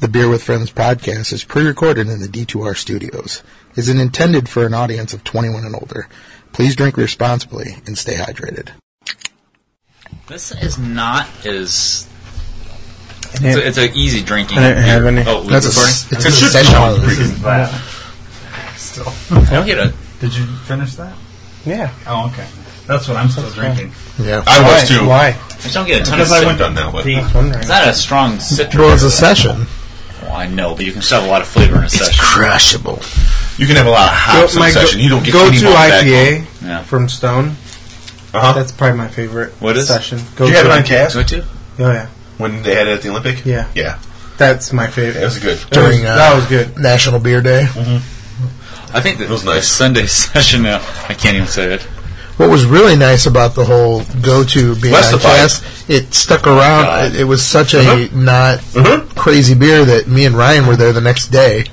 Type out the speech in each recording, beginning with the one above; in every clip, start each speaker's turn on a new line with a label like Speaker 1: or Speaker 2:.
Speaker 1: The Beer with Friends podcast is pre-recorded in the D2R studios. Is intended for an audience of 21 and older. Please drink responsibly and stay hydrated.
Speaker 2: This is not as. It's, a, it's an easy drinking.
Speaker 3: I didn't have
Speaker 2: beer.
Speaker 3: any.
Speaker 2: Oh, we
Speaker 1: That's a
Speaker 2: recording?
Speaker 1: s- it's an essential.
Speaker 4: Still.
Speaker 2: I don't get a.
Speaker 4: Did you finish that?
Speaker 3: Yeah.
Speaker 4: Oh, okay. That's what I'm still drinking.
Speaker 1: Yeah.
Speaker 5: I was too.
Speaker 3: Why?
Speaker 2: I just don't get a ton
Speaker 4: Because
Speaker 2: of.
Speaker 4: I
Speaker 2: cit-
Speaker 4: went
Speaker 5: Done that with.
Speaker 3: I was wondering.
Speaker 2: It's not a strong citrus.
Speaker 1: Well, it's a session.
Speaker 2: Well, I know, but you can shove a lot of flavor in a session.
Speaker 1: Crushable.
Speaker 5: You can have a lot of hops in Ah, a session. you don't get
Speaker 3: go
Speaker 5: any
Speaker 3: to
Speaker 5: malt back.
Speaker 3: IPA
Speaker 2: Yeah.
Speaker 3: from Stone.
Speaker 5: Uh-huh.
Speaker 3: That's probably my favorite
Speaker 2: What is-
Speaker 3: session. Go
Speaker 5: Did you have
Speaker 3: to
Speaker 5: it on cask
Speaker 2: Go to.
Speaker 3: Oh yeah,
Speaker 5: when they had it at the Olympic?
Speaker 3: Yeah.
Speaker 5: Yeah.
Speaker 3: that's my
Speaker 5: It
Speaker 3: favorite.
Speaker 5: was good.
Speaker 3: That was-
Speaker 1: During, uh,
Speaker 3: that was good.
Speaker 1: National Beer Day.
Speaker 2: I think that
Speaker 5: It was nice.
Speaker 2: the Sunday session. Uh, I can't even say it.
Speaker 1: What was really nice about the whole go-to being on
Speaker 5: Westified.
Speaker 1: cast, it stuck around.
Speaker 5: God.
Speaker 1: It, it was such a
Speaker 5: Uh-huh.
Speaker 1: not
Speaker 5: Uh-huh.
Speaker 1: crazy beer that me and Ryan were there the next day,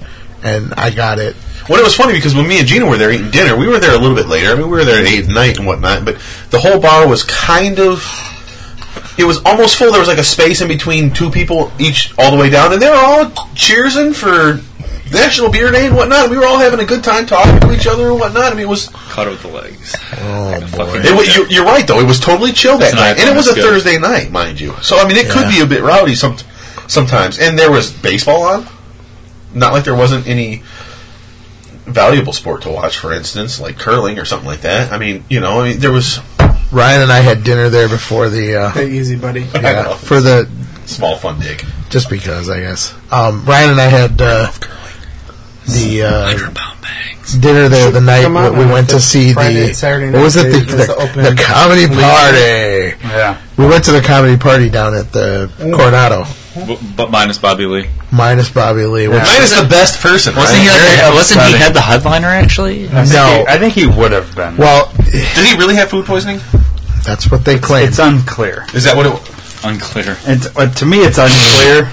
Speaker 1: and I got it.
Speaker 5: Well, it was funny because when me and Gina were there eating dinner, we were there a little bit later. I mean, we were there at eight at night and whatnot, but the whole bar was kind of. It was almost full. There was like a space in between two people each, all the way down, and they were all cheersing for National Beer Day and whatnot. We were all having a good time talking to each other and whatnot. I mean, it was.
Speaker 2: Caught it with the legs.
Speaker 1: Oh boy!
Speaker 5: It was you're, you're right though. It was totally chill that
Speaker 2: It's
Speaker 5: night,
Speaker 2: nice,
Speaker 5: and it was a
Speaker 2: it's good.
Speaker 5: Thursday night, mind you. So I mean, it could
Speaker 1: Yeah.
Speaker 5: be a bit rowdy some, sometimes. And there was baseball on. Not like there wasn't any valuable sport to watch, for instance, like curling or something like that. I mean, you know, I mean, there was
Speaker 1: Ryan and I had dinner there before the uh,
Speaker 3: Hey, easy buddy.
Speaker 1: yeah, for the
Speaker 5: small fun dig.
Speaker 1: just because I guess um, Ryan and I had uh, the uh,
Speaker 2: Hundred pound bags.
Speaker 1: dinner there the night
Speaker 3: Come on
Speaker 1: that we
Speaker 3: now,
Speaker 1: went to
Speaker 3: it's
Speaker 1: see
Speaker 3: Friday,
Speaker 1: the
Speaker 3: Saturday
Speaker 1: what was it
Speaker 3: night,
Speaker 1: the,
Speaker 3: it was the
Speaker 1: the,
Speaker 3: opening.
Speaker 1: the comedy party.
Speaker 4: Yeah.
Speaker 1: We went to the comedy party down at the Coronado.
Speaker 2: But, but minus Bobby Lee.
Speaker 1: Minus Bobby Lee. which-
Speaker 5: Mine is the best person.
Speaker 2: Wasn't he?
Speaker 5: right?
Speaker 2: Like, wasn't he had the headliner actually?
Speaker 4: I think
Speaker 1: No.
Speaker 4: he- I think he would have been.
Speaker 1: Well,
Speaker 5: Did he really have food poisoning?
Speaker 1: that's what they claim.
Speaker 4: it's unclear.
Speaker 5: Is that what it?
Speaker 2: Unclear.
Speaker 4: It's, uh, to me, it's unclear.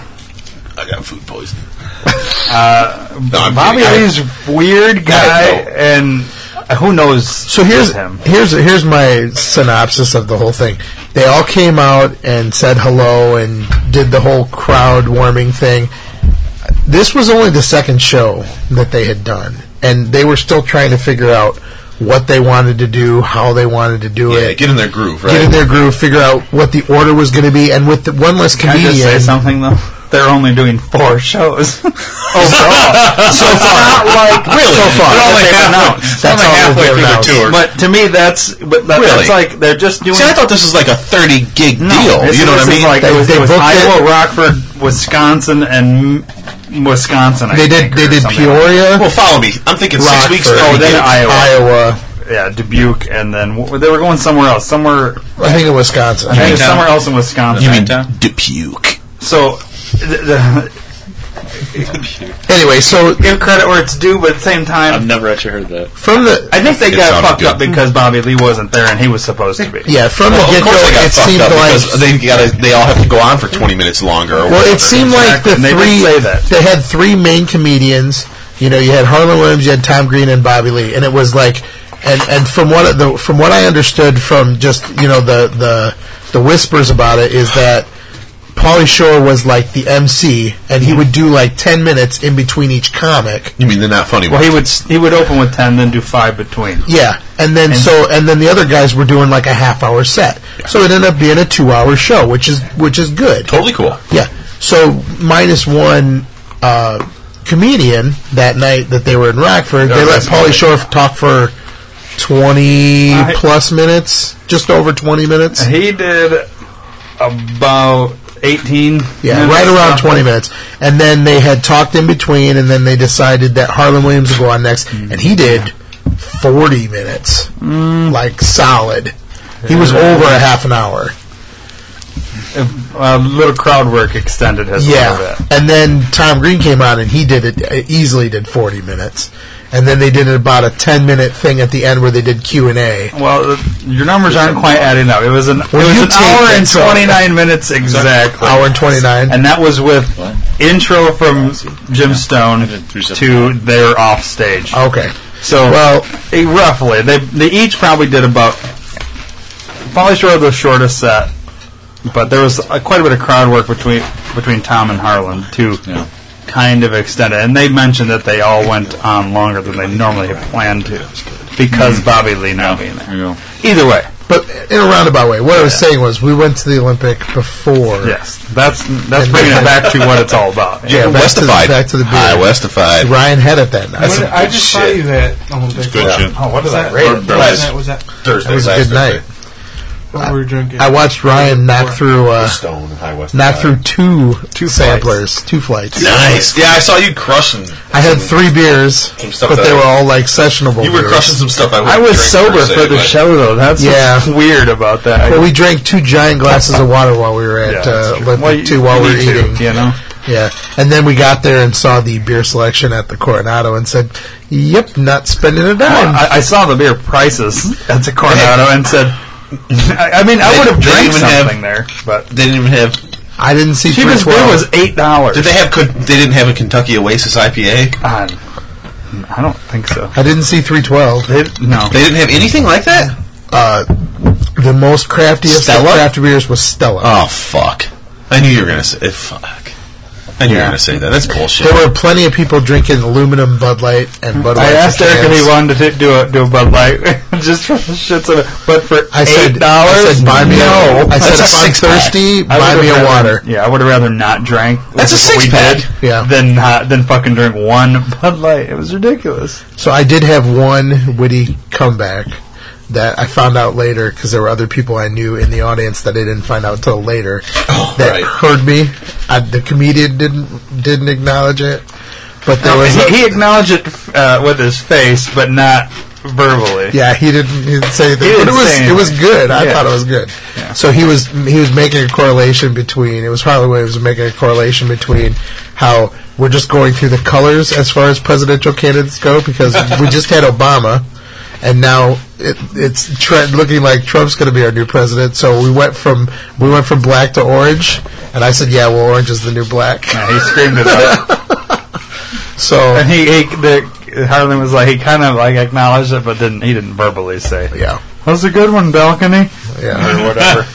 Speaker 5: I got food poisoning.
Speaker 4: Uh,
Speaker 5: No, I'm
Speaker 4: Bobby
Speaker 5: kidding. I-
Speaker 4: Lee's weird guy,
Speaker 5: Yeah, no.
Speaker 4: and uh, who knows?
Speaker 1: So here's
Speaker 4: with him.
Speaker 1: here's here's my synopsis of the whole thing. They all came out and said hello and did the whole crowd warming thing. This was only the second show that they had done, and they were still trying to figure out what they wanted to do, how they wanted to do
Speaker 5: Yeah,
Speaker 1: it,
Speaker 5: get in their groove, right?
Speaker 1: get in their groove, figure out what the order was going to be, and with the one less
Speaker 4: Can I
Speaker 1: comedian.
Speaker 4: just say something though? They're only doing four shows.
Speaker 1: So far, like really, so far,
Speaker 4: They're only
Speaker 1: That they
Speaker 4: half-
Speaker 1: announced.
Speaker 4: they're
Speaker 1: That's
Speaker 4: only
Speaker 1: all
Speaker 4: halfway
Speaker 1: they
Speaker 5: through the
Speaker 1: announced.
Speaker 5: tour.
Speaker 4: but to me, that's but that,
Speaker 5: Really?
Speaker 4: that's like they're just doing.
Speaker 5: See, I thought this was like a thirty gig
Speaker 4: No,
Speaker 5: deal.
Speaker 4: this-
Speaker 5: you know what I
Speaker 4: this is
Speaker 5: mean?
Speaker 4: Like
Speaker 1: They-
Speaker 4: it was,
Speaker 1: they
Speaker 4: it was
Speaker 1: booked
Speaker 4: Iowa, Rockford, Wisconsin, and M- Wisconsin. I
Speaker 1: They did.
Speaker 4: think,
Speaker 1: They
Speaker 4: or
Speaker 1: did
Speaker 4: something like
Speaker 1: Peoria.
Speaker 5: well, follow me. I'm thinking six
Speaker 1: Rockford.
Speaker 5: weeks. 30
Speaker 4: Oh, then
Speaker 5: gig.
Speaker 4: Iowa.
Speaker 1: Iowa.
Speaker 4: that. Yeah, Dubuque, and then w- they were going somewhere else. Somewhere,
Speaker 1: I think in Wisconsin.
Speaker 4: I think
Speaker 2: Chinatown.
Speaker 4: somewhere else in Wisconsin.
Speaker 2: Chinatown?
Speaker 5: Dubuque.
Speaker 4: So, th- th-
Speaker 1: Anyway, so
Speaker 4: give credit where it's due, but at the same
Speaker 2: I've
Speaker 1: Um,
Speaker 4: time,
Speaker 2: never actually heard that.
Speaker 1: from the
Speaker 4: I think they
Speaker 5: It
Speaker 4: got
Speaker 5: sounded
Speaker 4: fucked
Speaker 5: good.
Speaker 4: up because Bobby Lee wasn't there, and he was supposed to be.
Speaker 1: yeah from the
Speaker 5: Well,
Speaker 1: get
Speaker 5: of
Speaker 1: go,
Speaker 5: course they got
Speaker 1: it
Speaker 5: fucked
Speaker 1: seemed
Speaker 5: up
Speaker 1: like
Speaker 5: because they got they all have to go on for twenty minutes longer. Or
Speaker 1: well,
Speaker 5: whatever.
Speaker 1: it seemed like the
Speaker 4: Exactly, and they
Speaker 1: three
Speaker 4: did say that.
Speaker 1: they had three main comedians. You know, you had Harlan Williams, you had Tom Green, and Bobby Lee, and it was like, and and from what the from what I understood from just you know the the the whispers about it is that. Pauly Shore was like the MC, and he would do like ten minutes in between each comic.
Speaker 5: you mean they're not funny?
Speaker 4: Well, he would s- he would open with ten, then do five between.
Speaker 1: Yeah, and then so and then the other guys were doing like a half hour set, so it ended up being a two hour show, which is which is good.
Speaker 5: totally cool.
Speaker 1: Yeah. So minus one uh, comedian that night that they were in Rockford, they let
Speaker 4: Oh, that's
Speaker 1: Pauly Shore talk for twenty
Speaker 4: I-
Speaker 1: plus minutes, just over twenty minutes.
Speaker 4: He did about eighteen.
Speaker 1: Yeah,
Speaker 4: minutes,
Speaker 1: right around
Speaker 4: roughly.
Speaker 1: 20 minutes. And then they had talked in between, and then they decided that Harlan Williams would go on next,
Speaker 4: Mm.
Speaker 1: and he did 40 minutes. Like, solid. He was over a half an hour.
Speaker 4: A little crowd work extended his a little
Speaker 1: Yeah.
Speaker 4: bit.
Speaker 1: And then Tom Green came on, and he did it, uh, easily did 40 minutes. And then they did about a 10 minute thing at the end where they did Q&A.
Speaker 4: Well, th- your numbers aren't quite adding up. It was an it
Speaker 1: Well,
Speaker 4: was
Speaker 1: you
Speaker 4: an
Speaker 1: take
Speaker 4: hour
Speaker 1: that,
Speaker 4: and
Speaker 1: so-
Speaker 4: twenty nine minutes exactly,
Speaker 1: Hour and 29.
Speaker 4: and that was with
Speaker 2: What?
Speaker 4: intro from Jim Stone
Speaker 2: did three separate
Speaker 4: to their off stage.
Speaker 1: okay.
Speaker 4: So
Speaker 1: Oh, Well-
Speaker 4: eh, roughly they they each probably did about probably short of the shortest set, but there was uh, quite a bit of crowd work between between Tom and Harlan too.
Speaker 2: Yeah.
Speaker 4: kind of extended, and they mentioned that they all went on longer than they normally had planned to because Bobby Lee not being there.
Speaker 2: There you go.
Speaker 4: Either way,
Speaker 1: But in a roundabout way, what I was saying was we went to the Olympic before.
Speaker 4: yes, that's that's bringing it back to what it's all about.
Speaker 1: Yeah,
Speaker 5: Jacob
Speaker 1: back to the-
Speaker 5: Westified.
Speaker 1: back to the beer.
Speaker 5: Hi, Westified.
Speaker 1: Ryan had it that night.
Speaker 5: That's
Speaker 3: What-
Speaker 5: some
Speaker 3: I
Speaker 5: good
Speaker 3: just saw
Speaker 5: shit.
Speaker 3: you at Olympic.
Speaker 5: good
Speaker 3: Park.
Speaker 5: shit.
Speaker 3: Oh, what is that?
Speaker 5: Right.
Speaker 3: What was that? Was that
Speaker 5: Thursday.
Speaker 1: It was a
Speaker 5: last
Speaker 1: good night.
Speaker 5: Thursday.
Speaker 3: what we were drinking?
Speaker 1: I watched Ryan knock through uh,
Speaker 5: Stone. Hi, Westified.
Speaker 1: knock through two, samplers, two flights.
Speaker 5: Nice. Yeah, I saw you crushing.
Speaker 1: I had three beers,
Speaker 5: Some stuff
Speaker 1: but
Speaker 5: that
Speaker 1: they
Speaker 5: I-
Speaker 1: were all like sessionable.
Speaker 5: You were
Speaker 1: beers.
Speaker 5: crushing some stuff. I,
Speaker 4: I
Speaker 5: wouldn't
Speaker 4: was
Speaker 5: drink
Speaker 4: sober
Speaker 5: per se,
Speaker 4: for the
Speaker 5: but-
Speaker 4: show though. That's
Speaker 1: Yeah.
Speaker 4: what's weird about that.
Speaker 1: Well, we drank two giant glasses of water while we were at
Speaker 4: Yeah,
Speaker 1: uh,
Speaker 4: that's true.
Speaker 1: Olympic
Speaker 4: Well, you-
Speaker 1: too, while
Speaker 4: you
Speaker 1: we were
Speaker 4: need to,
Speaker 1: eating.
Speaker 4: you know.
Speaker 1: Yeah, and then we got there and saw the beer selection at the Coronado and said, "Yep, not spending a dime."
Speaker 4: I, I saw the beer prices at the Coronado and said, I, I mean, I
Speaker 5: They-
Speaker 4: would have
Speaker 5: they
Speaker 4: drank
Speaker 5: even have-
Speaker 4: something there, but
Speaker 5: They didn't even have.
Speaker 1: I didn't see
Speaker 4: cheapest beer
Speaker 1: 312.
Speaker 4: was eight dollars.
Speaker 5: Did they have? Could they didn't have a Kentucky Oasis IPA?
Speaker 4: I, I don't think so.
Speaker 1: I didn't see three twelve.
Speaker 4: They, no,
Speaker 5: They didn't have anything like that.
Speaker 1: Uh, the most craftiest of
Speaker 5: Stella?
Speaker 1: craft beers was Stella.
Speaker 5: Oh fuck! I knew you were gonna say fuck. I knew you were gonna say that. That's bullshit.
Speaker 1: There were plenty of people drinking aluminum Bud Light and Budweiser.
Speaker 4: I asked Eric if
Speaker 1: cans.
Speaker 4: he wanted to do a do a Bud Light just for the shits of it, but for
Speaker 1: I said,
Speaker 4: eight
Speaker 1: I
Speaker 4: dollars,
Speaker 1: said, buy me
Speaker 4: no.
Speaker 1: a, I said, if
Speaker 5: That's a
Speaker 1: I'm
Speaker 5: six-pack.
Speaker 1: thirsty,
Speaker 4: I
Speaker 1: buy
Speaker 4: would've
Speaker 1: me a
Speaker 4: rather-
Speaker 1: water.
Speaker 4: Yeah, I would have rather not drank.
Speaker 5: That's
Speaker 4: which
Speaker 5: a
Speaker 4: is what we
Speaker 5: six-pack.
Speaker 4: did,
Speaker 1: Yeah.
Speaker 4: Than not than fucking drink one Bud Light. It was ridiculous.
Speaker 1: So I did have one witty comeback that I found out later because there were other people I knew in the audience that I didn't find out till later
Speaker 4: Oh,
Speaker 1: that
Speaker 5: right.
Speaker 1: heard me. I, the comedian didn't didn't acknowledge it, but there was.
Speaker 4: he, he acknowledged it uh, with his face, but not verbally.
Speaker 1: Yeah, he didn't, he didn't say that.
Speaker 4: didn't
Speaker 1: but it was
Speaker 4: say
Speaker 1: it was
Speaker 4: anything.
Speaker 1: good. I
Speaker 4: Yeah.
Speaker 1: thought it was good. So he was he was making a correlation between it was Harley Williams making a correlation between how we're just going through the colors as far as presidential candidates go because we just had Obama. And now it, it's tre- looking like Trump's going to be our new president. So we went from we went from black to orange, and I said, "Yeah, well, orange is the new black."
Speaker 4: Yeah, he screamed it out,
Speaker 1: So
Speaker 4: and he, he the, Harlan was like he kind of like acknowledged it, but didn't he didn't verbally say.
Speaker 1: yeah,
Speaker 4: That was a good one, balcony
Speaker 1: yeah.
Speaker 4: or whatever.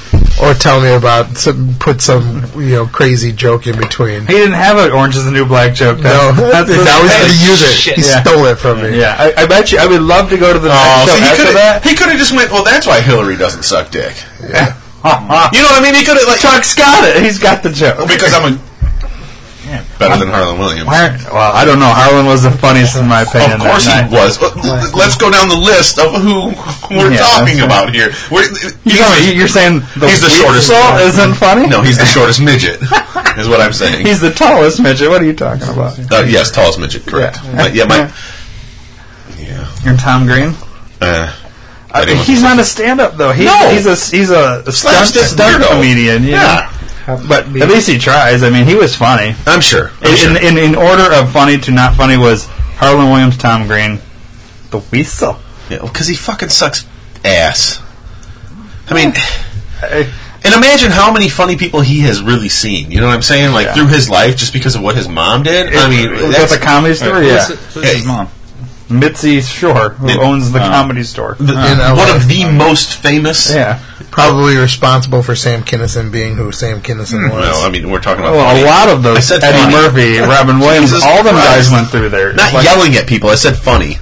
Speaker 1: Or tell me about some, put some you know crazy joke in between.
Speaker 4: he didn't have an orange is the new black joke.
Speaker 1: No,
Speaker 4: That's, that's the-
Speaker 1: that was
Speaker 4: Hey,
Speaker 1: the user. He
Speaker 4: Yeah.
Speaker 1: stole it from me.
Speaker 4: Yeah, I, I bet you. I would love to go to the
Speaker 5: Oh,
Speaker 4: next
Speaker 5: so
Speaker 4: show
Speaker 5: he
Speaker 4: after
Speaker 5: could
Speaker 4: that.
Speaker 5: he could have just went. Well, that's why Hillary doesn't suck dick.
Speaker 4: you know what I mean? He could have like Chuck's got it. He's got the joke.
Speaker 5: Because I'm a better than Harlan Williams.
Speaker 4: Well, I don't know. Harlan was the funniest in my opinion.
Speaker 5: Of course he
Speaker 4: that night.
Speaker 5: was. Let- Let's go down the list of who we're
Speaker 4: Yeah,
Speaker 5: talking
Speaker 4: that's right.
Speaker 5: about here. We're,
Speaker 4: You know, you- you're saying the
Speaker 5: He's the
Speaker 4: weasel
Speaker 5: shortest.
Speaker 4: isn't funny.
Speaker 5: no, he's the shortest midget, is what I'm saying.
Speaker 4: He's the tallest midget. What are you talking about?
Speaker 5: uh, yes, tallest midget, correct.
Speaker 4: Yeah.
Speaker 5: But yeah, my. Yeah.
Speaker 4: And Tom Green.
Speaker 5: Uh,
Speaker 4: I mean,
Speaker 5: anyone-
Speaker 4: he's not a stand-up though. He's,
Speaker 5: No.
Speaker 4: he's a he's a stunt,
Speaker 5: Slapstick
Speaker 4: stunt
Speaker 5: weirdo.
Speaker 4: comedian. you
Speaker 5: Yeah.
Speaker 4: know? but at least he tries. I mean, he was funny.
Speaker 5: I'm sure. I'm
Speaker 4: In,
Speaker 5: sure.
Speaker 4: in, in in order of funny to not funny was Harlan Williams, Tom Green, the Weasel.
Speaker 5: Yeah, because he fucking sucks ass. I mean,
Speaker 4: I-
Speaker 5: and imagine how many funny people he has really seen. You know what I'm saying? Like
Speaker 4: Yeah.
Speaker 5: through his life, just because of what his mom did. I mean,
Speaker 4: was
Speaker 5: that's
Speaker 4: that the comedy
Speaker 1: Oh,
Speaker 4: store?
Speaker 2: Who's,
Speaker 4: Yeah,
Speaker 2: who's his mom?
Speaker 4: Mitzi Shore, who
Speaker 5: Yeah.
Speaker 4: owns the comedy store.
Speaker 5: uh,
Speaker 4: Uh,
Speaker 5: the-
Speaker 1: In LA.
Speaker 5: one of the most famous.
Speaker 4: Yeah,
Speaker 1: Probably responsible for Sam Kinison being who Sam
Speaker 4: Hmm.
Speaker 1: Kinison was.
Speaker 5: Well, I mean, we're talking about
Speaker 4: well,
Speaker 5: funny.
Speaker 4: a lot of
Speaker 5: I
Speaker 4: those.
Speaker 5: said
Speaker 4: Eddie
Speaker 5: funny.
Speaker 4: Murphy, Robin Williams,
Speaker 5: Jesus
Speaker 4: all them guys
Speaker 5: Christ.
Speaker 4: went through there.
Speaker 5: Not
Speaker 4: Like,
Speaker 5: yelling at people. I said funny.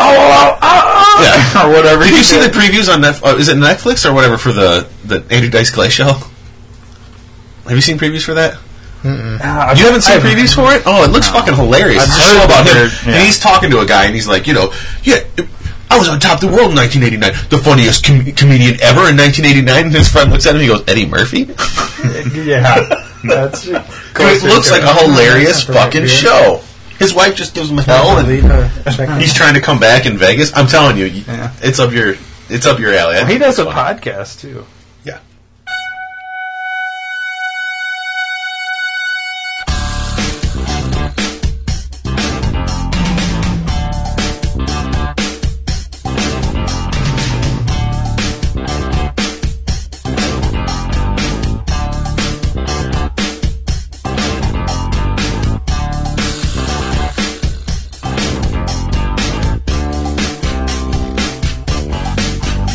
Speaker 4: Oh, oh, oh, oh,
Speaker 5: Yeah.
Speaker 4: or whatever.
Speaker 5: Did
Speaker 4: he
Speaker 5: you see the
Speaker 4: did.
Speaker 5: previews on Netflix? Uh, is it Netflix or whatever for the the Andrew Dice Clay show? Have you seen previews for that?
Speaker 4: Ah,
Speaker 5: You haven't seen
Speaker 4: I've-
Speaker 5: previews for it? Oh, it looks fucking hilarious.
Speaker 4: I've
Speaker 5: It's a
Speaker 4: heard
Speaker 5: show about
Speaker 4: about
Speaker 5: him,
Speaker 4: it, yeah.
Speaker 5: and he's talking to a guy, and he's like, you know, yeah, I was on top of the world in 1989, the funniest com- comedian ever in 1989. And his friend looks at him, he goes, Eddie Murphy.
Speaker 4: Yeah, that's
Speaker 5: it looks like a hilarious fucking show. His wife just gives him hell, and he's trying to come back in Vegas. I'm telling you, y-
Speaker 4: Yeah.
Speaker 5: it's up your it's up your alley. I
Speaker 4: he
Speaker 5: think
Speaker 4: does a
Speaker 5: it's funny.
Speaker 4: podcast too.
Speaker 5: Yeah.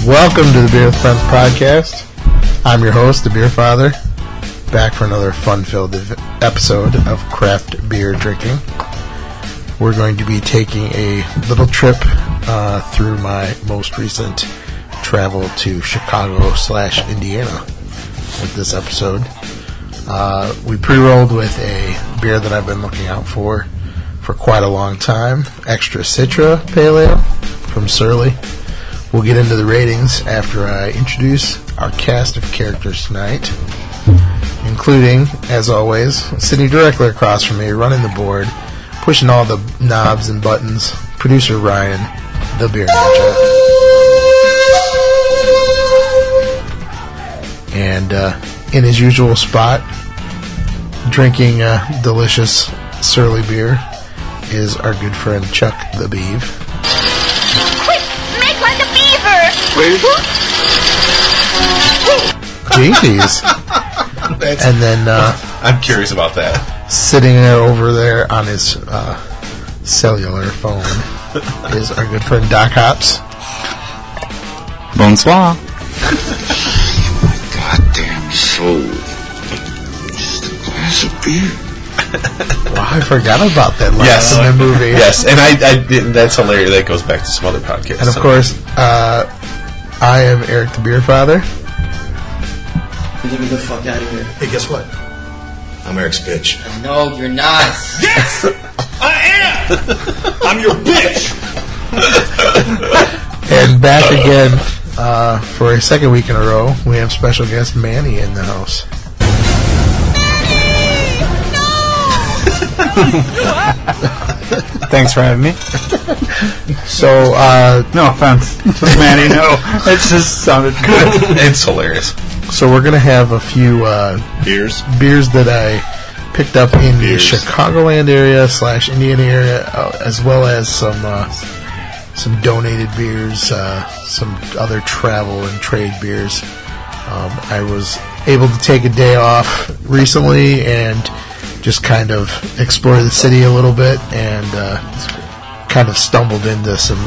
Speaker 1: Welcome to the Beer with Friends podcast. I'm your host, the Beer Father. back for another fun-filled ev- episode of craft beer drinking. We're going to be taking a little trip uh, through my most recent travel to Chicago slash Indiana with this episode. Uh, we pre-rolled with a beer that I've been looking out for for quite a long time, Extra Citra Pale Ale from Surly. We'll get into the ratings after I introduce our cast of characters tonight, including, as always, sitting directly across from me, running the board, pushing all the knobs and buttons, producer Ryan, the beer ninja. And uh, in his usual spot, drinking uh, delicious surly beer, is our good friend Chuck the Beeve.
Speaker 6: Quick, make like a beaver!
Speaker 1: Jinkies.
Speaker 5: That's-
Speaker 1: and then uh,
Speaker 5: I'm curious about that.
Speaker 1: sitting there over there on his uh, cellular phone is our good friend Doc Hops.
Speaker 4: Bonsoir.
Speaker 7: goddamn soul. Just a glass of beer.
Speaker 1: Wow, I forgot about that line
Speaker 5: Yes.
Speaker 1: in the movie.
Speaker 5: Uh, Yes, and I, I didn't, that's hilarious. That goes back to some other podcasts.
Speaker 1: And of course, uh, I am Eric the Beer Father.
Speaker 8: Get me the fuck out of here.
Speaker 1: Hey, guess what?
Speaker 7: I'm Eric's bitch.
Speaker 8: No, you're not.
Speaker 1: And back again uh, for a second week in a row, we have special guest Manny in the house.
Speaker 4: Thanks for having me.
Speaker 1: So, uh,
Speaker 4: No offense to Manny, no. It just sounded good.
Speaker 5: it's hilarious.
Speaker 1: so we're gonna have a few uh,
Speaker 7: Beers.
Speaker 1: beers that I picked up in
Speaker 7: Beers.
Speaker 1: the Chicagoland area slash Indiana area, uh, as well as some uh, some donated beers, uh, some other travel and trade beers. Um, I was able to take a day off recently and just kind of explore the city a little bit and uh, kind of stumbled into some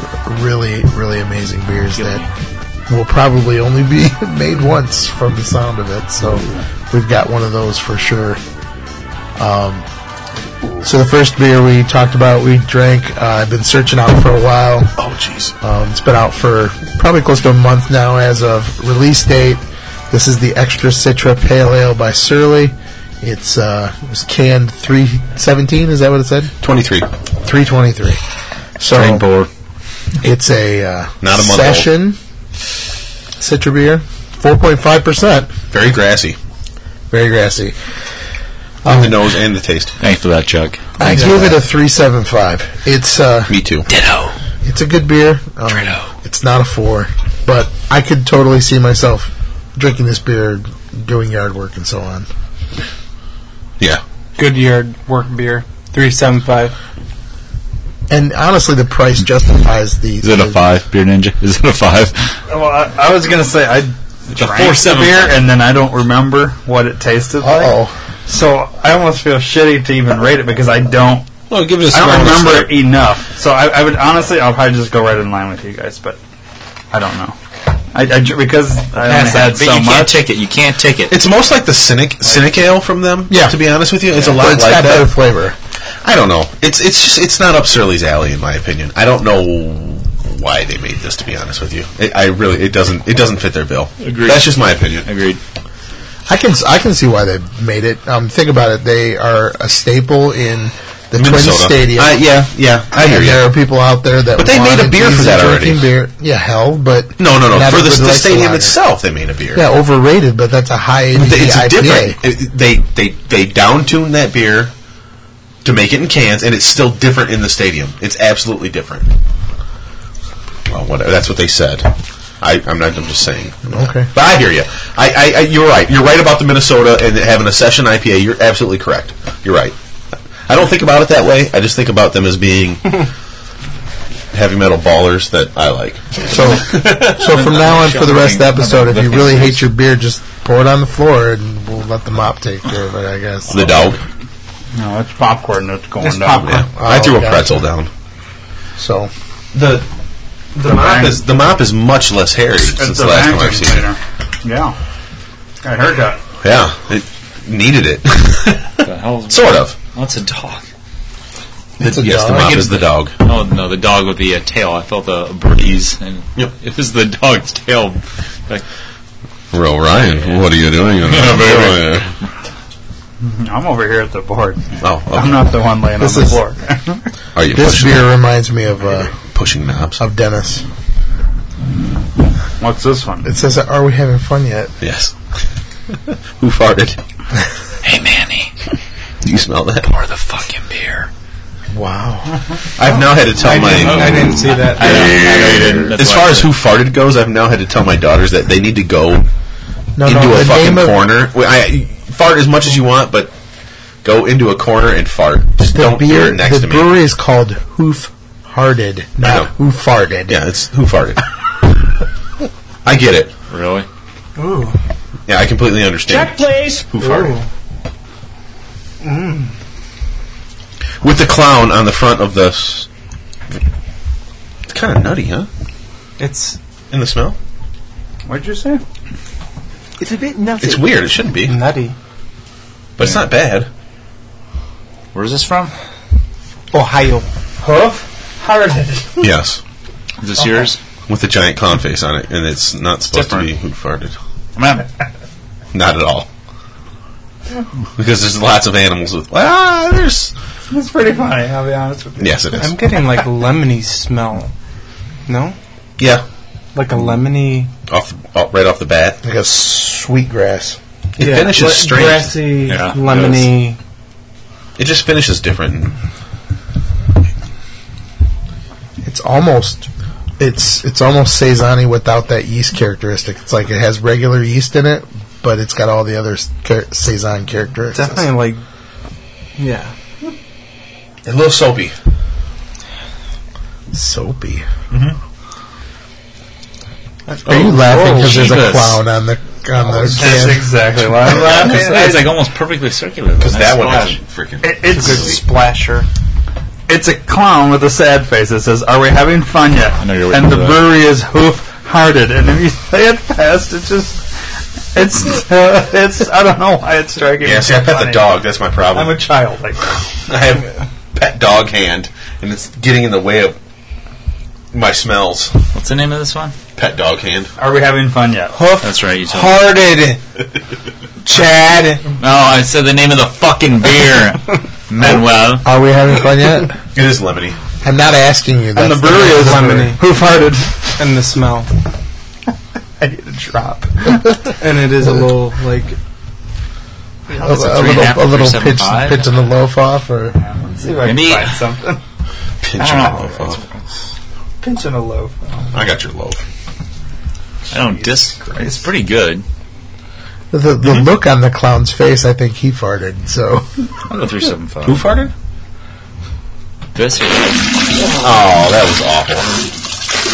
Speaker 1: really, really amazing beers that will probably only be made once from the sound of it. So we've got one of those for sure. Um, so the first beer we talked about, we drank. Uh, I've been searching out for a while.
Speaker 7: Oh, jeez.
Speaker 1: Um, it's been out for probably close to a month now as of release date. This is the Extra Citra Pale Ale by Surly. It's uh, it was canned 317, is that what it said?
Speaker 5: 23.
Speaker 1: 323. So
Speaker 4: board.
Speaker 1: it's a, uh,
Speaker 5: Not a month old.
Speaker 1: session Citra beer, 4.5%.
Speaker 5: Very grassy.
Speaker 1: Very grassy. Oh.
Speaker 5: the nose and the taste.
Speaker 2: Thanks for that, Chuck.
Speaker 1: I give it a 375. It's uh,
Speaker 5: Me too.
Speaker 2: Ditto.
Speaker 1: it's a good beer. Um,
Speaker 2: Trito.
Speaker 1: It's not a four, but I could totally see myself drinking this beer, doing yard work and so on.
Speaker 5: Yeah.
Speaker 3: Good yard work beer. 375.
Speaker 1: And honestly, the price justifies the.
Speaker 2: Is it a
Speaker 1: the-
Speaker 2: five, Beer Ninja? Is it a five?
Speaker 4: Well, I, I was going to say, I drank the
Speaker 2: 475.
Speaker 4: beer and then I don't remember what it tasted like.
Speaker 1: Uh-oh.
Speaker 4: So I almost feel shitty to even rate it because I don't
Speaker 2: Well, give it a
Speaker 4: I
Speaker 2: small
Speaker 4: don't remember it enough. So I, I would honestly, I'll probably just go right in line with you guys, but I don't know. I, I dr- because I only had
Speaker 2: but you
Speaker 4: so
Speaker 2: can't
Speaker 4: much.
Speaker 2: take it. You can't take it.
Speaker 5: It's most like the Cynic Cynic Ale from them.
Speaker 1: Yeah.
Speaker 5: To be honest with you, it's a lot
Speaker 1: But it's
Speaker 5: like
Speaker 1: got
Speaker 5: that.
Speaker 1: better flavor.
Speaker 5: I don't know. It's it's just it's not up Surly's alley in my opinion. I don't know why they made this. To be honest with you, it, I really it doesn't it doesn't fit their bill.
Speaker 2: Agreed.
Speaker 5: That's just my opinion.
Speaker 2: Agreed.
Speaker 1: I can I can see why they made it. Um, think about it. They are a staple in the Twin
Speaker 5: Minnesota. Uh,
Speaker 1: Stadium.
Speaker 5: I- yeah, yeah, I hear
Speaker 1: and
Speaker 5: you.
Speaker 1: there are people out there that.
Speaker 5: But they made a
Speaker 1: wanted
Speaker 5: beer for
Speaker 1: easy
Speaker 5: that already.
Speaker 1: drinking Beer. Yeah, hell, but
Speaker 5: No, no, no.
Speaker 1: not
Speaker 5: For the,
Speaker 1: everybody
Speaker 5: the
Speaker 1: likes
Speaker 5: stadium
Speaker 1: lager.
Speaker 5: itself, they made a beer.
Speaker 1: Yeah, overrated, but that's a high ABV
Speaker 5: Th- it's
Speaker 1: IPA.
Speaker 5: different. it- They they they down tuned that beer to make it in cans, and it's still different in the stadium. It's absolutely different. Well, whatever. That's what they said. I, I'm not. I'm just saying.
Speaker 1: Okay.
Speaker 5: But I hear you. I, I, I you're right. You're right about the Minnesota and having a session IPA. You're absolutely correct. You're right. I don't think about it that way. I just think about them as being heavy metal ballers that I like.
Speaker 1: So, so from now on for the rest of the episode, if you really hate your beer, just pour it on the floor and we'll let the mop take care of it. I guess.
Speaker 5: The dog.
Speaker 4: no, it's popcorn that's going
Speaker 3: It's
Speaker 4: down.
Speaker 3: popcorn.
Speaker 5: I threw a
Speaker 1: gotcha.
Speaker 5: pretzel down.
Speaker 1: So
Speaker 5: The the mop
Speaker 4: bang.
Speaker 5: is the mop is much less hairy
Speaker 4: It's
Speaker 5: since
Speaker 4: a
Speaker 5: the last time
Speaker 4: vacuum
Speaker 5: I've seen it.
Speaker 4: cleaner. Yeah. Got a haircut.
Speaker 5: Yeah, it, needed it.
Speaker 2: the hell's
Speaker 5: sort of.
Speaker 2: What's a dog?
Speaker 1: It's a
Speaker 5: yes, the
Speaker 1: dog.
Speaker 5: mop is the dog.
Speaker 2: Oh no, the dog with the uh, tail. I felt a breeze, and
Speaker 5: Yep.
Speaker 2: it was the dog's tail. Like,
Speaker 9: Real Ryan, what are you doing?
Speaker 5: baby.
Speaker 4: I'm over here at the board.
Speaker 5: Oh, okay.
Speaker 4: I'm not the one laying
Speaker 1: This
Speaker 4: on the
Speaker 1: is-
Speaker 4: floor.
Speaker 9: Are you
Speaker 1: This
Speaker 9: pushing,
Speaker 1: beer reminds me of uh,
Speaker 9: pushing knobs?
Speaker 1: of Dennis.
Speaker 4: What's this one?
Speaker 1: It says, "Are we having fun yet?"
Speaker 9: Yes. Who farted?
Speaker 2: hey Manny,
Speaker 9: Do you smell that?
Speaker 2: pour the fucking beer.
Speaker 1: Wow.
Speaker 5: I've now had to tell my.
Speaker 3: I didn't see that.
Speaker 2: That's
Speaker 5: as
Speaker 2: why
Speaker 5: far
Speaker 2: I
Speaker 5: as who farted goes, I've now had to tell my daughters that they need to go
Speaker 1: No,
Speaker 5: into
Speaker 1: no.
Speaker 5: a
Speaker 1: The
Speaker 5: fucking
Speaker 1: name of
Speaker 5: corner. Well, I, fart as much as you want, but go into a corner and fart. Just
Speaker 1: the
Speaker 5: don't hear
Speaker 1: beer,
Speaker 5: it next
Speaker 1: the
Speaker 5: to me.
Speaker 1: brewery is called Hoof Hearted,
Speaker 5: I know.
Speaker 1: not Who Farted.
Speaker 5: yeah, it's who farted. I get it.
Speaker 2: Really?
Speaker 3: Ooh.
Speaker 5: Yeah, I completely understand.
Speaker 10: please.
Speaker 5: Who farted? With the clown on the front of the. s- It's kind of nutty, huh?
Speaker 3: It's
Speaker 5: In the smell,
Speaker 4: What'd you say?
Speaker 10: It's a bit nutty.
Speaker 5: it's weird. It shouldn't be,
Speaker 3: nutty.
Speaker 5: but it's not bad.
Speaker 2: Where's this from?
Speaker 3: Ohio.
Speaker 5: Yes,
Speaker 2: Is this yours?
Speaker 5: with a giant clown face on it, and it's not supposed to be who farted.
Speaker 2: I'm not-
Speaker 5: Not at all. Because there's lots of animals with. Ah, there's.
Speaker 4: It's pretty funny. I'll be honest with you.
Speaker 5: Yes, it is.
Speaker 3: I'm getting like lemony smell. No?
Speaker 5: Yeah,
Speaker 3: Like a lemony.
Speaker 5: off, off right off the bat,
Speaker 1: Like a sweet grass.
Speaker 5: it finishes
Speaker 3: le-
Speaker 5: straight.
Speaker 3: Grassy,
Speaker 2: Yeah,
Speaker 3: lemony.
Speaker 5: It just finishes different.
Speaker 1: It's almost it's it's almost saisoni without that yeast characteristic. It's like it has regular yeast in it, but it's got all the other s- char- saison characteristics.
Speaker 3: Definitely like. Yeah.
Speaker 5: A little soapy.
Speaker 1: soapy. Are you laughing because there's a
Speaker 2: Jesus.
Speaker 1: clown on the on the
Speaker 4: That's
Speaker 1: can?
Speaker 4: exactly why I'm
Speaker 2: I'm
Speaker 4: laughing.
Speaker 2: just- it's like almost perfectly circular.
Speaker 5: Because that one
Speaker 2: has.
Speaker 5: hasn't freaking.
Speaker 4: It- it's
Speaker 3: Splasher.
Speaker 4: it's a clown with a sad face that says, "Are we having fun yet?"
Speaker 2: know you're waiting
Speaker 4: and
Speaker 2: for
Speaker 4: the
Speaker 2: that.
Speaker 4: brewery is hoof-hearted, and if you say it fast, it's just it's uh, it's I don't know why it's striking.
Speaker 5: Yeah,
Speaker 4: me
Speaker 5: see,
Speaker 4: so
Speaker 5: I pet the
Speaker 4: funny.
Speaker 5: dog. That's my problem.
Speaker 4: I'm a child. Like that.
Speaker 5: I have pet dog hand, and it's getting in the way of my smells.
Speaker 2: What's the name of this one?
Speaker 5: Pet dog hand.
Speaker 4: are we having fun yet?
Speaker 2: That's right. You told me.
Speaker 3: Hearted. Chad.
Speaker 2: No, I said the name of the fucking beer, Manuel.
Speaker 1: Are we having fun yet?
Speaker 5: It is lemony.
Speaker 1: I'm not asking you. That's
Speaker 4: and the brewery is
Speaker 3: lemony.
Speaker 4: hoof-hearted.
Speaker 3: And the smell.
Speaker 4: I need a drop.
Speaker 3: And it is a little like.
Speaker 1: a,
Speaker 2: It's a
Speaker 1: a
Speaker 2: three and a half,
Speaker 1: little, a little
Speaker 2: three, seven,
Speaker 1: pitch,
Speaker 2: five.
Speaker 1: pitching the loaf off, or
Speaker 4: Let's see if I can
Speaker 2: Maybe-
Speaker 4: find something.
Speaker 5: Pinch
Speaker 2: I
Speaker 5: your
Speaker 2: don't know.
Speaker 5: loaf off.
Speaker 4: Pinching a loaf.
Speaker 5: I got your loaf.
Speaker 2: I don't dis. It's pretty good.
Speaker 1: the, the look on the clown's face. I think he farted. So
Speaker 2: I'll go three seven five.
Speaker 5: Who farted?
Speaker 2: This is-
Speaker 5: Oh, that was awful.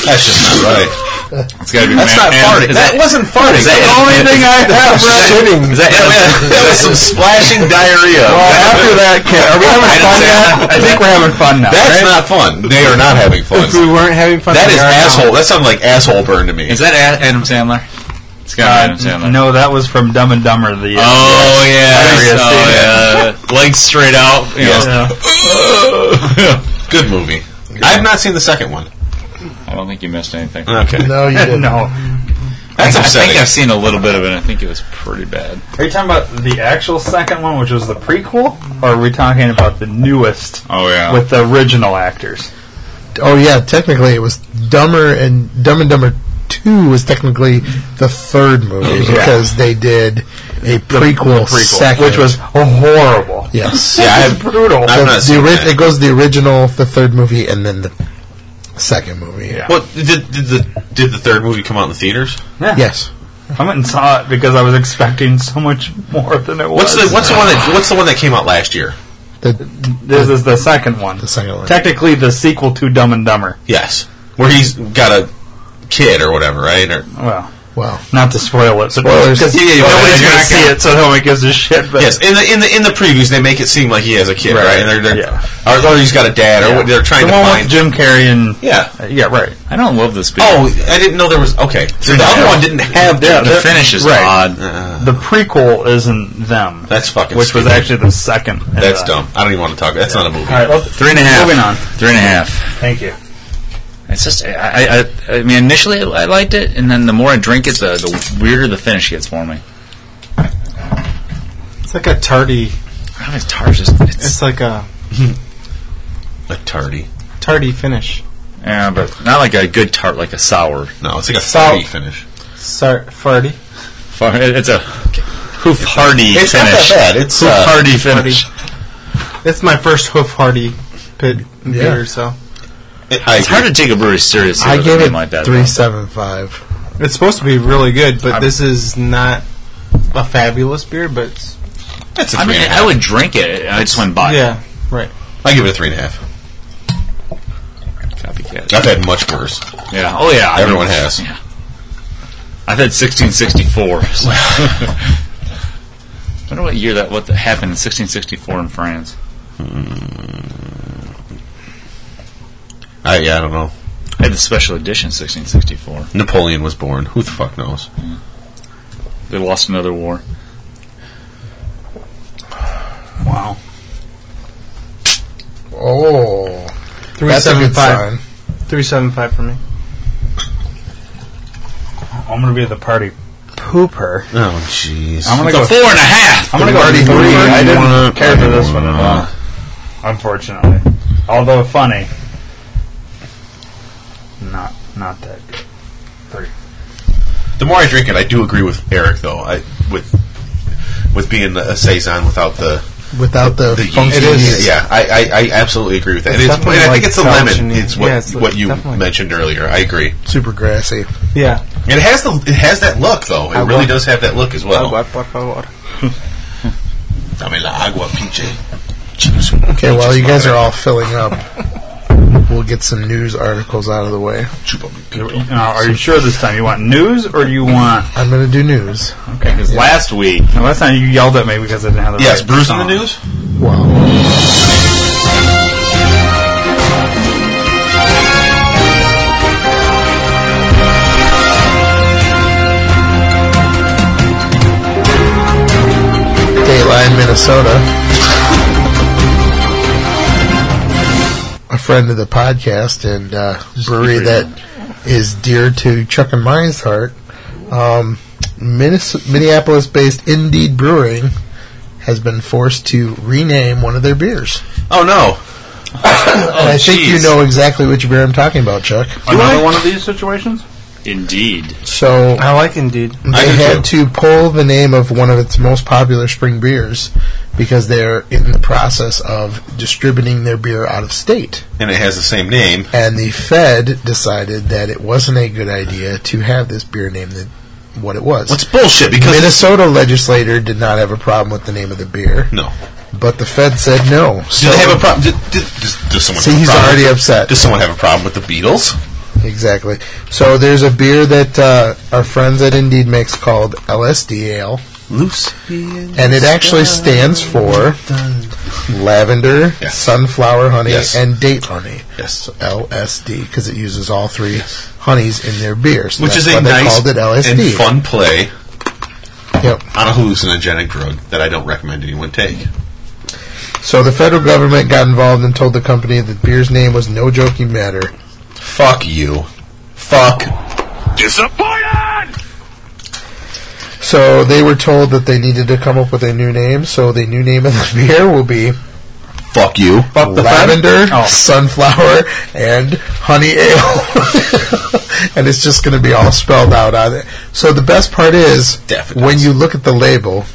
Speaker 5: That's just not right.
Speaker 2: It's gotta be.
Speaker 5: That's
Speaker 2: Man-
Speaker 5: not
Speaker 2: Man-
Speaker 5: farting.
Speaker 2: is
Speaker 5: That, wasn't farting. That's the only thing I have shitting. That, that, that was some splashing diarrhea.
Speaker 4: After that, kid, are we having
Speaker 5: I didn't
Speaker 4: fun
Speaker 5: say
Speaker 4: yet?
Speaker 5: that.
Speaker 4: I think we're having fun now.
Speaker 5: That's not fun. They are not having fun.
Speaker 3: If we weren't having fun.
Speaker 5: That
Speaker 3: we
Speaker 5: is
Speaker 3: are now.
Speaker 5: asshole. That sounded like asshole burn to me.
Speaker 2: Is that A- Adam Sandler? It's got Adam Sandler.
Speaker 4: Uh, no, that was from Dumb and Dumber. The uh,
Speaker 2: Oh yeah.
Speaker 4: I already seen
Speaker 2: Oh yeah. Legs straight out. You know.
Speaker 4: yeah.
Speaker 5: Good movie. I've not seen the second one.
Speaker 2: I don't think you missed anything.
Speaker 5: Okay,
Speaker 1: no, you didn't.
Speaker 4: uh, no.
Speaker 5: that's
Speaker 2: I
Speaker 5: upsetting.
Speaker 2: think I've seen a little bit of it. and I think it was pretty bad.
Speaker 4: Are you talking about the actual second one, which was the prequel, or are we talking about the newest
Speaker 2: Oh yeah.
Speaker 4: with the original actors?
Speaker 1: Oh yeah, technically it was Dumber and Dumb and Dumber Two was technically the third movie because they did a prequel, second,
Speaker 4: which was horrible.
Speaker 1: yes,
Speaker 5: yeah, I
Speaker 4: It's
Speaker 5: have,
Speaker 4: brutal.
Speaker 5: I've
Speaker 1: The-
Speaker 5: not
Speaker 1: the
Speaker 5: seen
Speaker 1: ori-
Speaker 5: that.
Speaker 1: It goes the original, the third movie, and then the second movie. Yeah.
Speaker 5: Well, did, did the did the third movie come out in the theaters?
Speaker 4: Yeah.
Speaker 1: Yes,
Speaker 4: I went and saw it because I was expecting so much more than it
Speaker 5: What's
Speaker 4: was.
Speaker 5: the What's the one that What's the one that came out last year?
Speaker 1: the,
Speaker 4: this is the second one.
Speaker 1: the second one.
Speaker 4: Technically, the sequel to Dumb and Dumber.
Speaker 5: Yes, where he's got a kid or whatever, right? Or
Speaker 4: Well,
Speaker 1: Wow.
Speaker 4: Not to spoil it,
Speaker 1: Spoilers.
Speaker 4: because
Speaker 5: Yeah, yeah,
Speaker 4: nobody's
Speaker 5: yeah,
Speaker 4: gonna
Speaker 5: yeah.
Speaker 4: see it, so no one gives a shit. But
Speaker 5: Yes, in the in the in the previews, they make it seem like he has a kid, right?
Speaker 4: Right,
Speaker 5: And they're, they're
Speaker 4: yeah.
Speaker 5: or, or he's got a dad, or
Speaker 4: Yeah.
Speaker 5: what they're trying
Speaker 4: the
Speaker 5: to
Speaker 4: one
Speaker 5: find.
Speaker 4: with Jim Carrey and
Speaker 5: yeah.
Speaker 4: Uh, yeah, right.
Speaker 2: I don't love this movie.
Speaker 5: Oh, I didn't know there was. Okay, so the other one didn't have that.
Speaker 2: the finish is
Speaker 4: right.
Speaker 2: odd.
Speaker 5: Uh,
Speaker 4: The prequel isn't them.
Speaker 5: That's fucking
Speaker 4: Which was
Speaker 5: stupid.
Speaker 4: actually the second. in
Speaker 5: that's
Speaker 4: the-
Speaker 5: dumb. I don't even want to talk. That's not a movie.
Speaker 4: All right, well,
Speaker 2: Three and a half.
Speaker 4: Moving on.
Speaker 2: Three and a half.
Speaker 4: Thank you.
Speaker 2: It's just I, I, I, I mean initially I liked it, and then the more I drink it, the, the weirder the finish gets for me.
Speaker 3: It's like a tardy.
Speaker 2: I don't know, it's hard. Just it's,
Speaker 3: It's like a
Speaker 5: A tardy.
Speaker 3: tardy finish.
Speaker 2: yeah, but not like a good tart, like a sour.
Speaker 5: No, it's like a
Speaker 3: So-
Speaker 5: tardy finish.
Speaker 3: Sar- farty.
Speaker 2: Far- It's a hoof hardy
Speaker 5: It's not that
Speaker 2: finish.
Speaker 5: bad. It's
Speaker 2: Hoof
Speaker 5: uh,
Speaker 2: hardy finish.
Speaker 3: That's my first hoof hardy pit beer. So
Speaker 5: I
Speaker 2: It's hard to take a brewery seriously.
Speaker 1: I
Speaker 2: with
Speaker 1: gave
Speaker 2: a name
Speaker 1: it
Speaker 2: like that.
Speaker 1: three
Speaker 2: though.
Speaker 1: seven five.
Speaker 3: it's supposed to be really good, but
Speaker 2: I'm-
Speaker 3: this is not a fabulous beer. But it's,
Speaker 5: That's a
Speaker 2: I
Speaker 5: three
Speaker 2: mean,
Speaker 5: and a
Speaker 2: I
Speaker 5: half.
Speaker 2: would drink it. I just went by.
Speaker 3: yeah, right.
Speaker 5: I give it a three and a half.
Speaker 2: Copycat.
Speaker 5: I've had much worse.
Speaker 2: Yeah. Oh yeah. I
Speaker 5: Everyone
Speaker 2: mean,
Speaker 5: has.
Speaker 2: Yeah. I've had 1664. so- wonder what year that what that happened in 1664 in France.
Speaker 5: I yeah, I don't know.
Speaker 2: I had the special edition 1664.
Speaker 5: Napoleon was born. Who the fuck knows?
Speaker 2: They lost another war.
Speaker 4: Wow.
Speaker 1: Oh,
Speaker 3: Three
Speaker 1: that's a
Speaker 3: seven
Speaker 1: good
Speaker 3: five.
Speaker 1: sign.
Speaker 3: Three seven five for me.
Speaker 4: I'm gonna be the party pooper.
Speaker 5: Oh jeez.
Speaker 4: I'm gonna go.
Speaker 2: Four and a half.
Speaker 4: I'm gonna go
Speaker 5: Party
Speaker 4: three.
Speaker 5: three.
Speaker 4: I
Speaker 5: Wah,
Speaker 4: didn't care for this one at
Speaker 5: wah.
Speaker 4: all. Unfortunately, although funny, not not that good. Three.
Speaker 5: The more I drink it, I do agree with Eric though. I with with being a saison without the
Speaker 1: Without the,
Speaker 5: the
Speaker 1: funky
Speaker 5: yeast.
Speaker 1: yeast.
Speaker 5: Yeah, I, I, I absolutely agree with that.
Speaker 3: It's
Speaker 5: It is-
Speaker 3: definitely
Speaker 5: and I
Speaker 3: like
Speaker 5: think it's the
Speaker 3: couch and-
Speaker 5: lemon. It's what
Speaker 3: yeah, it's
Speaker 5: what you
Speaker 3: definitely-
Speaker 5: mentioned earlier. I agree.
Speaker 1: super grassy.
Speaker 3: Yeah.
Speaker 5: And It has the it has that look though. It
Speaker 3: Agua.
Speaker 5: really does have that look as well.
Speaker 3: Agua, por favor.
Speaker 5: I mean, la agua pinche.
Speaker 1: Okay, while you guys are all filling up, we'll get some news articles out of the way.
Speaker 4: Now, are you sure this time you want news or do you want?
Speaker 1: I'm going to do news.
Speaker 4: Okay, because
Speaker 2: Last week,
Speaker 4: last time you yelled at me because I didn't have the
Speaker 5: Yes,
Speaker 4: right
Speaker 5: Bruce in
Speaker 4: song.
Speaker 5: the news.
Speaker 1: Wow. Dateline, Minnesota. A friend of the podcast and uh, brewery that is dear to Chuck and mine's heart. Um, Minnes- Minneapolis-based Indeed Brewing has been forced to rename one of their beers.
Speaker 5: Oh no! Oh,
Speaker 1: and I think you know exactly which beer I'm talking about, Chuck.
Speaker 4: Another one of these situations.
Speaker 2: indeed.
Speaker 1: So
Speaker 3: I like Indeed.
Speaker 1: they
Speaker 5: do
Speaker 1: had to pull the name of one of its most popular spring beers because they're in the process of distributing their beer out of state.
Speaker 5: And it has the same name.
Speaker 1: And the Fed decided that it wasn't a good idea to have this beer named the, what it was.
Speaker 5: What's bullshit? Because
Speaker 1: Minnesota legislator did not have a problem with the name of the beer,
Speaker 5: no.
Speaker 1: but the Fed said no.
Speaker 5: Do
Speaker 1: So,
Speaker 5: they have a problem? Did, did, does, does someone?
Speaker 1: so
Speaker 5: have a
Speaker 1: he's
Speaker 5: problem?
Speaker 1: already upset.
Speaker 5: Does someone have a problem with the Beatles?
Speaker 1: Exactly. So there's a beer that uh, our friends at Indeed makes called LSD Ale,
Speaker 5: Loose.
Speaker 1: and it actually stands for lavender,
Speaker 5: Yes.
Speaker 1: sunflower honey,
Speaker 5: Yes.
Speaker 1: and date honey.
Speaker 5: Yes.
Speaker 1: LSD because it uses all three honeys in their beer, so
Speaker 5: Which
Speaker 1: that's
Speaker 5: is
Speaker 1: why
Speaker 5: a
Speaker 1: they
Speaker 5: nice
Speaker 1: called it LSD.
Speaker 5: and fun play
Speaker 1: Yep.
Speaker 5: on a hallucinogenic drug that I don't recommend anyone take.
Speaker 1: So the federal government got involved and told the company that beer's name was no joking matter.
Speaker 5: Fuck you. Fuck.
Speaker 1: So they were told that they needed to come up with a new name. So the new name of the beer will be
Speaker 5: Fuck you.
Speaker 4: Fuck the
Speaker 1: lavender,
Speaker 4: Fed? Oh.
Speaker 1: sunflower, and honey ale. and it's just going to be all spelled out on it. So the best part is
Speaker 5: Daffodils.
Speaker 1: when you look at the label,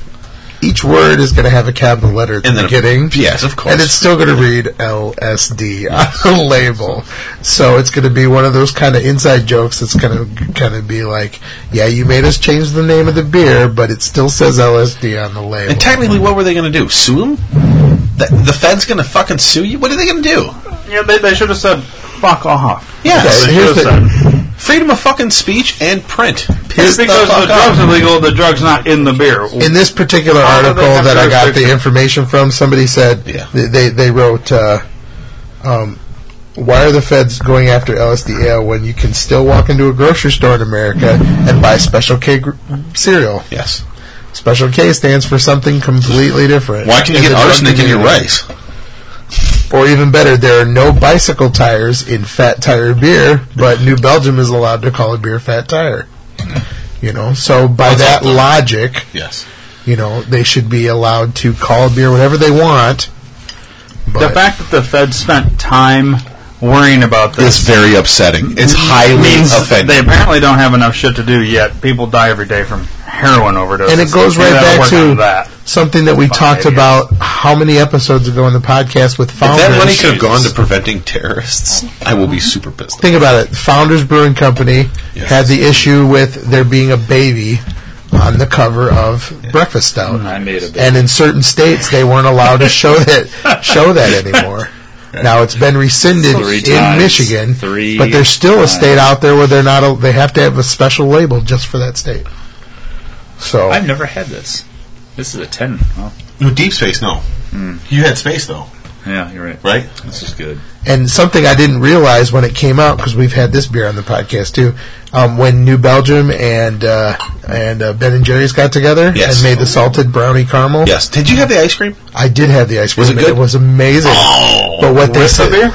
Speaker 1: each word is going to have a capital letter at
Speaker 5: And
Speaker 1: the
Speaker 5: then a-
Speaker 1: beginning.
Speaker 5: yes, of course.
Speaker 1: And it's still going to read LSD on the label. So it's going to be one of those kind of inside jokes that's going to kind of be like, yeah, you made us change the name of the beer, but it still says LSD on the label.
Speaker 5: And technically, what were they going to do? Sue him? The, the Fed's going to fucking sue you? What are they going to do?
Speaker 4: Yeah, they, they should have said fuck off.
Speaker 5: Yes.
Speaker 4: They
Speaker 1: here's
Speaker 4: should have
Speaker 1: the-
Speaker 4: said
Speaker 5: freedom of fucking speech and print.
Speaker 4: It's because the, drugs are legal, the drugs not in the beer.
Speaker 1: in this particular
Speaker 4: How do they
Speaker 1: article
Speaker 4: have
Speaker 1: that I got
Speaker 4: jurisdiction?
Speaker 1: the information from, somebody said
Speaker 5: Yeah.
Speaker 1: they, they they wrote, uh, um, "Why are the feds going after LSD ale when you can still walk into a grocery store in America and buy Special K gr- cereal?
Speaker 5: Yes.
Speaker 1: Special K stands for something completely different.
Speaker 11: Why can you
Speaker 1: In
Speaker 11: get
Speaker 1: the drug
Speaker 11: arsenic in your
Speaker 1: community.
Speaker 11: rice?
Speaker 1: Or even better, there are no bicycle tires in Fat Tire beer, but New Belgium is allowed to call a beer Fat Tire. You know, so by that logic."
Speaker 11: Yes.
Speaker 1: you know, they should be allowed to call a beer whatever they want.
Speaker 4: the
Speaker 1: But
Speaker 4: fact that the Fed spent time worrying about
Speaker 11: It's
Speaker 4: this
Speaker 11: very upsetting. It's highly
Speaker 4: means they
Speaker 11: offending.
Speaker 4: apparently don't have enough shit to do yet. People die every day from heroin overdoses.
Speaker 1: And it goes
Speaker 4: They
Speaker 1: right
Speaker 4: gotta
Speaker 1: back
Speaker 4: work
Speaker 1: to-
Speaker 4: on that.
Speaker 1: something that we
Speaker 4: Fucking
Speaker 1: talked
Speaker 4: idiots.
Speaker 1: about how many episodes ago in the podcast with
Speaker 11: If
Speaker 1: founders.
Speaker 11: that money could have gone to preventing terrorists, I will be super pissed.
Speaker 1: Think about it. Founders Brewing Company
Speaker 11: Yes.
Speaker 1: had the issue with there being a baby on the cover of Breakfast Stout.
Speaker 2: I made a bit.
Speaker 1: and in certain states they weren't allowed to show that show that anymore. Now it's been rescinded
Speaker 2: Three
Speaker 1: in
Speaker 2: times.
Speaker 1: Michigan,
Speaker 2: Three
Speaker 1: but there's still a state
Speaker 2: times.
Speaker 1: out there where they're not. A, they have to have a special label just for that state. So
Speaker 2: I've never had this. This is a ten. Oh,
Speaker 5: No, Deep Space, no.
Speaker 11: Hmm.
Speaker 5: You had space, though,
Speaker 2: yeah, you're right.
Speaker 5: right?
Speaker 2: This is good.
Speaker 1: and something I didn't realize when it came out because we've had this beer on the podcast too. Um, when New Belgium and uh, and uh, Ben and Jerry's got together
Speaker 5: Yes.
Speaker 1: and made the salted brownie caramel,
Speaker 5: Yes. Did you have the ice cream?
Speaker 1: I did have the ice cream.
Speaker 5: Was it
Speaker 1: and
Speaker 5: good?
Speaker 1: was amazing.
Speaker 5: Oh.
Speaker 1: But what they
Speaker 5: With the
Speaker 1: said,
Speaker 5: beer?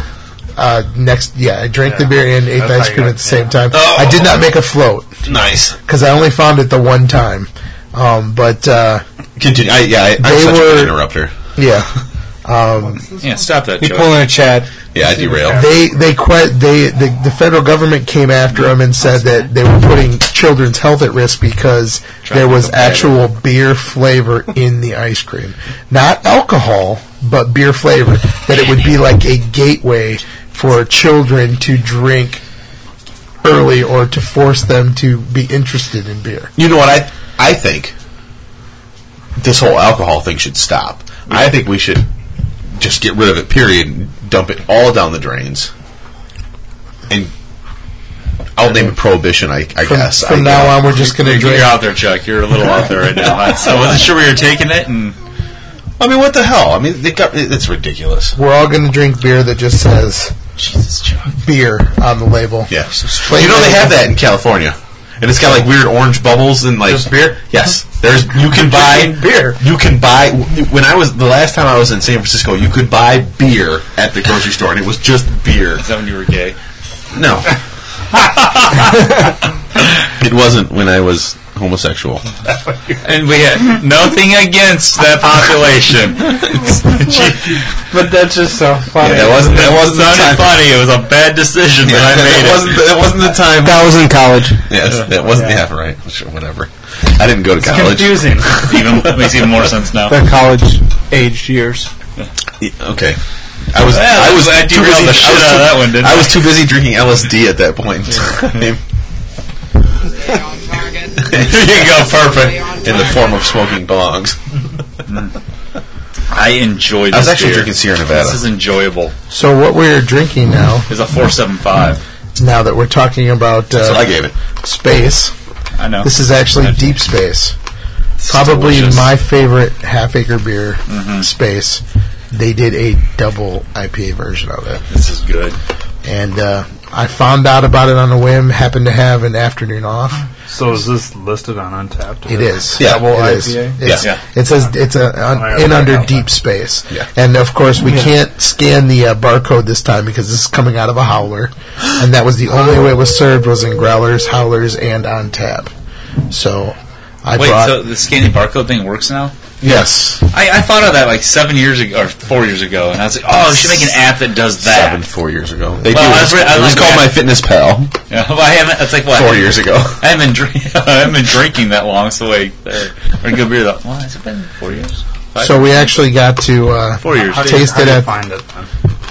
Speaker 1: Uh, next, yeah, I drank the beer and ate the
Speaker 4: That's
Speaker 1: ice
Speaker 4: how you
Speaker 1: cream
Speaker 4: got-
Speaker 1: at the same time.
Speaker 5: Oh.
Speaker 1: I did not make a float
Speaker 5: Nice.
Speaker 1: because I only found it the one time. Um, but uh,
Speaker 5: Continue. I, yeah, I, I'm
Speaker 1: They
Speaker 5: such a
Speaker 1: were-
Speaker 5: good interrupter.
Speaker 1: yeah, um,
Speaker 2: Yeah, stop that,
Speaker 3: You
Speaker 2: Joe.
Speaker 3: pull in a Chad.
Speaker 5: Yeah, I derail.
Speaker 1: they they quite they the, the federal government came after them and said that they were putting children's health at risk because there was actual beer flavor in the ice cream, not alcohol, but beer flavor. That it would be like a gateway for children to drink early or to force them to be interested in beer.
Speaker 5: You know what? I I think this whole alcohol thing should stop. I think we should just get rid of it. Period. and Dump it all down the drains. And I'll name it prohibition. I, I
Speaker 1: From,
Speaker 5: guess.
Speaker 1: from
Speaker 5: I,
Speaker 1: now on, we're just going to
Speaker 2: You're
Speaker 1: drink.
Speaker 2: out there, Chuck. You're a little out there right now. So I wasn't sure where you're taking it, and
Speaker 5: I mean, what the hell? I mean, they got, it- it's ridiculous.
Speaker 1: We're all going to drink beer that just says
Speaker 2: Jesus, Chuck.
Speaker 1: beer on the label.
Speaker 5: Yeah. you know they have that in California, and it's got like weird orange bubbles and like
Speaker 4: Just beer?
Speaker 5: Yes. There's you can buy
Speaker 4: beer.
Speaker 5: You can buy when I was the last time I was in San Francisco, you could buy beer at the grocery store, and it was just beer.
Speaker 2: Is that when you were gay?
Speaker 5: No. it wasn't when I was homosexual.
Speaker 2: And we had nothing against that population.
Speaker 3: But that's just so funny.
Speaker 5: That wasn't. That wasn't the
Speaker 2: Sounded
Speaker 5: time.
Speaker 2: funny. It was a bad decision
Speaker 5: Yeah,
Speaker 2: that I made.
Speaker 5: that,
Speaker 2: it.
Speaker 5: wasn't, that wasn't the time.
Speaker 3: That was in college.
Speaker 5: Yes, that wasn't. Yeah, right. Sure, whatever. I didn't go to college.
Speaker 4: Confusing.
Speaker 2: even makes even more sense now.
Speaker 3: The college aged years.
Speaker 5: Okay. I was.
Speaker 2: Yeah,
Speaker 5: I was
Speaker 2: I
Speaker 5: too
Speaker 2: derailed
Speaker 5: busy.
Speaker 2: the shit
Speaker 5: I was
Speaker 2: out of
Speaker 5: too-
Speaker 2: that one, didn't
Speaker 5: I
Speaker 2: I?
Speaker 5: was too busy drinking LSD at that point. in time. there you go, perfect. In the form of smoking bongs.
Speaker 2: I enjoyed. This
Speaker 5: I was actually
Speaker 2: beer.
Speaker 5: drinking Sierra Nevada.
Speaker 2: This is enjoyable.
Speaker 1: So what we're drinking now,
Speaker 2: It's a four seven five.
Speaker 1: now that we're talking about uh,
Speaker 5: So I gave it.
Speaker 1: space,
Speaker 2: I know.
Speaker 1: this is actually deep space. Probably
Speaker 2: delicious. Mm-hmm.
Speaker 1: my favorite half acre beer space. They did a double IPA version of it,
Speaker 2: This is good.
Speaker 1: and uh, I found out about it on a whim. Happened to have an afternoon off.
Speaker 4: So is this listed on Untapped?
Speaker 1: It is.
Speaker 5: Yeah.
Speaker 1: Double
Speaker 4: IPA?
Speaker 1: It's,
Speaker 2: Yeah.
Speaker 1: It says it's a, on,
Speaker 4: I
Speaker 1: in
Speaker 4: like
Speaker 1: under
Speaker 4: that.
Speaker 1: deep space.
Speaker 5: Yeah.
Speaker 1: And of course, we can't scan the uh, barcode this time because this is coming out of a howler, and that was the only way it was served was in growlers, howlers, and on tap. So I
Speaker 2: Wait,
Speaker 1: brought
Speaker 2: so the scanning barcode thing works now?
Speaker 1: yes.
Speaker 2: I, I thought of that like seven years ago or four years ago, and I was like, oh, we should make an app that does
Speaker 5: Seven,
Speaker 2: that.
Speaker 5: four years ago. They
Speaker 2: Well,
Speaker 5: do.
Speaker 2: that's right, I
Speaker 5: it was
Speaker 2: like
Speaker 5: called
Speaker 2: that.
Speaker 5: My Fitness Pal.
Speaker 2: Yeah, well, I haven't. It's like what
Speaker 5: Four years ago.
Speaker 2: I haven't been drink, I haven't been drinking that long, so like, uh, or good beer. That, well, has it been four years? Five
Speaker 1: So we actually got to uh,
Speaker 2: Four years.
Speaker 1: taste it at
Speaker 4: Find it.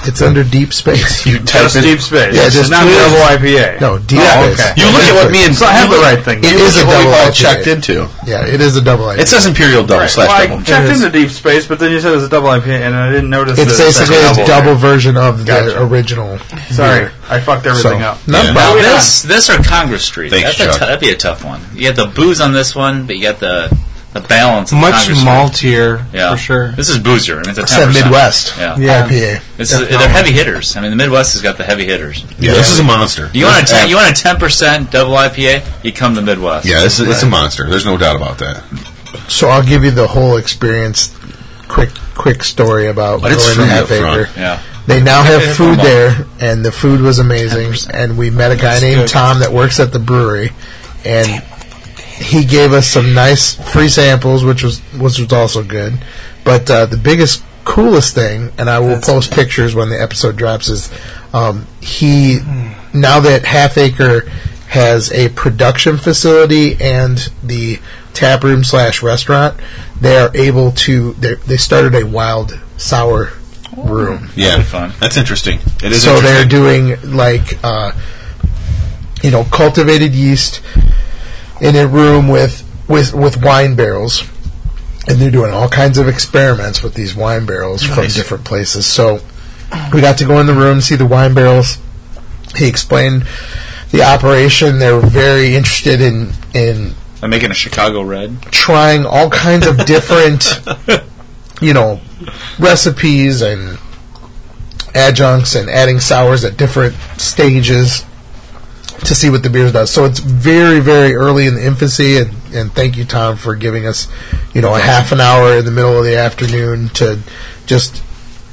Speaker 1: It's under deep space.
Speaker 12: You type
Speaker 4: Just
Speaker 12: in,
Speaker 4: deep space.
Speaker 1: Yeah,
Speaker 4: It's
Speaker 1: just
Speaker 4: not
Speaker 1: do it.
Speaker 4: double IPA.
Speaker 1: no, deep
Speaker 4: Oh,
Speaker 1: space.
Speaker 4: okay.
Speaker 12: You look at what me and
Speaker 4: So I have the right thing.
Speaker 12: It
Speaker 1: is
Speaker 12: is
Speaker 1: a
Speaker 12: what we
Speaker 1: double
Speaker 12: all
Speaker 1: IPA.
Speaker 12: checked into.
Speaker 1: Yeah, it is a double IPA.
Speaker 12: It says Imperial Double slash
Speaker 4: Well, I
Speaker 12: Double.
Speaker 4: checked
Speaker 1: It is.
Speaker 4: into deep space, but then you said it was a double IPA, and I didn't notice.
Speaker 1: It's
Speaker 4: that it said
Speaker 1: basically a double version of
Speaker 4: Gotcha.
Speaker 1: the original.
Speaker 4: Sorry, I fucked
Speaker 1: So,
Speaker 4: everything up.
Speaker 1: no
Speaker 12: Yeah.
Speaker 2: Now,
Speaker 1: problem.
Speaker 2: this, this or Congress Street.
Speaker 12: Thanks,
Speaker 2: That's a
Speaker 12: Chuck.
Speaker 2: t- that'd be a tough one. You got the booze on this one, but you got the the balance. Of
Speaker 3: Much
Speaker 2: Congress Street.
Speaker 3: maltier,
Speaker 2: Yeah.
Speaker 3: for sure.
Speaker 2: This is boozer, and it's a
Speaker 1: It's that
Speaker 2: 10%.
Speaker 1: Midwest
Speaker 2: Yeah.
Speaker 3: Yeah.
Speaker 1: IPA.
Speaker 2: It's, they're heavy hitters. I mean, the Midwest has got the heavy hitters.
Speaker 5: Yeah, this is a monster.
Speaker 2: You want a
Speaker 5: This-
Speaker 2: ten, you want a ten percent double IPA? You come to Midwest.
Speaker 5: Yeah, this is, it's a monster. There's no doubt about that.
Speaker 1: So I'll give you the whole experience. Quick, quick story about
Speaker 5: But it's
Speaker 1: going to
Speaker 5: free
Speaker 1: Half
Speaker 5: up front.
Speaker 1: Acre.
Speaker 2: yeah.
Speaker 1: They now
Speaker 2: Yeah,
Speaker 1: have food
Speaker 2: come on.
Speaker 1: there, and the food was amazing. And we met a guy named Tom that works at the brewery, and he gave us some nice free samples, which was which was also good. But uh, the biggest, coolest thing, and I will post pictures when the episode drops, is um, he now that Half Acre has a production facility and the tap room slash restaurant, they are able to. They, they started a wild sour room
Speaker 5: Yeah,
Speaker 2: be fun.
Speaker 5: that's interesting. It is.
Speaker 1: so they're
Speaker 5: interesting.
Speaker 1: doing like uh, you know cultivated yeast in a room with with with wine barrels and they're doing all kinds of experiments with these wine barrels from different places so we got to go in the room see the wine barrels he explained the operation they're very interested in in
Speaker 2: I'm making a Chicago red.
Speaker 1: trying all kinds of different, you know, recipes and adjuncts and adding sours at different stages to see what the beer does. So it's very, very early in the infancy, and, and thank you, Tom, for giving us, you know, a half an hour in the middle of the afternoon to just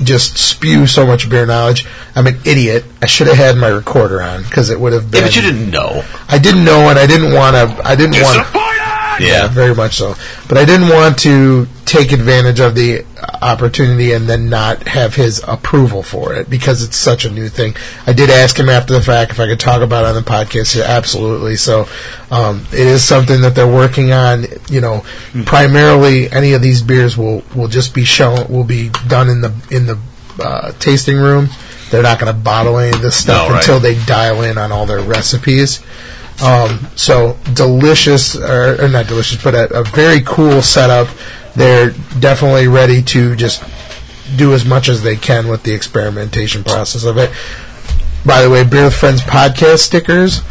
Speaker 1: just spew so much beer knowledge. I'm an idiot. I should have had my recorder on because it would have been.
Speaker 12: Yeah, but you didn't know.
Speaker 1: I didn't know, and I didn't want to. I didn't want. Yeah,
Speaker 12: Yeah.
Speaker 1: very much so. But I didn't want to take advantage of the opportunity and then not have his approval for it because it's such a new thing. I did ask him after the fact if I could talk about it on the podcast. Yeah, absolutely. So um, it is something that they're working on. You know, primarily any of these beers will will just be shown will be done in the in the uh, tasting room. They're not going to bottle any of this stuff
Speaker 12: No, right.
Speaker 1: until they dial in on all their recipes. Um, so delicious, or, or not delicious, but a, a very cool setup. They're definitely ready to just do as much as they can with the experimentation process of it. By the way, Beer with Friends podcast stickers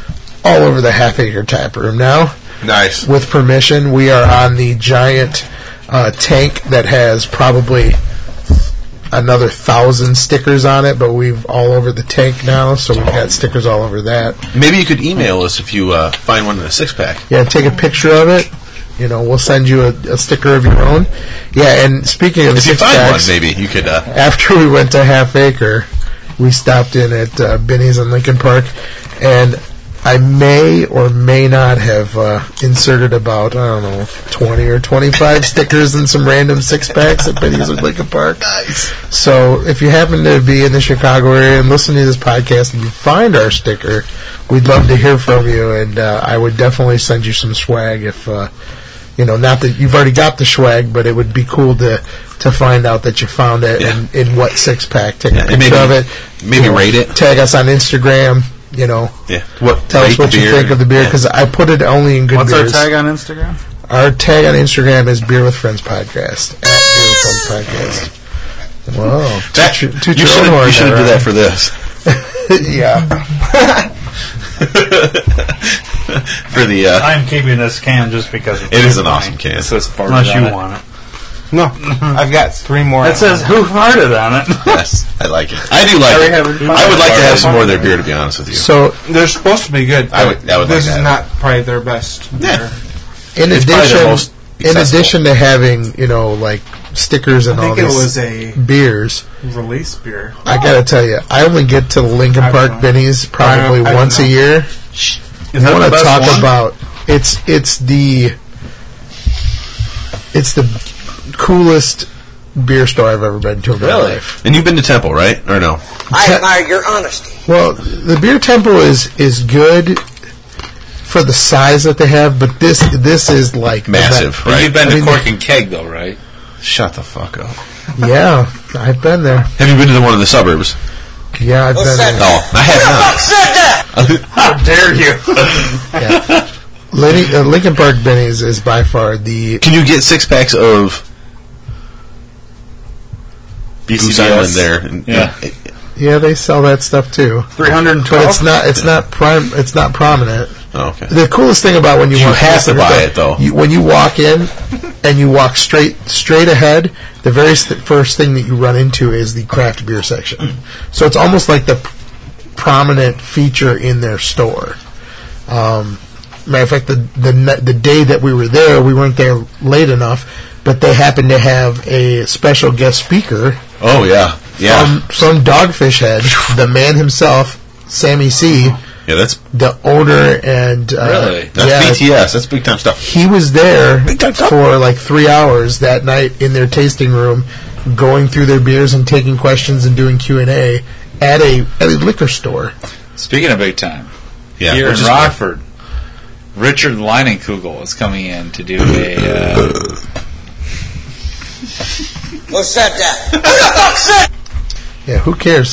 Speaker 1: all over the half acre tap room now.
Speaker 5: nice.
Speaker 1: With permission, we are on the giant uh, tank that has probably another thousand stickers on it, but we've all over the tank now, so we've got stickers all over that.
Speaker 12: Maybe you could email us if you uh, find one in a six pack.
Speaker 1: Yeah, take a picture of it. You know, we'll send you a, a sticker of your own. Yeah, and speaking of
Speaker 12: If you
Speaker 1: six
Speaker 12: find one,
Speaker 1: packs,
Speaker 12: maybe you could. Uh,
Speaker 1: after we went to Half Acre, we stopped in at uh, Benny's in Lincoln Park, and I may or may not have uh, inserted about I don't know twenty or twenty-five stickers and some random six packs at Benny's in Lincoln Park. Nice. So if you happen to be in the Chicago area and listen to this podcast and you find our sticker, we'd love to hear from you, and uh, I would definitely send you some swag if. Uh, you know, not that you've already got the swag, but it would be cool to to find out that you found it and in, what six pack. Take a
Speaker 12: Yeah,
Speaker 1: picture
Speaker 12: and maybe-
Speaker 1: of it.
Speaker 12: maybe
Speaker 1: you know,
Speaker 12: rate it.
Speaker 1: Tag us on Instagram. You know,
Speaker 12: yeah. What?
Speaker 1: tell us
Speaker 12: rate
Speaker 1: what
Speaker 12: the
Speaker 1: you
Speaker 12: beer.
Speaker 1: think of the beer because I put it only in good
Speaker 4: What's our
Speaker 1: beers.
Speaker 4: tag on Instagram?
Speaker 1: Our tag on Instagram is Beer with Friends Podcast at Beer with Friends Podcast. Whoa,
Speaker 12: That-
Speaker 1: Toot your- toot
Speaker 12: you
Speaker 1: your own
Speaker 12: should
Speaker 1: horn
Speaker 12: you should
Speaker 1: there,
Speaker 12: do
Speaker 1: Ryan.
Speaker 12: that for this
Speaker 1: yeah,
Speaker 12: for the. Uh,
Speaker 4: I'm keeping this can just because it's
Speaker 12: it is an awesome can.
Speaker 2: So it's far
Speaker 4: Unless you
Speaker 2: without it.
Speaker 4: want it.
Speaker 3: No, I've got three more.
Speaker 4: It says who farted on it.
Speaker 12: Yes, I like it. I do like
Speaker 4: Are we
Speaker 12: it.
Speaker 4: having fun?
Speaker 12: I would like to have some more of their beer, to be honest with you.
Speaker 1: So
Speaker 3: They're supposed to be good.
Speaker 12: I
Speaker 3: but
Speaker 12: would- I would
Speaker 3: this
Speaker 12: like
Speaker 3: is
Speaker 12: that.
Speaker 3: not probably their best.
Speaker 12: Yeah.
Speaker 1: in
Speaker 12: It's probably the most
Speaker 1: addition, in
Speaker 12: accessible.
Speaker 1: addition to having you know like stickers and
Speaker 3: I
Speaker 1: all
Speaker 3: think it
Speaker 1: these
Speaker 3: was a
Speaker 1: beers,
Speaker 3: release beer.
Speaker 1: I gotta tell you, I only get to Lincoln
Speaker 3: I don't
Speaker 1: Park
Speaker 3: know.
Speaker 1: Benny's
Speaker 3: I
Speaker 1: probably
Speaker 3: don't- I don't
Speaker 1: once a
Speaker 3: know.
Speaker 1: year.
Speaker 4: Is
Speaker 1: I
Speaker 4: that the
Speaker 1: want to
Speaker 4: best
Speaker 1: talk
Speaker 4: one?
Speaker 1: about it's it's the it's the coolest beer store I've ever been to in my life.
Speaker 12: And you've been to Temple, right? Or no?
Speaker 1: Te-
Speaker 13: your honesty.
Speaker 1: well, the beer temple is is good for the size that they have, but this this is like the
Speaker 12: Massive,
Speaker 1: be-
Speaker 2: But
Speaker 12: right?
Speaker 2: You've been
Speaker 1: I
Speaker 2: to
Speaker 1: mean-
Speaker 2: Cork and Keg though, right?
Speaker 12: Shut the fuck up.
Speaker 1: yeah, I've been there.
Speaker 12: Have you been to the one in the suburbs?
Speaker 1: Yeah, I've
Speaker 8: What's
Speaker 1: been.
Speaker 8: that?
Speaker 1: there.
Speaker 5: Oh, I have not.
Speaker 8: Fuck said that?
Speaker 4: How dare you?
Speaker 1: Yeah. Lenny, uh, Lincoln Park Benny's is by far the
Speaker 5: Can you get six packs of Goose Island there? And,
Speaker 2: Yeah.
Speaker 1: yeah they sell that stuff too,
Speaker 4: 312?
Speaker 1: but it's not it's not prime it's not prominent.
Speaker 5: Oh, okay.
Speaker 1: The coolest thing about when you
Speaker 5: You
Speaker 1: walk
Speaker 5: have to
Speaker 1: in-
Speaker 5: buy it, though.
Speaker 1: you, when you walk in and you walk straight straight ahead, the very st- first thing that you run into is the craft beer section. So it's almost like the p- prominent feature in their store. Um, matter of fact, the, the ne- the day that we were there, we weren't there late enough, but they happened to have a special guest speaker
Speaker 5: Oh, yeah. Yeah.
Speaker 1: from from Dogfish Head, the man himself, Sammy C.
Speaker 5: yeah, that's
Speaker 1: The owner and uh,
Speaker 2: Really?
Speaker 1: yeah,
Speaker 5: that's BTS. That's big time stuff.
Speaker 1: he was there for like three hours that night in their tasting room, going through their beers and taking questions and doing Q and A at a at a liquor store.
Speaker 2: Speaking of big time,
Speaker 5: Yeah.
Speaker 2: here
Speaker 5: which
Speaker 2: in
Speaker 5: is-
Speaker 2: Rockford, Richard Leinenkugel is coming in to do a. Uh,
Speaker 8: What's that? That? Who the fuck said?
Speaker 1: Yeah, who cares?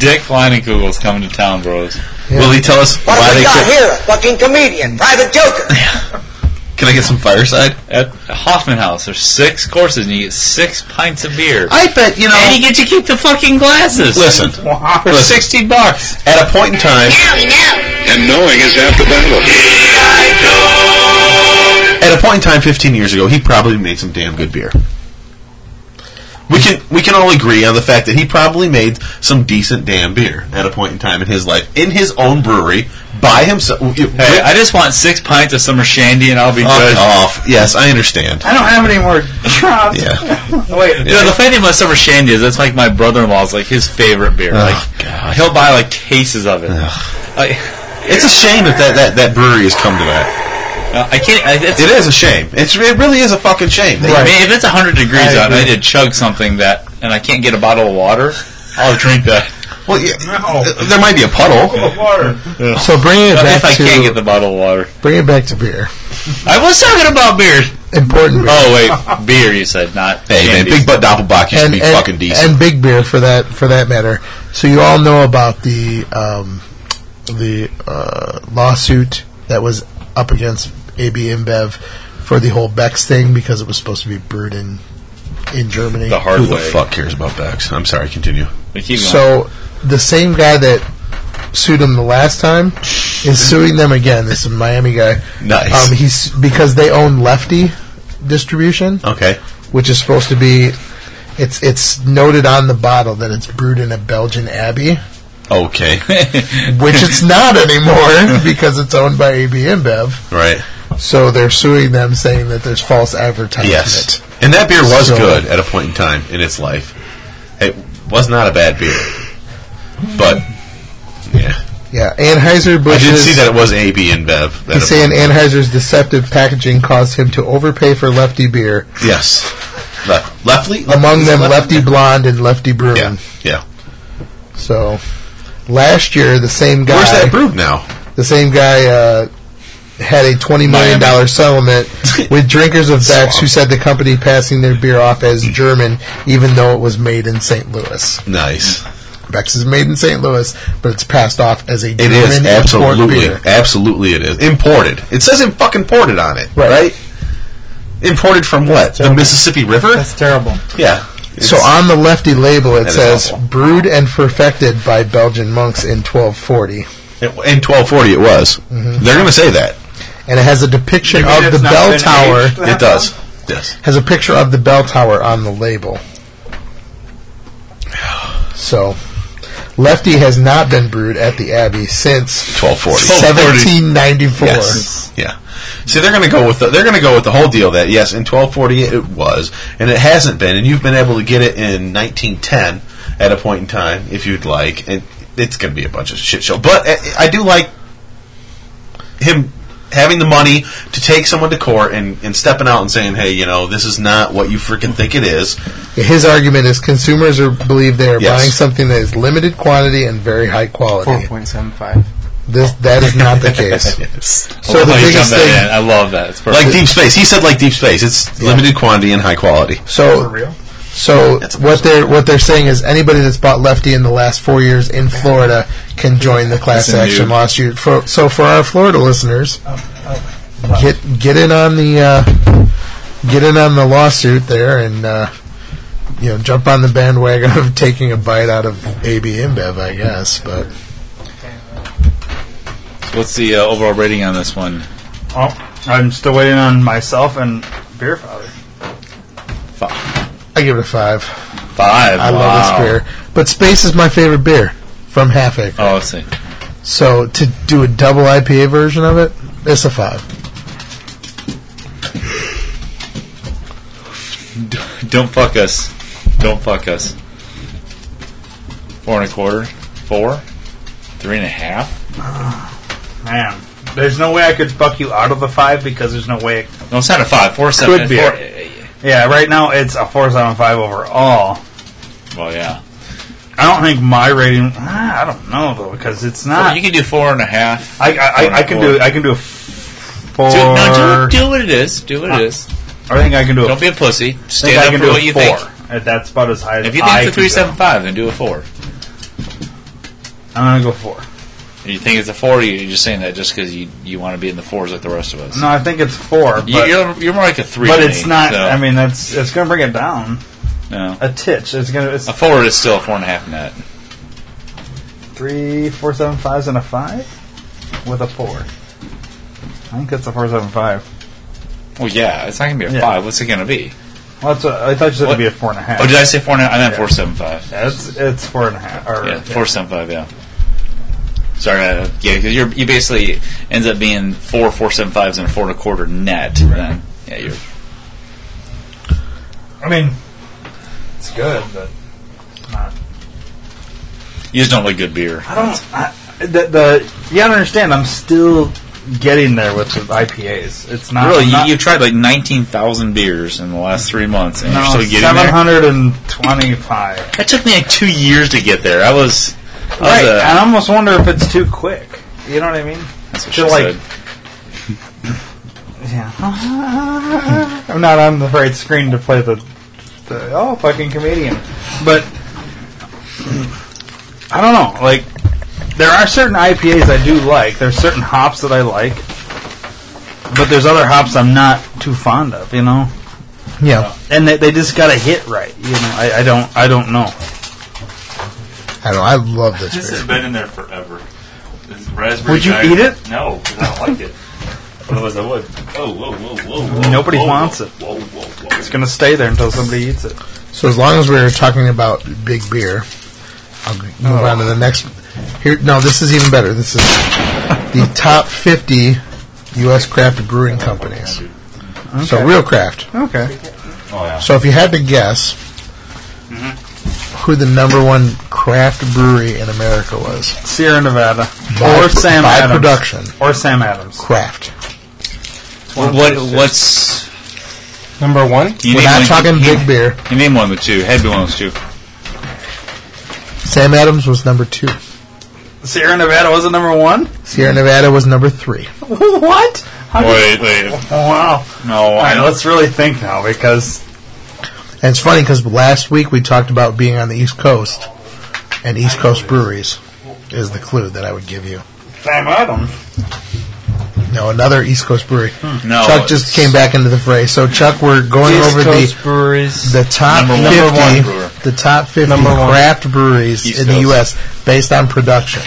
Speaker 2: Dick Leinenkugel's coming to town, bros.
Speaker 5: Will he tell us
Speaker 8: What
Speaker 5: why
Speaker 8: have we
Speaker 5: they
Speaker 8: got
Speaker 5: quit?
Speaker 8: here? A fucking comedian, private joker.
Speaker 5: Can I get some fireside?
Speaker 2: At Hoffman House, there's six courses and you get six pints of beer.
Speaker 5: I bet, you
Speaker 2: and you get to keep the fucking glasses.
Speaker 5: Listen,
Speaker 2: for sixty bucks.
Speaker 5: at a point in time,
Speaker 6: Now we know.
Speaker 14: And knowing is half the battle.
Speaker 5: at a point in time 15 years ago, he probably made some damn good beer. We can we can all agree on the fact that he probably made some decent damn beer at a point in time in his life in his own brewery by himself.
Speaker 2: Hey, I just want six pints of summer shandy and I'll be good.
Speaker 5: Fuck off. Yes, I understand.
Speaker 4: I don't have any more drops.
Speaker 5: Yeah.
Speaker 4: Wait,
Speaker 2: You know, the funny thing about summer shandy is that's like my brother-in-law's like his favorite beer.
Speaker 5: Oh,
Speaker 2: like
Speaker 5: God.
Speaker 2: he'll buy like cases of it. I,
Speaker 5: It's a shame that that, that that brewery has come to that.
Speaker 2: I can't. I, it's,
Speaker 5: It is a shame. It's it really is a fucking shame. They-
Speaker 2: I mean, if it's hundred degrees
Speaker 1: I
Speaker 2: out and I
Speaker 1: agree.
Speaker 2: need to chug something that, and I can't get a bottle of water, I'll drink that.
Speaker 5: Well, yeah, th- there might be
Speaker 3: Oh,
Speaker 5: a puddle.
Speaker 4: water.
Speaker 1: So bringing it back
Speaker 2: if I
Speaker 1: to
Speaker 2: can't get the bottle of water,
Speaker 1: bring it back to beer.
Speaker 2: I was talking about beer.
Speaker 1: Important beer.
Speaker 2: Oh wait, beer you said not.
Speaker 5: Hey man,
Speaker 2: candies.
Speaker 5: Big Butt Doppelbach used
Speaker 1: and,
Speaker 5: to be
Speaker 1: and-
Speaker 5: fucking decent.
Speaker 1: and big beer for that for that matter. So you all know about the um, the uh, lawsuit that was up against AB InBev for the whole Beck's thing because it was supposed to be brewed in in Germany.
Speaker 2: the hard
Speaker 5: Who the
Speaker 2: way.
Speaker 5: fuck cares about Bex? I'm sorry. Continue.
Speaker 2: We keep going.
Speaker 1: So the same guy that sued him the last time is suing them again. This is a Miami guy.
Speaker 5: Nice.
Speaker 1: Um, he's because they own Lefty distribution.
Speaker 5: okay.
Speaker 1: which is supposed to be it's it's noted on the bottle that it's brewed in a Belgian abbey,
Speaker 5: Okay.
Speaker 1: which it's not anymore because it's owned by AB InBev.
Speaker 5: right.
Speaker 1: So they're suing them, saying that there's false advertisement.
Speaker 5: Yes. And that beer was
Speaker 1: So-
Speaker 5: good at a point in time in its life. It was not a bad beer, but yeah,
Speaker 1: Yeah, Anheuser
Speaker 5: I
Speaker 1: Busch.
Speaker 5: did see that it was AB and Bev.
Speaker 1: He's saying Anheuser's deceptive packaging caused him to overpay for Lefty beer,
Speaker 5: yes. Left, leftly
Speaker 1: among
Speaker 5: Is it
Speaker 1: them Lefty Blonde and Lefty Bruin.
Speaker 5: Yeah. Yeah.
Speaker 1: So last year, the same guy.
Speaker 5: Where's that brewed now?
Speaker 1: the same guy uh, had a twenty million dollar settlement with drinkers of Beck's who said the company passing their beer off as German, even though it was made in St. Louis.
Speaker 5: Nice.
Speaker 1: Beck's is made in St. Louis, but it's passed off as a
Speaker 5: It
Speaker 1: German
Speaker 5: is
Speaker 1: import
Speaker 5: absolutely,
Speaker 1: beer.
Speaker 5: absolutely it is imported. It says in fucking imported on it, right? Imported from what? The Mississippi River?
Speaker 3: that's terrible.
Speaker 5: Yeah.
Speaker 1: So on the lefty label, it
Speaker 5: That is
Speaker 1: says
Speaker 5: awful.
Speaker 1: brewed and perfected by Belgian monks in 1240,
Speaker 5: in 1240 it was. They're going to say that.
Speaker 1: and it has a depiction of the
Speaker 4: it's not
Speaker 1: bell
Speaker 4: been
Speaker 1: tower.
Speaker 4: aged.
Speaker 5: It does. Yes.
Speaker 1: Has a picture of the bell tower on the label. So, Lefty has not been brewed at the Abbey since
Speaker 5: 1240.
Speaker 1: 1794.
Speaker 5: Yes. Yeah. See, they're going to go with the, they're going to go with the whole deal that yes, in 1240 it was, and it hasn't been, and you've been able to get it in 1910 at a point in time if you'd like, and it's going to be a bunch of shit show. But eh, I, I do like him having the money to take someone to court and, and stepping out and saying, hey, you know, this is not what you freaking think it is.
Speaker 1: His argument is consumers are believe they are
Speaker 5: Yes.
Speaker 1: buying something that is limited quantity and very high quality.
Speaker 3: 4.75.
Speaker 1: This that is not the case.
Speaker 5: Yes.
Speaker 1: so
Speaker 2: I
Speaker 1: the
Speaker 2: love how you
Speaker 1: biggest
Speaker 2: jumped that
Speaker 1: thing.
Speaker 2: in. I love that. It's perfect.
Speaker 5: Like deep space, he said. Like deep space, it's limited quantity and high quality.
Speaker 1: So
Speaker 4: real?
Speaker 1: So
Speaker 12: That's
Speaker 1: what they're what they're saying is anybody that's bought Lefty in the last four years in Florida can join the class
Speaker 2: Listen,
Speaker 1: action
Speaker 2: dude.
Speaker 1: lawsuit. For, so for our Florida listeners, get get in on the uh, get in on the lawsuit there and uh, you know jump on the bandwagon of taking a bite out of AB InBev, I guess. But
Speaker 2: What's the uh, overall rating on this one?
Speaker 4: Oh, I'm still waiting on myself and Beer Father.
Speaker 1: I give it a five.
Speaker 2: Five.
Speaker 1: I love this beer, but Space is my favorite beer from Half Acre.
Speaker 2: Oh, let's see.
Speaker 1: So to do a double IPA version of it, it's a five.
Speaker 2: Don't fuck us. Don't fuck us. Four and a quarter. Four. Three and a half.
Speaker 4: Man, there's no way I could buck you out of the five because there's no way.
Speaker 2: No, it's not a five. Four seven.
Speaker 4: Could be.
Speaker 2: four, eh,
Speaker 4: Yeah, right now it's a four seven five overall.
Speaker 2: Well, yeah.
Speaker 4: I don't think my rating. ah, I don't know though because it's not.
Speaker 2: you can do four and a half.
Speaker 4: I I, I, I can do I can do a f- four.
Speaker 2: Do, no, do, do what it is. Do what it is.
Speaker 4: I think I can do a
Speaker 2: Don't be a pussy.
Speaker 4: I think
Speaker 2: Stand
Speaker 4: I
Speaker 2: up
Speaker 4: can
Speaker 2: for
Speaker 4: do
Speaker 2: what
Speaker 4: a
Speaker 2: you
Speaker 4: four.
Speaker 2: think.
Speaker 4: Uh, That's about as high as
Speaker 2: If you think
Speaker 4: I
Speaker 2: it's a
Speaker 4: can
Speaker 2: three
Speaker 4: go.
Speaker 2: seven five, then do a four.
Speaker 4: I'm gonna go four.
Speaker 2: If you think it's a four, you're just saying that just because you you want to be in the fours like the rest of us.
Speaker 4: No, I think it's four, but,
Speaker 2: You- you're, you're more like a three.
Speaker 4: but
Speaker 2: to
Speaker 4: it's
Speaker 2: me,
Speaker 4: not.
Speaker 2: so,
Speaker 4: I mean, that's it's gonna bring it down
Speaker 2: no.
Speaker 4: a titch. It's gonna it's
Speaker 2: A four is still a four and a half net.
Speaker 4: three four seven fives and a five with a four. I think that's a four seven five.
Speaker 2: Well, yeah, it's not gonna be a
Speaker 4: Yeah.
Speaker 2: five. What's it gonna be?
Speaker 4: Well, that's what, I thought you said
Speaker 2: What?
Speaker 4: it'd be a four and a half.
Speaker 2: Oh, did I say four? and a- I meant four seven five.
Speaker 4: Yeah, it's it's four and a half. Or,
Speaker 2: Yeah, four seven five. Yeah. Sorry, uh, yeah, because you're you basically ends up being four four seven fives and a four and a quarter net. Then yeah, you're
Speaker 4: I mean, it's good, but not.
Speaker 2: you just don't like good beer.
Speaker 4: I don't. I, the, the you gotta understand. I'm still getting there with the IPAs. It's not
Speaker 2: Really,
Speaker 4: I'm
Speaker 2: you,
Speaker 4: not,
Speaker 2: you've tried like nineteen thousand beers in the last three months, and you're
Speaker 4: no,
Speaker 2: still getting
Speaker 4: seven
Speaker 2: there.
Speaker 4: hundred and twenty-five.
Speaker 2: That took me like two years to get there. I was, I was
Speaker 4: Right,
Speaker 2: a-
Speaker 4: and I almost wonder if it's too quick. You know what I mean?
Speaker 2: that's what
Speaker 4: to
Speaker 2: she
Speaker 4: like-
Speaker 2: said.
Speaker 4: Yeah. I'm not on the right screen to play the, the oh fucking comedian, but I don't know. Like there are certain IPAs I do like. There's certain hops that I like, but there's other hops I'm not too fond of. You know,
Speaker 1: Yeah,
Speaker 4: and they, they just gotta hit right. You know, I, I don't I don't know.
Speaker 1: I don't. know. I love this beer.
Speaker 15: has been in there forever. This raspberry
Speaker 4: Would you
Speaker 15: giant-
Speaker 4: eat it?
Speaker 15: No, because I don't like it. Otherwise, I would. Oh, whoa, whoa, whoa, whoa.
Speaker 4: Nobody
Speaker 15: whoa,
Speaker 4: wants
Speaker 15: whoa,
Speaker 4: it.
Speaker 15: Whoa, whoa, whoa.
Speaker 4: It's gonna stay there until somebody eats it.
Speaker 1: So as long as we're talking about big beer, I'll move on
Speaker 4: Oh.
Speaker 1: to the next. Here, no, this is even better. This is the top 50 U.S. craft brewing companies. So real craft.
Speaker 4: Okay.
Speaker 1: So if you had to guess who the number one craft brewery in America was
Speaker 4: Sierra Nevada
Speaker 1: By-
Speaker 4: or Sam
Speaker 1: by
Speaker 4: Adams
Speaker 1: production.
Speaker 4: or Sam Adams.
Speaker 1: craft,
Speaker 2: What? What's?
Speaker 3: Number one.
Speaker 2: You
Speaker 1: we're
Speaker 2: name
Speaker 1: not
Speaker 2: one-
Speaker 1: talking
Speaker 2: you-
Speaker 1: big beer.
Speaker 2: You name one with two. Had to be one with two.
Speaker 1: Sam Adams was number two.
Speaker 4: Sierra Nevada wasn't number one.
Speaker 1: Sierra Nevada was number three.
Speaker 4: what? How did-
Speaker 2: Wait, wait.
Speaker 4: Oh, wow.
Speaker 2: No,
Speaker 4: All
Speaker 2: I
Speaker 4: right, let's really think now because
Speaker 1: And it's funny because last week we talked about being on the East Coast, and East Coast breweries is the clue that I would give you.
Speaker 4: Sam Adams.
Speaker 1: No, another East Coast brewery.
Speaker 2: No,
Speaker 1: Chuck just came back into the fray. So Chuck, we're going
Speaker 3: East
Speaker 1: over
Speaker 3: Coast
Speaker 1: the
Speaker 3: breweries.
Speaker 1: the top
Speaker 2: Number one. Number one brewer.
Speaker 1: fifty, the top fifty
Speaker 3: Number one.
Speaker 1: craft breweries
Speaker 2: East
Speaker 1: in the
Speaker 2: Coast.
Speaker 1: U.S. based on production.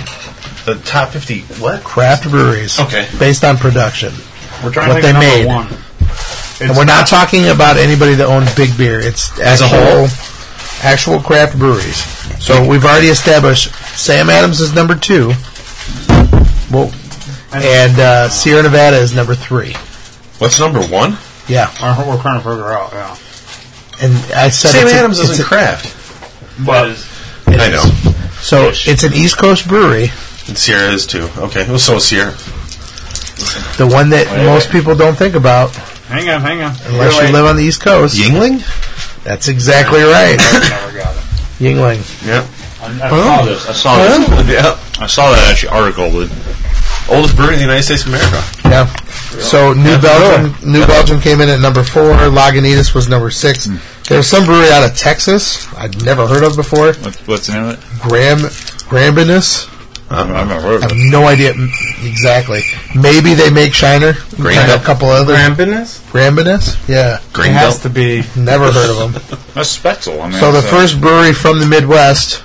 Speaker 12: The top 50. What?
Speaker 1: Craft breweries,
Speaker 12: Okay.
Speaker 1: based on production.
Speaker 4: We're trying
Speaker 1: What
Speaker 4: to think
Speaker 1: they
Speaker 4: of number
Speaker 1: made.
Speaker 4: one.
Speaker 1: and we're not talking about anybody that owns big beer. It's
Speaker 12: As a
Speaker 1: actual,
Speaker 12: whole?
Speaker 1: actual craft breweries. So we've already established Sam Adams is number two. Well, and uh, Sierra Nevada is number three.
Speaker 12: What's number one?
Speaker 1: Yeah,
Speaker 4: We're, we're trying to figure out. Yeah.
Speaker 1: and I said
Speaker 12: Sam
Speaker 1: it's a-
Speaker 12: Adams
Speaker 1: it's
Speaker 12: isn't
Speaker 1: a-
Speaker 12: craft.
Speaker 15: But it's
Speaker 1: it
Speaker 12: I
Speaker 1: is.
Speaker 12: know.
Speaker 1: So it's an East Coast brewery,
Speaker 12: And Sierra is too. Okay. Well, so is Sierra.
Speaker 1: the one that most people don't think about
Speaker 4: Hang on, hang on.
Speaker 1: unless
Speaker 4: Really?
Speaker 1: you live on the East Coast.
Speaker 12: Yingling?
Speaker 1: That's exactly right,
Speaker 4: Never got it.
Speaker 1: Yingling.
Speaker 12: Yeah.
Speaker 15: I saw this. I saw this.
Speaker 12: yeah.
Speaker 2: I saw that actually article. With,
Speaker 12: Oldest brewery in the United States of America.
Speaker 1: Yeah. So New Belgium, New Belgium came in at number four. Lagunitas was number six. There's some brewery out of Texas I'd never heard of before.
Speaker 2: What, what's the name of it?
Speaker 1: Graham Grambinus. Uh-huh.
Speaker 2: I've never heard
Speaker 1: I
Speaker 2: of
Speaker 1: have
Speaker 2: it.
Speaker 1: no idea m- exactly. Maybe they make Shiner. And a couple other
Speaker 3: Grampiness?
Speaker 1: Grambinus. Yeah,
Speaker 3: It has to be.
Speaker 1: never heard of them.
Speaker 2: That's special. I mean,
Speaker 1: So the
Speaker 2: it's, uh,
Speaker 1: first brewery from the Midwest,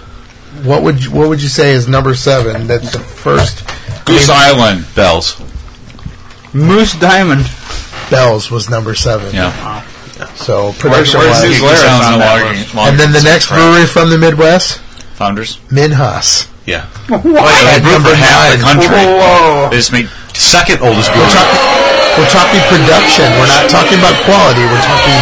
Speaker 1: what would you, what would you say is number seven? That's the first.
Speaker 2: Goose Island.
Speaker 5: Bells.
Speaker 4: Moose Diamond.
Speaker 1: Bells was number seven.
Speaker 2: Yeah.
Speaker 1: So production
Speaker 4: where's
Speaker 1: wise,
Speaker 4: his- Larry
Speaker 2: Sounds
Speaker 4: on
Speaker 2: no
Speaker 4: that
Speaker 2: longer- longer
Speaker 1: and then the
Speaker 2: exists,
Speaker 1: next
Speaker 2: right?
Speaker 1: brewery from the Midwest,
Speaker 2: Founders.
Speaker 1: Minhas.
Speaker 5: Yeah.
Speaker 2: Well,
Speaker 1: At
Speaker 2: they brew
Speaker 1: number
Speaker 2: for half
Speaker 1: nine.
Speaker 2: the country.
Speaker 4: Whoa.
Speaker 2: They just make
Speaker 5: Second oldest brewery.
Speaker 1: We're talking production. We're not talking about quality. We're talking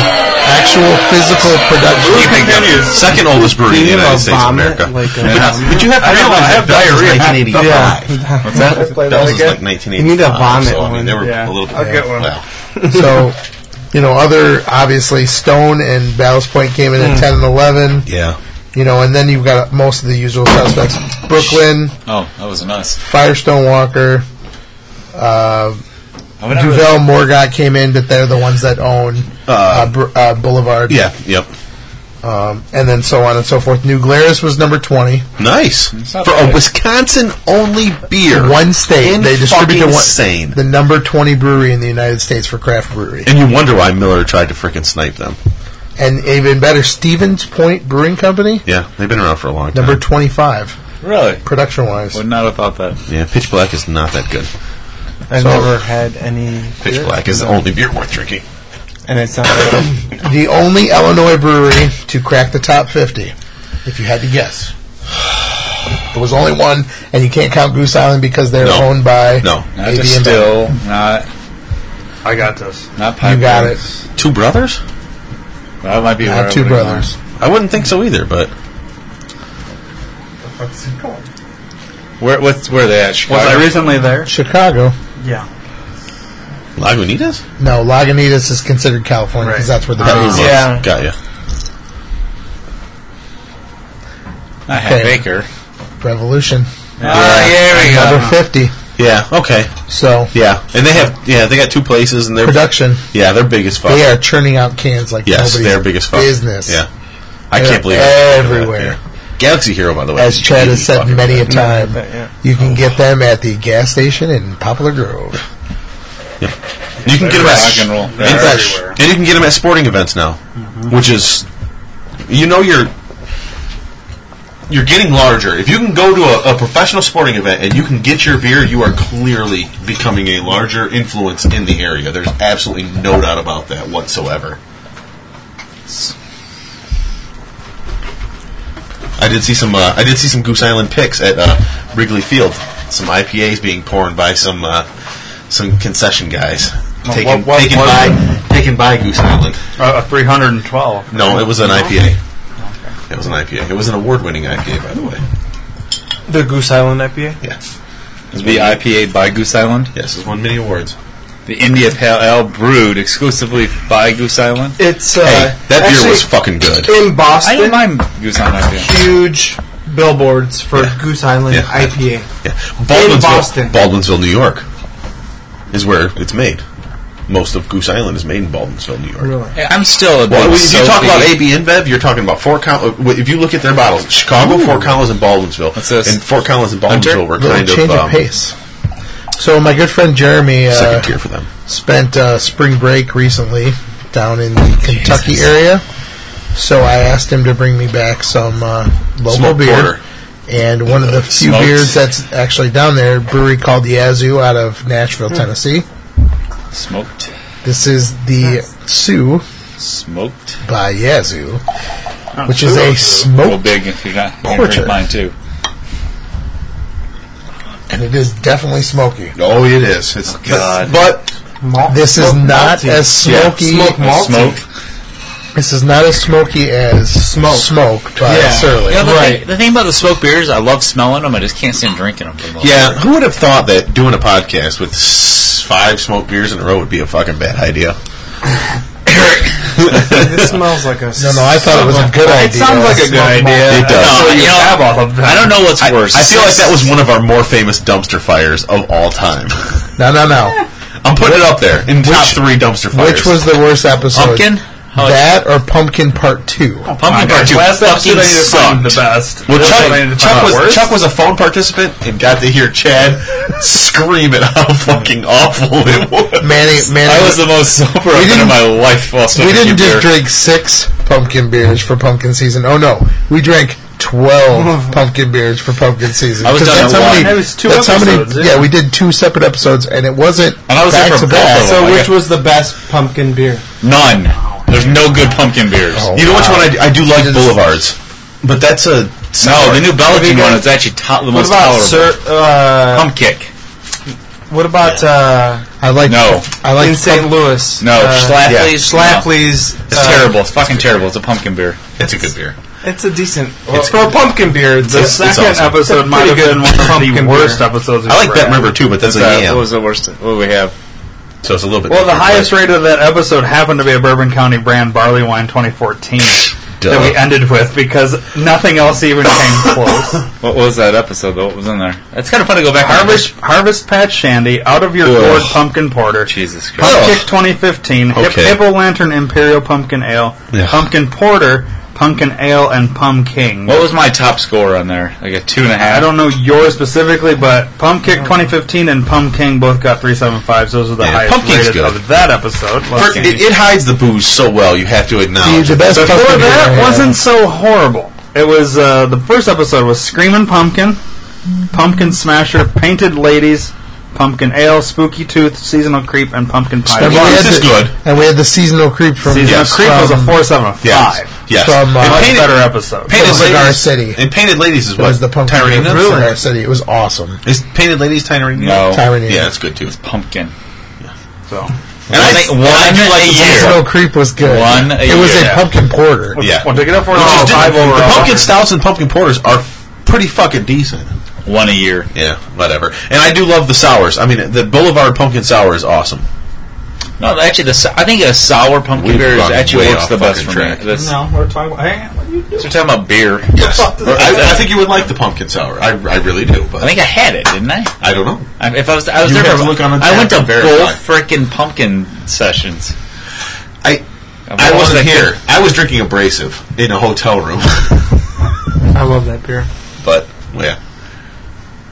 Speaker 1: actual physical
Speaker 5: You
Speaker 1: production.
Speaker 5: picked up Second oldest brewery in the United States of America.
Speaker 3: Like a,
Speaker 5: But you have to
Speaker 2: I know,
Speaker 5: realize
Speaker 2: I
Speaker 5: that
Speaker 2: have
Speaker 5: Bell's is
Speaker 2: diarrhea.
Speaker 5: 1985.
Speaker 3: yeah.
Speaker 5: Bell's is like 1985.
Speaker 3: You need a vomit
Speaker 5: so, I mean, they were
Speaker 3: one.
Speaker 4: Yeah.
Speaker 5: a little bit.
Speaker 4: I'll get one.
Speaker 5: Well,
Speaker 1: so, you know, other obviously Stone and Ballast Point came in at ten and eleven.
Speaker 5: yeah.
Speaker 1: You know, and then you've got most of the usual suspects: Brooklyn,
Speaker 2: Oh, that was nice.
Speaker 1: Firestone Walker, uh,
Speaker 2: I would have-
Speaker 1: Duvel Morgat came in, but they're the ones that own uh, Br- uh, Boulevard,
Speaker 5: Yeah. Yep.
Speaker 1: um, and then so on and so forth. New Glarus was number twenty.
Speaker 5: Nice
Speaker 2: not
Speaker 5: for a
Speaker 2: bad.
Speaker 5: Wisconsin only beer.
Speaker 1: One state
Speaker 5: In
Speaker 1: they distribute to
Speaker 5: fucking
Speaker 1: one,
Speaker 5: insane.
Speaker 1: the number twenty brewery in the United States for craft brewery.
Speaker 5: And you wonder why Miller tried to freaking snipe them.
Speaker 1: and even better, Stevens Point Brewing Company,
Speaker 5: Yeah, they've been around for a long time.
Speaker 1: number 25,
Speaker 2: Really?
Speaker 1: production wise.
Speaker 2: Would not have thought that.
Speaker 5: yeah, Pitch Black is not that good.
Speaker 3: I've
Speaker 1: So-
Speaker 3: never had any.
Speaker 5: Pitch Black is the only beer worth drinking.
Speaker 3: And it's not. Like,
Speaker 1: The only Illinois brewery to crack the top 50, if you had to guess. There was only one, and you can't count Goose Island because they're
Speaker 5: No.
Speaker 1: owned by
Speaker 5: No.
Speaker 2: Not
Speaker 1: AB
Speaker 2: to
Speaker 1: and
Speaker 2: still. Not
Speaker 4: I got this.
Speaker 2: not pipe.
Speaker 1: You got it.
Speaker 5: Two brothers?
Speaker 2: That might be where
Speaker 1: Not
Speaker 2: I
Speaker 1: two
Speaker 2: would've
Speaker 1: brothers.
Speaker 2: gone.
Speaker 5: I wouldn't think so either, but
Speaker 2: Where what's where are they at?
Speaker 4: Was
Speaker 2: Chicago.
Speaker 4: I recently there?
Speaker 1: Chicago.
Speaker 4: Yeah.
Speaker 5: Lagunitas?
Speaker 1: No, Lagunitas is considered California because
Speaker 4: Right.
Speaker 1: that's where the
Speaker 5: Got
Speaker 1: brewery
Speaker 5: you,
Speaker 1: is.
Speaker 5: Lux.
Speaker 3: yeah.
Speaker 5: Got you.
Speaker 2: I had
Speaker 1: Okay.
Speaker 2: Baker.
Speaker 1: Revolution.
Speaker 2: Ah, here we
Speaker 1: Number 50.
Speaker 5: Yeah, okay.
Speaker 1: So,
Speaker 5: Yeah. And they have, yeah, they got two places and they're,
Speaker 1: production.
Speaker 5: yeah, they're big as fuck.
Speaker 1: They are churning out cans like
Speaker 5: Yes,
Speaker 1: nobody's
Speaker 5: they're big as fuck.
Speaker 1: business.
Speaker 5: Yeah. I
Speaker 1: They're
Speaker 5: can't believe
Speaker 1: everywhere.
Speaker 5: Yeah. Galaxy Hero, by the way.
Speaker 1: as
Speaker 5: is
Speaker 1: Chad
Speaker 5: really
Speaker 1: has said
Speaker 5: fucking
Speaker 1: many a
Speaker 5: good.
Speaker 1: time,
Speaker 3: but, yeah. Oh.
Speaker 1: you can get them at the gas station in Poplar Grove.
Speaker 5: You can get them
Speaker 2: Rock
Speaker 5: at
Speaker 2: and roll.
Speaker 5: And,
Speaker 2: They're
Speaker 5: and you can get them at sporting events now,
Speaker 1: Mm-hmm.
Speaker 5: which is, you know, you're you're getting larger. If you can go to a, a professional sporting event and you can get your beer, you are clearly becoming a larger influence in the area. There's absolutely no doubt about that whatsoever. I did see some. Uh, I did see some Goose Island picks at uh, Wrigley Field. Some IPAs being poured by some uh, some concession guys taken
Speaker 4: what-
Speaker 5: taken
Speaker 4: what-
Speaker 5: by taken by Goose Island.
Speaker 4: Uh, 312.
Speaker 5: No, it was an IPA. It was an IPA. It was an award-winning IPA, by the way.
Speaker 3: The Goose Island IPA?
Speaker 5: Yeah.
Speaker 2: Is the IPA by Goose Island?
Speaker 5: Yes, it's won many awards.
Speaker 2: The India Pale Ale brewed exclusively by Goose Island.
Speaker 3: It's. Uh,
Speaker 5: Hey, that beer was
Speaker 3: actually,
Speaker 5: fucking good.
Speaker 3: In
Speaker 2: I don't
Speaker 3: Boston,
Speaker 2: mind Goose Island IPA.
Speaker 3: huge billboards for
Speaker 5: Yeah.
Speaker 3: Goose Island
Speaker 5: Yeah.
Speaker 3: IPA.
Speaker 5: Yeah.
Speaker 3: Boston.
Speaker 5: Baldwinsville, Baldwinsville, New York, is where it's made. Most of Goose Island is made in Baldwinsville, New York.
Speaker 3: Really?
Speaker 2: I'm still a big
Speaker 5: Well, when you talk
Speaker 2: Sophie-
Speaker 5: about AB InBev, you're talking about Fort Collins. If you look at their bottles, Chicago, Fort Collins, and Baldwinsville,
Speaker 2: What's this?
Speaker 5: and Fort Collins and
Speaker 2: Hunter?
Speaker 5: Baldwinsville were
Speaker 1: Little
Speaker 5: kind
Speaker 1: change
Speaker 5: of,
Speaker 1: of,
Speaker 5: um,
Speaker 1: pace. So my good friend Jeremy
Speaker 5: second
Speaker 1: uh,
Speaker 5: tier for them.
Speaker 1: spent uh, spring break recently down in the Kentucky area. So I asked him to bring me back some uh, local
Speaker 5: Smoked
Speaker 1: beer.
Speaker 5: porter.
Speaker 1: And one of the few
Speaker 2: Smoked.
Speaker 1: beers that's actually down there, a brewery called Yazoo out of Nashville, Tennessee.
Speaker 2: smoked,
Speaker 1: This is the Sioux
Speaker 2: smoked.
Speaker 1: by Yazoo, which is a
Speaker 2: Go
Speaker 1: smoked
Speaker 2: big if you're not you can
Speaker 1: Porter.
Speaker 2: drink mine too.
Speaker 1: and it is definitely smoky.
Speaker 5: Oh, it is. It's
Speaker 2: God.
Speaker 5: But
Speaker 3: Malt-
Speaker 1: This is
Speaker 3: smoked
Speaker 1: not
Speaker 3: malty.
Speaker 1: as
Speaker 5: Yeah,
Speaker 1: smoky.
Speaker 3: Smoked malt.
Speaker 2: Smoke.
Speaker 1: This is not as smoky as smoke. smoked by
Speaker 3: Yeah.
Speaker 1: Surly.
Speaker 2: the, thing, the thing about the smoked beers, I love smelling them. I just can't stand drinking them. For the most
Speaker 5: yeah, who would have thought that doing a podcast with s- five smoked beers in a row would be a fucking bad idea?
Speaker 3: This smells like a.
Speaker 1: No, no, I thought it was a good idea.
Speaker 4: It sounds like a good idea.
Speaker 5: It does.
Speaker 2: No,
Speaker 4: So
Speaker 2: you
Speaker 4: you
Speaker 2: know,
Speaker 4: have all of them.
Speaker 2: I don't know what's
Speaker 5: I,
Speaker 2: worse.
Speaker 5: I feel like that was one of our more famous dumpster fires of all time.
Speaker 1: No, no, no.
Speaker 5: I'm putting it up there in top three dumpster fires.
Speaker 1: Which was the worst episode?
Speaker 2: pumpkin. Oh,
Speaker 1: that or Pumpkin Part Two.
Speaker 2: Pumpkin Part Two
Speaker 4: Last episode
Speaker 2: fucking
Speaker 4: I need to
Speaker 2: sucked.
Speaker 4: find the best.
Speaker 5: Well,
Speaker 4: This
Speaker 5: Chuck,
Speaker 4: one I need to
Speaker 5: Chuck
Speaker 4: find
Speaker 5: was
Speaker 4: the worst.
Speaker 5: Chuck was a phone participant and got to hear Chad scream at how fucking awful it was.
Speaker 1: Manny, Manny,
Speaker 2: I was the most sober
Speaker 1: We
Speaker 2: I've been
Speaker 1: didn't-
Speaker 2: in my life while smoking
Speaker 1: we didn't just
Speaker 2: beer.
Speaker 1: drink six pumpkin beers for pumpkin season. Oh no, we drank twelve pumpkin beers for pumpkin season.
Speaker 2: I was
Speaker 1: 'Cause
Speaker 2: done
Speaker 1: that's
Speaker 2: at
Speaker 1: how
Speaker 2: one.
Speaker 1: many-
Speaker 4: It was two
Speaker 1: that's how many-
Speaker 4: episodes,
Speaker 1: yeah.
Speaker 4: yeah.
Speaker 1: we did two separate episodes, and it wasn't.
Speaker 2: And I was there
Speaker 1: back
Speaker 2: for
Speaker 1: to
Speaker 2: both of
Speaker 1: back.
Speaker 2: them.
Speaker 3: So
Speaker 2: I
Speaker 3: which
Speaker 2: got-
Speaker 3: was the best pumpkin beer?
Speaker 2: None. There's no good pumpkin beers.
Speaker 5: You know which one I, I do like Boulevards, but that's a
Speaker 2: No,
Speaker 5: sour.
Speaker 2: the new Belgian one is actually to- the most
Speaker 4: What about
Speaker 2: tolerable.
Speaker 4: Sir? Uh,
Speaker 2: Pump kick.
Speaker 4: what about uh,
Speaker 1: I like.
Speaker 2: No,
Speaker 1: I like
Speaker 4: in St. Louis?
Speaker 2: no.
Speaker 4: uh,
Speaker 2: Schlafly's. No.
Speaker 4: Schlafly's.
Speaker 2: It's
Speaker 4: uh,
Speaker 2: terrible. It's fucking terrible. It's a pumpkin beer.
Speaker 5: That's a good beer.
Speaker 4: It's a decent. Well, for a pumpkin beer, it's
Speaker 5: It's-
Speaker 4: the
Speaker 5: it's
Speaker 4: second
Speaker 5: awesome.
Speaker 4: episode might have been one of the worst episodes.
Speaker 5: I like that river too, but that's a
Speaker 2: Uh,
Speaker 5: yam,
Speaker 2: what was the worst? What we have?
Speaker 5: so it's a little bit.
Speaker 4: Well, the
Speaker 5: different,
Speaker 4: highest rate of that episode happened to be a Bourbon County brand barley wine 2014
Speaker 5: Duh.
Speaker 4: that we ended with because nothing else even came close.
Speaker 2: What was that episode? though? What was in there? It's kind of fun to go back. and-
Speaker 4: Harvest Harvest Patch Shandy, Out of Your Gourd Pumpkin Porter,
Speaker 2: Jesus Christ.
Speaker 4: Pump Kick 2015, Hip
Speaker 5: Okay.
Speaker 4: Hippo Lantern Imperial Pumpkin Ale,
Speaker 5: Yeah.
Speaker 4: Pumpkin Porter, Pumpkin Ale, and Pumpkin.
Speaker 2: What was my top score on there? Like a two and a half.
Speaker 4: I don't know yours specifically, but Pump Kick 2015 and Pump King both got 375s. Those are the
Speaker 5: Yeah,
Speaker 4: highest
Speaker 5: Pump King's
Speaker 4: rated
Speaker 5: good.
Speaker 4: of that episode.
Speaker 5: but- For- it, it hides the booze so well. You have to
Speaker 1: the,
Speaker 5: acknowledge.
Speaker 1: the
Speaker 5: it.
Speaker 1: best
Speaker 4: Before
Speaker 1: pumpkin beer I
Speaker 4: that
Speaker 1: had.
Speaker 4: wasn't so horrible. It was uh, the first episode was Screaming Pumpkin, Pumpkin Smasher, Painted Ladies, Pumpkin Ale, Spooky Tooth, Seasonal Creep, and Pumpkin Pie.
Speaker 1: And we
Speaker 5: Well,
Speaker 1: had
Speaker 5: this is
Speaker 1: the-
Speaker 5: good.
Speaker 1: And we had the seasonal creep from
Speaker 4: Seasonal
Speaker 5: Yes.
Speaker 4: Creep was a four seven of
Speaker 5: Yes.
Speaker 4: five.
Speaker 5: Yes.
Speaker 1: From, uh,
Speaker 5: And
Speaker 4: Much
Speaker 5: painted,
Speaker 4: better episode.
Speaker 5: painted
Speaker 1: Cigar
Speaker 5: ladies,
Speaker 1: City.
Speaker 5: And painted ladies is
Speaker 1: It
Speaker 5: what
Speaker 1: was the pumpkin beer
Speaker 5: Tyrannina?
Speaker 1: from Cigar City. It was awesome.
Speaker 5: Is painted ladies Tyrannina?
Speaker 2: No.
Speaker 1: Tyrannina.
Speaker 5: Yeah, that's good too.
Speaker 2: Pumpkin.
Speaker 4: So
Speaker 5: And I think
Speaker 2: one a year.
Speaker 1: Seasonal creep was good.
Speaker 2: One a
Speaker 1: It was
Speaker 2: year.
Speaker 1: a pumpkin porter.
Speaker 5: Yeah.
Speaker 4: well, to get up for
Speaker 5: Which is
Speaker 4: all
Speaker 5: di-
Speaker 4: five overall.
Speaker 5: the pumpkin stouts and pumpkin porters are pretty fucking decent.
Speaker 2: One a year.
Speaker 5: Yeah, whatever. And I do love the sours. I mean, the Boulevard pumpkin sour is awesome.
Speaker 2: No, actually, the sou- I think a sour pumpkin
Speaker 5: We've
Speaker 2: beer is
Speaker 5: gone
Speaker 2: actually
Speaker 5: way
Speaker 2: works
Speaker 5: off
Speaker 2: the best
Speaker 5: fucking
Speaker 2: for
Speaker 5: track.
Speaker 2: me. This,
Speaker 3: No, we're talking about. Hang on, what are you
Speaker 2: so we're talking about beer.
Speaker 5: Yes, I,
Speaker 2: I-
Speaker 5: I think you would like the pumpkin sour. I, I really do, but
Speaker 2: I think I had it, didn't I?
Speaker 5: I don't know.
Speaker 2: I if I was, I was
Speaker 5: You
Speaker 2: there
Speaker 5: have
Speaker 2: for,
Speaker 5: to look on the
Speaker 2: I went to
Speaker 5: tab and
Speaker 2: both freaking pumpkin sessions.
Speaker 5: I
Speaker 2: Of
Speaker 5: I
Speaker 2: all
Speaker 5: wasn't
Speaker 2: the-
Speaker 5: here. I was drinking abrasive in a hotel room,
Speaker 3: doing? I love that beer.
Speaker 5: but yeah,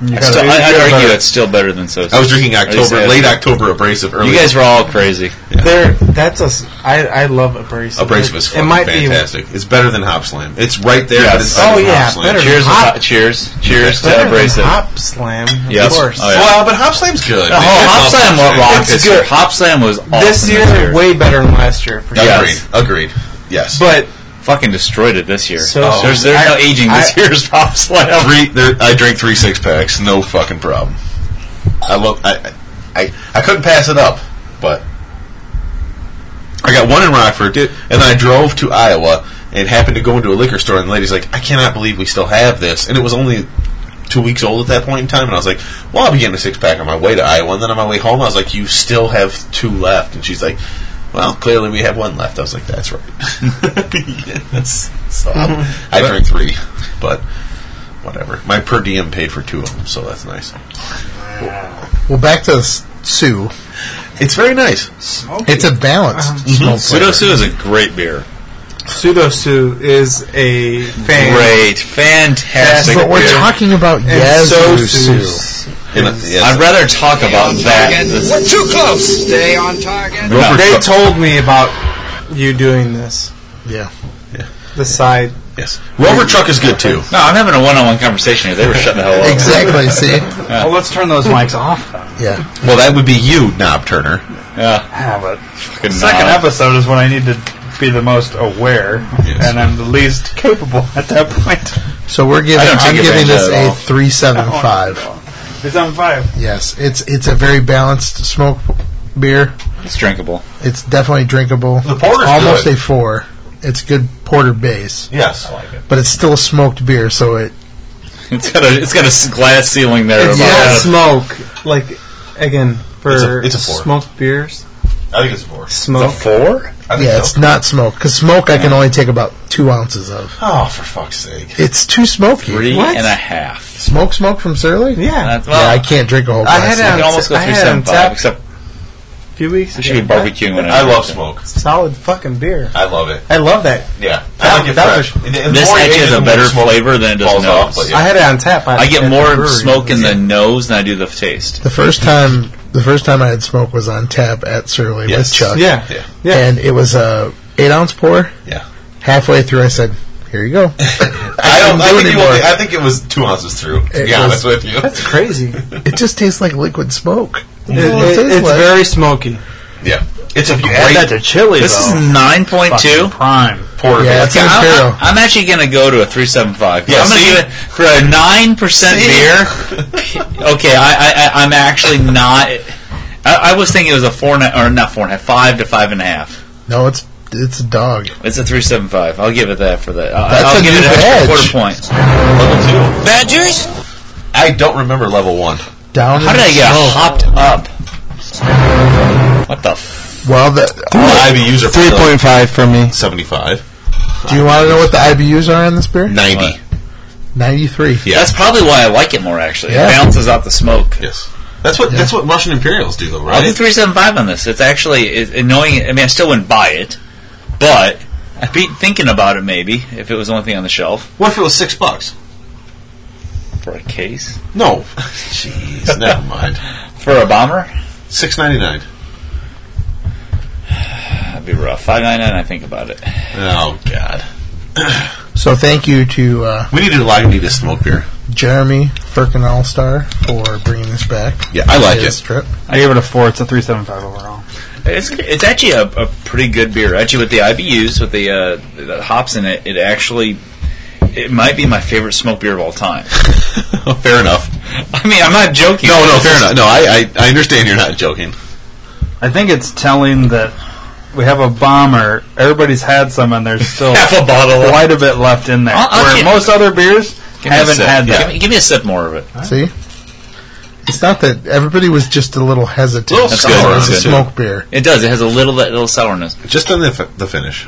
Speaker 2: I still, I, I'd argue it's still better than so.
Speaker 5: I was drinking October, late October abrasive. Early
Speaker 2: You guys were all crazy.
Speaker 3: There, that's a. s- I I love abrasive.
Speaker 5: abrasive
Speaker 3: It-
Speaker 5: is
Speaker 3: It
Speaker 5: fucking
Speaker 3: might
Speaker 5: fantastic. It's better than Hop Slam. It's right there.
Speaker 2: Yes.
Speaker 5: but it's better
Speaker 3: Oh,
Speaker 5: than Hop
Speaker 3: yeah,
Speaker 5: Slam.
Speaker 3: better.
Speaker 2: Cheers! with
Speaker 3: Hop.
Speaker 2: hot- cheers! Cheers
Speaker 3: be
Speaker 2: to
Speaker 3: better
Speaker 2: abrasive.
Speaker 3: than Hop Slam, of
Speaker 2: Yes.
Speaker 3: course.
Speaker 2: Oh, yeah.
Speaker 5: Well, but Hop Slam's good.
Speaker 2: Oh, Hop Slam what rocked
Speaker 5: It's
Speaker 2: this year. Hop Slam was awesome
Speaker 3: This year, way better than last year for sure.
Speaker 2: Yeah.
Speaker 5: Agreed. Agreed. Yes.
Speaker 3: But
Speaker 2: fucking destroyed it this year.
Speaker 3: So-
Speaker 2: Oh. there's there's no aging this year's Hop Slam.
Speaker 5: three, there, I drank three six packs, no fucking problem. I love. I, I I couldn't pass it up, but I got one in Rockford, and then I drove to Iowa and happened to go into a liquor store, and the lady's like, "I cannot believe we still have this," and it was only. Two weeks old at that point in time, and I was like, "Well, I'll be getting a six pack on my way to Iowa." And then on my way home, I was like, "You still have two left," and she's like, "Well, clearly we have one left." I was like, "That's right." yes. So I drank three, but whatever. My per diem paid for two of them, so that's nice.
Speaker 1: Well, back to s- Sue.
Speaker 5: It's very nice.
Speaker 1: It's a balanced
Speaker 5: Uh-huh.
Speaker 1: smoke flavor.
Speaker 2: Pseudo Mm-hmm. Sue is a great beer.
Speaker 3: Pseudo Sue is a fan.
Speaker 2: Great, fantastic.
Speaker 1: But we're
Speaker 2: beer.
Speaker 1: talking about
Speaker 3: And
Speaker 1: Yazoo
Speaker 3: Sue.
Speaker 1: Sue.
Speaker 5: And, uh, yes.
Speaker 2: I'd rather talk about that. than-
Speaker 8: We're too close. Stay on target.
Speaker 2: No.
Speaker 3: They told me about you doing this.
Speaker 1: Yeah.
Speaker 3: The side.
Speaker 5: yes. Rover truck is good too.
Speaker 2: No, I'm having a one-on-one conversation here. They were shutting the hell up.
Speaker 1: Exactly. See.
Speaker 4: well, Oh, let's turn those mics off. Then.
Speaker 1: Yeah.
Speaker 5: Well, that would be you, Knob Turner.
Speaker 2: Yeah,
Speaker 4: Yeah, but
Speaker 2: fucking
Speaker 4: second
Speaker 2: knob.
Speaker 4: episode is when I need to be the most aware,
Speaker 5: Yes.
Speaker 4: and I'm the least capable at that point.
Speaker 1: So we're
Speaker 2: I
Speaker 1: giving.
Speaker 2: don't take
Speaker 1: I'm giving
Speaker 2: advantage of
Speaker 1: this
Speaker 2: that at
Speaker 1: a
Speaker 2: all.
Speaker 1: three seven five.
Speaker 4: It's on five.
Speaker 1: Yes. It's it's a very balanced smoke beer.
Speaker 2: It's drinkable.
Speaker 1: It's definitely drinkable.
Speaker 5: The porter's
Speaker 1: It's almost
Speaker 5: good.
Speaker 1: a four. It's good porter base,
Speaker 5: Yes. I like it.
Speaker 1: but it's still a smoked beer, so it
Speaker 2: It's got a it's got a s- glass ceiling there.
Speaker 3: It's
Speaker 2: about that.
Speaker 3: not smoke. Like again for
Speaker 5: It's a- it's a four.
Speaker 3: smoked beers.
Speaker 5: I think it's four.
Speaker 3: Smoke.
Speaker 5: Four? I think
Speaker 1: yeah,
Speaker 5: so.
Speaker 1: it's not smoke because smoke I can only take about two ounces of.
Speaker 5: Oh, for fuck's sake.
Speaker 1: It's too smoky.
Speaker 2: Three
Speaker 3: What?
Speaker 2: and a half.
Speaker 1: Smoke, smoke from Surly.
Speaker 3: Yeah.
Speaker 2: That's
Speaker 1: yeah,
Speaker 2: well,
Speaker 1: I can't drink a whole
Speaker 3: I
Speaker 1: glass.
Speaker 3: had
Speaker 1: of
Speaker 2: I
Speaker 3: it
Speaker 2: can almost go
Speaker 3: I
Speaker 2: through
Speaker 3: had it on
Speaker 2: seven five,
Speaker 3: tap.
Speaker 2: except
Speaker 3: few weeks.
Speaker 2: We should be barbecuing when
Speaker 5: I love smoke.
Speaker 3: Solid fucking beer.
Speaker 5: I love it.
Speaker 3: I love that.
Speaker 5: Yeah,
Speaker 3: That-
Speaker 5: I like it
Speaker 3: that
Speaker 5: fresh.
Speaker 3: was-
Speaker 5: The- the
Speaker 2: This
Speaker 5: more
Speaker 2: actually
Speaker 5: you age
Speaker 2: has
Speaker 5: it,
Speaker 2: a
Speaker 5: the more
Speaker 2: better
Speaker 5: smoke
Speaker 2: flavor than it does
Speaker 5: falls off,
Speaker 2: nose.
Speaker 5: but yeah.
Speaker 3: I had it on tap.
Speaker 2: I
Speaker 3: at
Speaker 2: get
Speaker 3: the
Speaker 2: more of
Speaker 3: brewery.
Speaker 2: smoke in the nose than I do the taste.
Speaker 1: The first time, the first time I had smoke was on tap at Surly
Speaker 5: Yes.
Speaker 1: with Chuck.
Speaker 3: Yeah,
Speaker 5: Yeah.
Speaker 3: yeah.
Speaker 1: and it was a eight ounce pour.
Speaker 5: yeah.
Speaker 1: Halfway through, I said, "Here you go."
Speaker 5: I don't.
Speaker 1: do
Speaker 5: I think, you
Speaker 1: anymore.
Speaker 5: only, I think it was two ounces through. To
Speaker 1: It
Speaker 5: be honest
Speaker 1: was-
Speaker 5: with you,
Speaker 3: That's crazy.
Speaker 1: It just tastes like liquid smoke.
Speaker 3: It-
Speaker 1: That's all it
Speaker 3: it-
Speaker 1: tastes
Speaker 3: it's
Speaker 1: like.
Speaker 3: very smoky.
Speaker 5: yeah, it's a
Speaker 4: Add
Speaker 5: great
Speaker 4: that to chili.
Speaker 2: This
Speaker 4: though.
Speaker 2: is nine point two.
Speaker 4: Fucking prime.
Speaker 5: porter.
Speaker 1: yeah,
Speaker 5: beer.
Speaker 1: it's an
Speaker 2: I'm,
Speaker 1: imperial.
Speaker 2: I'm actually going to go to a three seven five.
Speaker 5: Yeah,
Speaker 2: I'm going to
Speaker 5: see?
Speaker 2: give it for a nine percent beer. Okay, I, I, I I'm actually not. I, I was thinking it was a four and a, or not four and a half, five to five and a half.
Speaker 1: No, it's it's a dog.
Speaker 2: It's a three seven five. I'll give it that for that. I'll,
Speaker 1: That's
Speaker 2: I'll
Speaker 1: a
Speaker 2: give
Speaker 1: new
Speaker 2: it an
Speaker 1: badge.
Speaker 2: extra quarter point.
Speaker 5: level two.
Speaker 8: Badgers?
Speaker 5: I don't remember level one.
Speaker 1: Down.
Speaker 2: How
Speaker 1: in
Speaker 2: did I get
Speaker 1: smoke.
Speaker 2: hopped up? What the? F-
Speaker 1: Well, the, oh,
Speaker 5: My IBUs are
Speaker 16: Three point five for me.
Speaker 5: seventy-five.
Speaker 1: do you want to know what the IBUs are on this beer?
Speaker 5: 90.
Speaker 2: What?
Speaker 1: Ninety three.
Speaker 5: Yeah.
Speaker 2: That's probably why I like it more. Actually,
Speaker 1: Yeah.
Speaker 2: it balances out the smoke.
Speaker 5: Yes. That's what that's what Russian Imperials do though,
Speaker 2: I'll do
Speaker 5: right?
Speaker 2: three seven five on this. It's actually it, annoying. I mean, I still wouldn't buy it, but I'd be thinking about it maybe if it was the only thing on the shelf
Speaker 5: What if it was six bucks?
Speaker 2: for a case
Speaker 5: No. Jeez, never mind.
Speaker 2: for a bomber.
Speaker 5: Six ninety nine.
Speaker 2: That'd be rough. Five nine nine. I think about it.
Speaker 5: Oh God.
Speaker 1: So thank you to uh,
Speaker 5: We need to allow you to smoke beer.
Speaker 1: Jeremy Firkin All Star for bringing this back.
Speaker 5: Yeah, I like
Speaker 1: His
Speaker 5: it.
Speaker 1: Trip.
Speaker 4: I gave it a four. It's a three seven five overall.
Speaker 2: It's, it's actually a, a pretty good beer. Actually, with the IBUs, with the, uh, the hops in it, it actually it might be my favorite smoke beer of all time.
Speaker 5: fair enough.
Speaker 2: I mean, I'm not joking.
Speaker 5: No, no, fair enough. No, I, I I understand you're not joking.
Speaker 4: I think it's telling that we have a bomber. Everybody's had some, and there's still
Speaker 2: Half a bottle.
Speaker 4: quite a bit left in there.
Speaker 2: I'll- I'll
Speaker 4: where
Speaker 2: get-
Speaker 4: most other beers
Speaker 2: Give me a
Speaker 4: haven't
Speaker 2: sip.
Speaker 4: had
Speaker 2: Yeah,
Speaker 4: that.
Speaker 2: Give me, give me a sip more of it.
Speaker 1: See, it's not that everybody was just a little hesitant.
Speaker 5: Little
Speaker 1: It's
Speaker 5: sour,
Speaker 1: a
Speaker 5: too.
Speaker 1: smoke beer.
Speaker 2: It does. It has a little bit, little sourness.
Speaker 5: Just on the fi- the finish.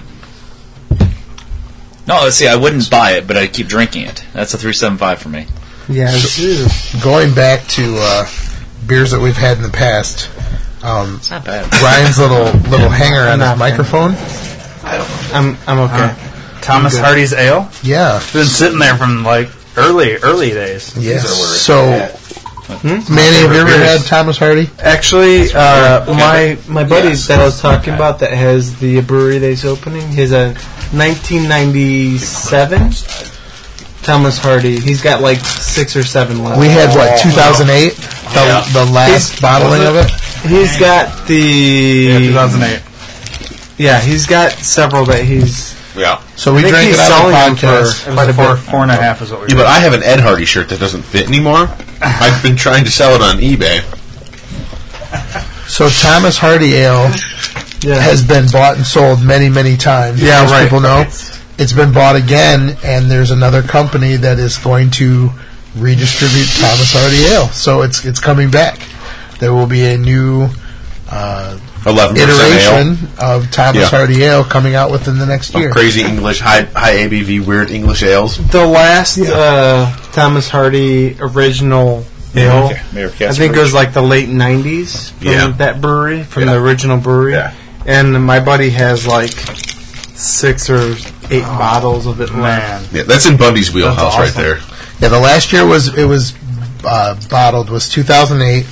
Speaker 2: No, let's see. I wouldn't buy it, but I keep drinking it. That's a three seven five for me.
Speaker 1: Yeah, going back to uh, beers that we've had in the past. Um,
Speaker 2: Not bad.
Speaker 1: Ryan's little little hanger on his microphone.
Speaker 3: I'm I'm okay.
Speaker 4: Thomas Hardy's ale.
Speaker 1: Yeah,
Speaker 4: It's been sitting there from like early early days.
Speaker 1: yes. So, Hmm? Manny, have you ever had Thomas Hardy?
Speaker 3: Actually, uh, my my buddy that I was talking about that has the brewery that he's opening, he's a 1997 Thomas Hardy. He's got like six or seven left.
Speaker 1: We had
Speaker 2: Oh,
Speaker 1: what 2008, the, the last
Speaker 3: He's-
Speaker 1: bottling of it.
Speaker 3: He's got the
Speaker 4: 2008.
Speaker 3: yeah. He's got several that he's.
Speaker 5: Yeah.
Speaker 1: So we
Speaker 3: I think
Speaker 1: drank
Speaker 3: he's
Speaker 1: it on the
Speaker 3: selling them
Speaker 1: podcast.
Speaker 4: It
Speaker 3: Quite a
Speaker 4: was four,
Speaker 3: bit.
Speaker 4: four and a half is what we.
Speaker 5: Yeah, but I have an Ed Hardy shirt that doesn't fit anymore. I've been trying to sell it on eBay.
Speaker 1: So Thomas Hardy Ale
Speaker 3: Yeah,
Speaker 1: has been bought and sold many, many times. Yeah, Most People know it's been bought again, and there's another company that is going to redistribute Thomas Hardy Ale. So it's it's coming back. There will be a new uh,
Speaker 5: Eleven percent
Speaker 1: iteration of Thomas
Speaker 5: Yeah.
Speaker 1: Hardy Ale coming out within the next
Speaker 5: ale.
Speaker 1: year.
Speaker 5: Of crazy English, high high ABV, weird English ales.
Speaker 3: the last uh, Thomas Hardy original ale.
Speaker 2: okay. Mayor of
Speaker 3: I think it was like the late '90s from
Speaker 5: Yeah.
Speaker 3: that brewery, from
Speaker 5: Yeah.
Speaker 3: the original brewery.
Speaker 5: Yeah.
Speaker 3: And my buddy has like six or eight bottles of it left.
Speaker 5: Yeah, that's in Bundy's wheelhouse right there.
Speaker 1: Yeah, the last year was it was uh, bottled was 2008.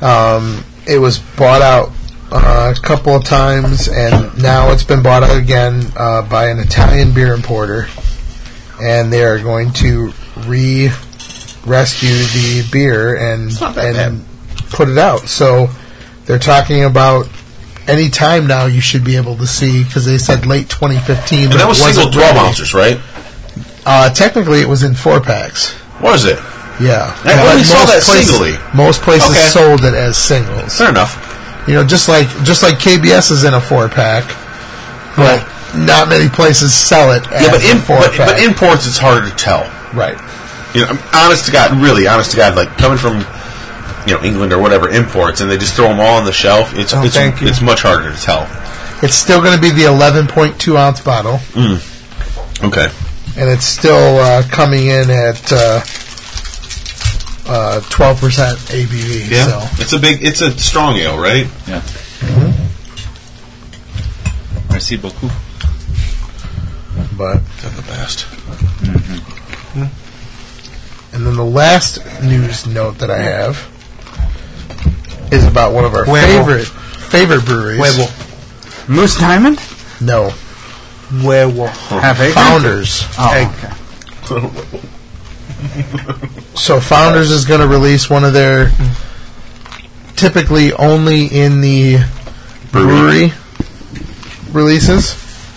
Speaker 1: Um, it was bought out uh, a couple of times, and now it's been bought out again uh, by an Italian beer importer, and they are going to re rescue the beer and and put it out. So they're talking about. Any time now, you should be able to see because they said late 2015. but
Speaker 5: And that
Speaker 1: it
Speaker 5: was single
Speaker 1: wasn't
Speaker 5: twelve
Speaker 1: ready.
Speaker 5: ounces, right?
Speaker 1: Uh, technically, it was in four packs.
Speaker 5: Was it?
Speaker 1: Yeah,
Speaker 5: I
Speaker 1: But
Speaker 5: only saw that
Speaker 1: places,
Speaker 5: singly.
Speaker 1: Most places
Speaker 5: Okay.
Speaker 1: sold it as singles.
Speaker 5: Fair enough.
Speaker 1: You know, just like just like KBS is in a four pack, but not many places sell it. As
Speaker 5: Yeah, but,
Speaker 1: in
Speaker 5: in,
Speaker 1: a four
Speaker 5: but,
Speaker 1: pack.
Speaker 5: but imports it's harder to tell.
Speaker 1: right.
Speaker 5: You know, I'm honest to God, really honest to God, like coming from you know England or whatever imports, and they just throw them all on the shelf. It's
Speaker 1: Oh,
Speaker 5: it's
Speaker 1: thank you.
Speaker 5: it's much harder to tell.
Speaker 1: It's still going to be the 11.2 ounce bottle,
Speaker 5: Okay.
Speaker 1: and it's still uh, coming in at uh, twelve percent ABV.
Speaker 5: Yeah,
Speaker 1: So
Speaker 5: it's a big, it's a strong ale, right?
Speaker 2: Yeah.
Speaker 1: Mm-hmm.
Speaker 2: Merci beaucoup.
Speaker 1: But
Speaker 5: they're the best.
Speaker 1: And then the last news note that I have is about one of our
Speaker 3: Werewolf.
Speaker 1: favorite favorite breweries.
Speaker 4: Moose Diamond?
Speaker 1: No.
Speaker 3: Werewolf.
Speaker 4: Half acre?
Speaker 1: Founders.
Speaker 4: Oh, okay.
Speaker 1: So Founders is going to release one of their typically only in the brewery releases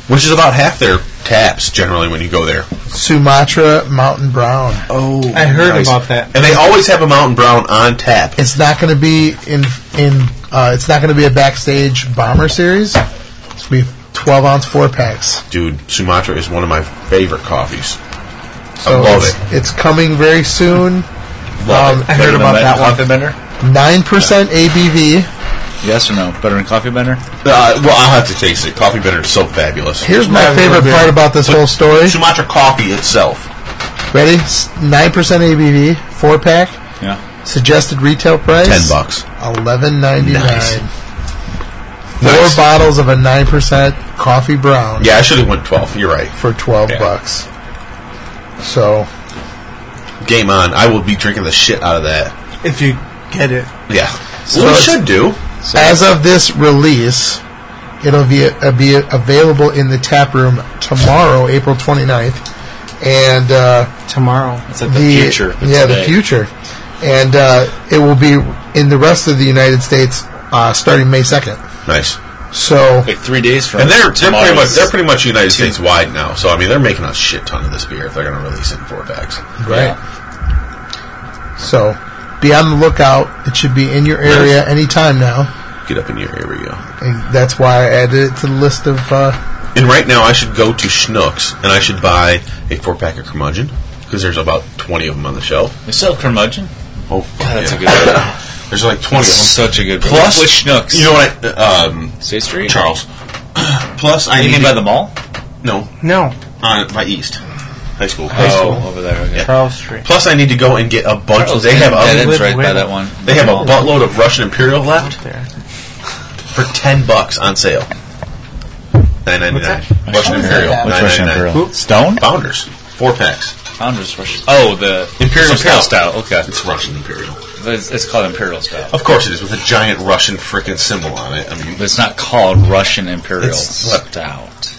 Speaker 5: Which is about half their taps generally when you go there.
Speaker 1: Sumatra Mountain Brown.
Speaker 5: Oh,
Speaker 3: I heard about that.
Speaker 5: And they always have a Mountain Brown on tap.
Speaker 1: It's not going to be in in uh, it's not going to be a backstage bomber series. It's going to be 12 ounce four packs.
Speaker 5: Dude, Sumatra is one of my favorite coffees.
Speaker 1: So
Speaker 5: I love
Speaker 1: it's,
Speaker 5: it.
Speaker 1: it's coming very soon.
Speaker 5: Love
Speaker 1: um,
Speaker 5: it.
Speaker 1: I heard about that one.
Speaker 2: Coffee Bender?
Speaker 1: Nine percent ABV.
Speaker 2: Yes or no? Better than Coffee Bender?
Speaker 5: Uh, well, I'll have to taste it. Coffee bitter is so fabulous.
Speaker 1: Here's my favorite part about this whole story.
Speaker 5: Sumatra coffee itself.
Speaker 1: Ready? Nine percent ABV, four pack.
Speaker 2: Yeah.
Speaker 1: Suggested retail price
Speaker 5: Ten bucks.
Speaker 1: eleven ninety nine.
Speaker 5: Nice.
Speaker 1: Four
Speaker 5: Nice.
Speaker 1: bottles of a nine percent coffee brown
Speaker 5: Yeah, I should have went twelve. You're right.
Speaker 1: for twelve
Speaker 5: Yeah.
Speaker 1: bucks. So
Speaker 5: Game on. I will be drinking the shit out of that.
Speaker 3: If you get it.
Speaker 5: Yeah.
Speaker 1: So
Speaker 5: what we
Speaker 1: it's-
Speaker 5: should do.
Speaker 1: as of this release, it'll be, uh, be available in the tap room tomorrow, April 29th. And uh,
Speaker 3: Tomorrow.
Speaker 2: It's like the, future. of
Speaker 1: Yeah, the
Speaker 2: today.
Speaker 1: future. And uh, it will be in the rest of the United States uh, starting May 2nd.
Speaker 5: Nice.
Speaker 1: So,
Speaker 2: Like three days from
Speaker 5: And they're they're pretty much
Speaker 2: tomorrow's-
Speaker 5: they're pretty much United States wide now. So I mean, they're making a shit ton of this beer if they're going to release it in four packs.
Speaker 1: right. So, be on the lookout. It should be in your area anytime now.
Speaker 5: Get up in your here we go.
Speaker 1: And that's why I added it to the list of. Uh,
Speaker 5: And right now, I should go to Schnucks and I should buy a four pack of curmudgeon because there's about twenty of them on the shelf.
Speaker 2: They sell curmudgeon.
Speaker 5: Oh, fuck
Speaker 2: That's
Speaker 5: yeah.
Speaker 2: a good idea.
Speaker 5: There's like twenty of them.
Speaker 2: such a good
Speaker 5: Plus-
Speaker 2: Which Schnucks?
Speaker 5: You know what? I, um,
Speaker 2: State Street?
Speaker 5: Charles. Plus, I
Speaker 2: You
Speaker 5: need
Speaker 2: mean by
Speaker 5: to-
Speaker 2: the mall?
Speaker 5: no
Speaker 3: No.
Speaker 5: on by East High School.
Speaker 2: Oh, over there. Okay.
Speaker 3: Charles Street.
Speaker 5: Plus, I need to go and get a bunch.
Speaker 2: Charles,
Speaker 5: they have a
Speaker 2: that is
Speaker 3: Live
Speaker 2: right by
Speaker 3: where?
Speaker 2: that one.
Speaker 5: they have a buttload of Russian Imperial
Speaker 3: Out
Speaker 5: left
Speaker 3: there.
Speaker 5: for ten bucks on sale. Nine ninety nine. Russian Imperial.
Speaker 2: Which
Speaker 5: Nine
Speaker 2: Russian
Speaker 5: ninety nine.
Speaker 2: Imperial? Stone?
Speaker 5: Founders. Four packs.
Speaker 2: Founders Russian. Oh, the
Speaker 5: Imperial
Speaker 2: some
Speaker 5: Stout.
Speaker 2: style. Okay,
Speaker 5: It's Russian Imperial.
Speaker 2: it's, it's called Imperial style.
Speaker 5: Of course it is with a giant Russian freaking symbol on it. I mean,
Speaker 2: But it's not called Russian Imperial
Speaker 5: It's
Speaker 2: Stout. out.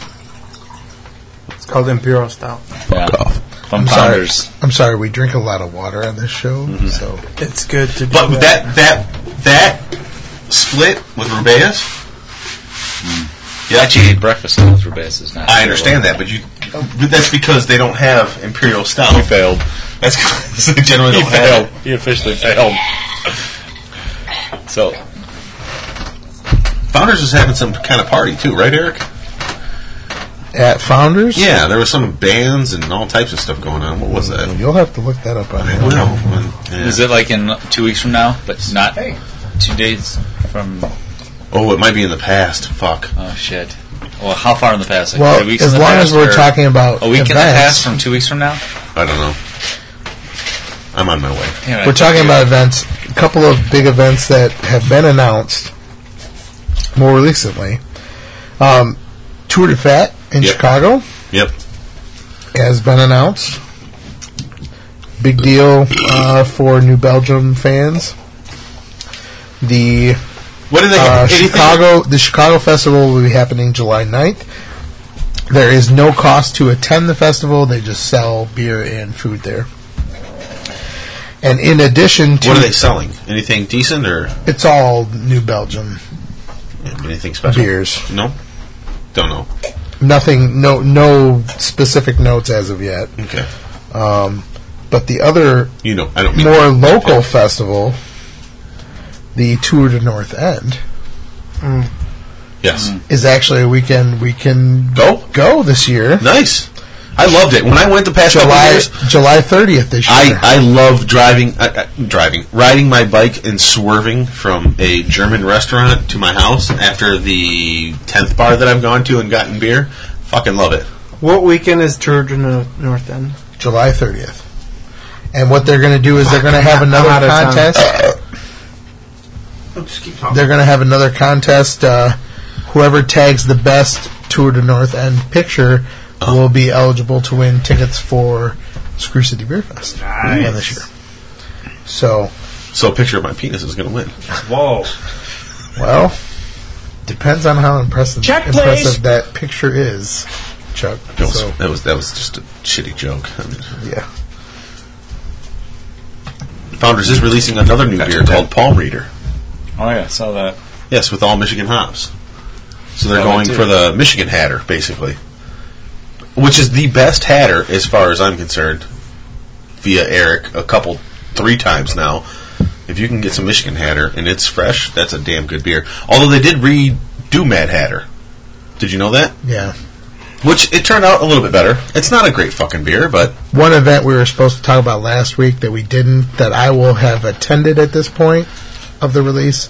Speaker 3: It's called Imperial Stout.
Speaker 2: Fuck
Speaker 5: off.
Speaker 2: From
Speaker 1: I'm sorry.
Speaker 2: Founders.
Speaker 1: I'm sorry. We drink a lot of water on this show, so
Speaker 3: It's good to do
Speaker 5: but with that that that split with Rubeus. Yeah,
Speaker 2: Actually, breakfast with Rebus is not.
Speaker 5: I understand that, but you but that's because they don't have imperial stout. You failed. That's 'cause they generally
Speaker 2: He
Speaker 5: don't have
Speaker 2: failed. He officially failed. So
Speaker 5: it. Founders was having some kind of party too, right, Eric?
Speaker 1: at Founders,
Speaker 5: Yeah, there was some bands and all types of stuff going on. What was that?
Speaker 1: you'll have to look that up on
Speaker 5: I
Speaker 1: it.
Speaker 5: don't know. When- yeah.
Speaker 2: is it like in two weeks from now, but not two days from?
Speaker 5: Oh, it might be in the past. Fuck.
Speaker 2: Oh shit! Well, how far in the past? Like
Speaker 1: Well,
Speaker 2: three weeks
Speaker 1: as
Speaker 2: in the
Speaker 1: long
Speaker 2: past,
Speaker 1: as we're
Speaker 2: or
Speaker 1: talking about
Speaker 2: a week in the
Speaker 1: events.
Speaker 2: past from two weeks from now.
Speaker 5: I don't know. I'm on my way.
Speaker 2: Damn it, I
Speaker 1: We're
Speaker 2: thought
Speaker 1: talking
Speaker 2: you-
Speaker 1: about events. A couple of big events that have been announced more recently. Um, Tour de Fat in
Speaker 5: Yep.
Speaker 1: Chicago
Speaker 5: Yep.
Speaker 1: has been announced. Big deal uh, for New Belgium fans. The
Speaker 5: What do they
Speaker 1: uh,
Speaker 5: have? Anything-
Speaker 1: Chicago the Chicago Festival will be happening July 9th. There is no cost to attend the festival. They just sell beer and food there. And in addition to
Speaker 5: What are they selling? Anything decent or
Speaker 1: It's all New Belgium
Speaker 5: anything special?
Speaker 1: beers.
Speaker 5: No. Don't know.
Speaker 1: Nothing, no, no specific notes as of yet.
Speaker 5: Okay.
Speaker 1: Um, but the other
Speaker 5: You know. I don't mean
Speaker 1: more local festival, the Tour de North End,
Speaker 2: Mm.
Speaker 5: Yes.
Speaker 1: is actually a weekend we can
Speaker 5: Go.
Speaker 1: go this year.
Speaker 5: Nice. I loved it. When I went the past couple
Speaker 1: July
Speaker 5: years,
Speaker 1: July thirtieth this year.
Speaker 5: I, I love driving, I, I, driving, riding my bike and swerving from a German restaurant to my house after the tenth bar that I've gone to and gotten beer. Fucking love it.
Speaker 3: What weekend is Georgia North End?
Speaker 1: July thirtieth, And what they're going to do is they're going to have another
Speaker 3: I'm out of time.
Speaker 1: contest.
Speaker 5: Just keep talking.
Speaker 1: They're going to have another contest. Uh, whoever tags the best Tour de North End picture will be eligible to win tickets for Screw City Beer Fest
Speaker 5: Nice.
Speaker 1: this year. So,
Speaker 5: So a picture of my penis is going to win.
Speaker 4: Whoa.
Speaker 1: well, depends on how impressive
Speaker 4: Check, please.
Speaker 1: impressive that picture is, Chuck.
Speaker 5: That was,
Speaker 1: So,
Speaker 5: that was that was just a shitty joke. I mean,
Speaker 1: yeah.
Speaker 5: Founders is releasing another new beer called Palm Reader.
Speaker 2: Oh yeah, I saw that.
Speaker 5: Yes, with all Michigan hops. So they're
Speaker 2: Oh,
Speaker 5: going
Speaker 2: I do.
Speaker 5: for the Michigan Hatter, basically, which is the best Hatter as far as I'm concerned. Via Eric, a couple, three times now. If you can get some Michigan Hatter and it's fresh, that's a damn good beer. Although they did redo Mad Hatter. Did you know that?
Speaker 1: Yeah.
Speaker 5: Which it turned out a little bit better. It's not a great fucking beer, but
Speaker 1: One event we were supposed to talk about last week that we didn't, that I will have attended at this point of the release.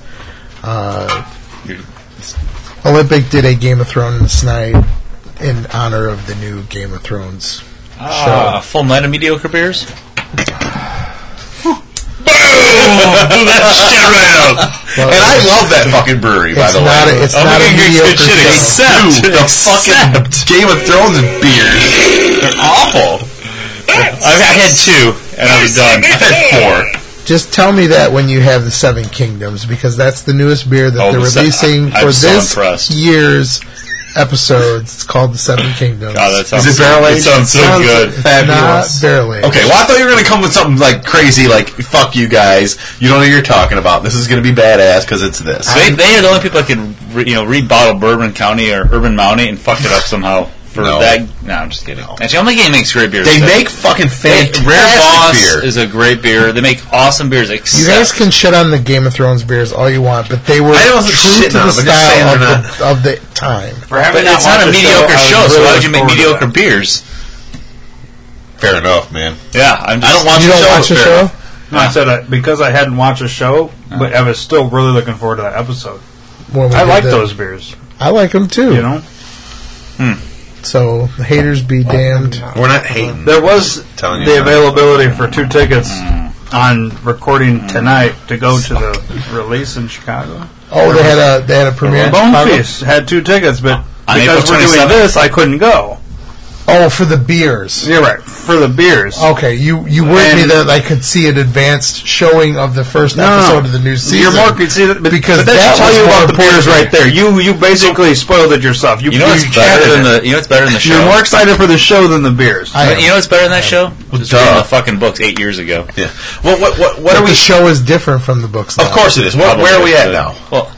Speaker 1: Uh, Olympic did a Game of Thrones night in honor of the new Game of Thrones.
Speaker 2: Ah, full night of mediocre beers.
Speaker 1: Well,
Speaker 5: and I love that fucking brewery.
Speaker 1: It's
Speaker 5: by the
Speaker 1: not
Speaker 5: way,
Speaker 1: a- it's I'm not gonna a get good mediocre shit show.
Speaker 5: except the fucking Game of Thrones beers. They're awful.
Speaker 2: I, I had two, and I was done.
Speaker 5: I've had four.
Speaker 1: Just tell me that when you have the Seven Kingdoms, because that's the newest beer that
Speaker 2: Oh,
Speaker 1: they're
Speaker 2: the se-
Speaker 1: releasing
Speaker 2: I- I'm
Speaker 1: for
Speaker 2: so
Speaker 1: this
Speaker 2: impressed.
Speaker 1: year's episodes. It's called the Seven Kingdoms.
Speaker 2: God, that sounds.
Speaker 5: Is Oh, it barrel
Speaker 2: It
Speaker 5: aged?
Speaker 2: sounds so
Speaker 1: Sounds-
Speaker 2: good.
Speaker 1: it's
Speaker 4: Fabulous.
Speaker 1: Not barely.
Speaker 5: Okay, well, I thought you were gonna come with something like crazy, like "fuck you guys," you don't know what you're talking about. This is gonna be badass because it's this.
Speaker 2: They, they are the only people that could, re, you know, rebottle Bourbon County or Urban Mounty and fucked it up somehow. For
Speaker 5: No.
Speaker 2: that, no, I'm just kidding. Actually, Only Game makes great beers.
Speaker 5: They
Speaker 2: So-
Speaker 5: make fucking
Speaker 2: They-
Speaker 5: fantastic
Speaker 2: Rare Boss
Speaker 5: beer.
Speaker 2: is a great beer. They make awesome beers. Except,
Speaker 1: You guys can shit on the Game of Thrones beers all you want, but they were
Speaker 5: I wasn't
Speaker 1: true to
Speaker 5: shitting on
Speaker 1: the
Speaker 5: them, I'm just saying
Speaker 1: style of
Speaker 5: they're
Speaker 1: the, of the time.
Speaker 4: For having
Speaker 2: but it's
Speaker 4: that
Speaker 2: not a
Speaker 4: watched the
Speaker 2: mediocre
Speaker 4: I
Speaker 2: show,
Speaker 4: was
Speaker 2: so
Speaker 4: really
Speaker 2: why would you make
Speaker 4: looking forward to
Speaker 2: mediocre beers?
Speaker 5: Fair enough, man.
Speaker 2: Yeah, I'm just,
Speaker 5: I don't watch
Speaker 1: You
Speaker 5: the
Speaker 1: don't
Speaker 5: show.
Speaker 1: watch the
Speaker 5: fair
Speaker 1: show?
Speaker 5: enough.
Speaker 4: that. No, I said I, because I hadn't watched the show, but I was still really looking forward to that episode.
Speaker 1: When we
Speaker 4: I
Speaker 1: did
Speaker 4: like
Speaker 1: that.
Speaker 4: those beers.
Speaker 1: I like them too.
Speaker 4: You know,
Speaker 1: So haters be damned.
Speaker 5: We're not hating.
Speaker 4: there was
Speaker 5: Telling you
Speaker 4: the
Speaker 5: so.
Speaker 4: availability for two tickets on recording tonight to go to the release in Chicago.
Speaker 1: Oh, they had a they had a premiere. in Chicago?
Speaker 4: Bonefish had two tickets, but
Speaker 2: On
Speaker 4: because
Speaker 2: April
Speaker 4: we're doing
Speaker 2: 27th.
Speaker 4: this, I couldn't go.
Speaker 1: Oh, for the beers.
Speaker 4: You're right for the beers.
Speaker 1: Okay, you you worried me
Speaker 4: And-
Speaker 1: that I could see an advanced showing of the first episode of the new season.
Speaker 4: You're more conceited but,
Speaker 1: Because
Speaker 4: because but
Speaker 1: that
Speaker 4: that should tell
Speaker 1: was
Speaker 4: you
Speaker 1: more
Speaker 4: about the
Speaker 1: important
Speaker 4: beers right there. You you basically spoiled it yourself. You,
Speaker 2: You know what's better than the you know what's better than the show.
Speaker 4: You're more excited for the show than the beers.
Speaker 1: I am.
Speaker 2: you know what's better than that show? Just
Speaker 5: duh.
Speaker 2: reading the fucking books eight years ago.
Speaker 5: Yeah. Well, what what what
Speaker 1: But
Speaker 5: are we?
Speaker 1: The show is different from the books.
Speaker 5: Of
Speaker 1: now.
Speaker 5: course it is. What, where are we at now?
Speaker 2: Well,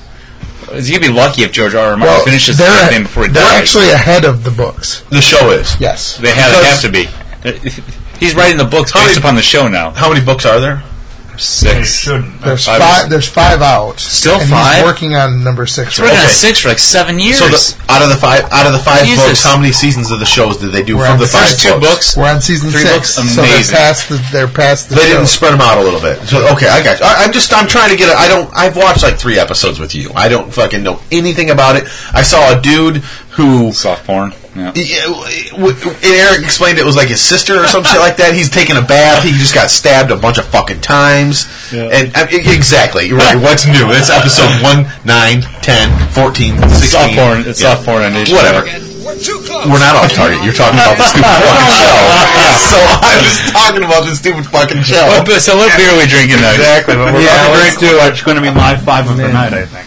Speaker 2: you'd be lucky if George R. R. Martin
Speaker 1: Well,
Speaker 2: finishes the
Speaker 1: Oh, they're,
Speaker 2: thing before he
Speaker 1: they're
Speaker 2: dies.
Speaker 1: actually ahead of the books.
Speaker 5: The show is.
Speaker 1: Yes.
Speaker 2: they have,
Speaker 5: because-
Speaker 2: have to be. He's writing the books
Speaker 5: How
Speaker 2: based
Speaker 5: many-
Speaker 2: upon the show now.
Speaker 5: How many books are there?
Speaker 4: They
Speaker 2: Six.
Speaker 4: shouldn't.
Speaker 1: There's
Speaker 2: I
Speaker 1: five.
Speaker 2: was-
Speaker 1: there's five out.
Speaker 2: Still
Speaker 1: and he's
Speaker 2: five?
Speaker 1: working on number six.
Speaker 2: He's working
Speaker 1: now.
Speaker 2: on
Speaker 5: Okay.
Speaker 2: six for like seven years.
Speaker 5: So the, out of the five out of the five
Speaker 2: What is
Speaker 5: books,
Speaker 2: this?
Speaker 5: how many seasons of the shows did they do
Speaker 1: We're on
Speaker 5: from the
Speaker 1: the
Speaker 5: five
Speaker 1: first
Speaker 2: two books.
Speaker 1: We're on season
Speaker 2: Three
Speaker 1: six.
Speaker 2: books?
Speaker 1: So they're
Speaker 2: Amazing.
Speaker 1: past the. They're past the.
Speaker 5: They
Speaker 1: show.
Speaker 5: didn't spread them out a little bit. So okay, I got you. I, I'm just I'm trying to get. A, I don't. I've watched like three episodes with you. I don't fucking know anything about it. I saw a dude who.
Speaker 2: soft porn. Yeah.
Speaker 5: Yeah, w- w- Eric explained it was like his sister or some shit like that. He's taking a bath. He just got stabbed a bunch of fucking times. And I mean, exactly, you're right. What's new? It's episode 1, 9, 10, 14, 16.
Speaker 2: Soft porn. It's soft porn on this
Speaker 5: Whatever.
Speaker 17: We're too close.
Speaker 5: We're not on target. You're talking about the stupid fucking show. so I was talking about the stupid fucking show.
Speaker 2: Well, but- so what beer are we drinking tonight?
Speaker 5: Exactly.
Speaker 4: But we're
Speaker 5: yeah,
Speaker 4: yeah,
Speaker 5: let's-
Speaker 4: great too. It's going to be my five of the night, I think.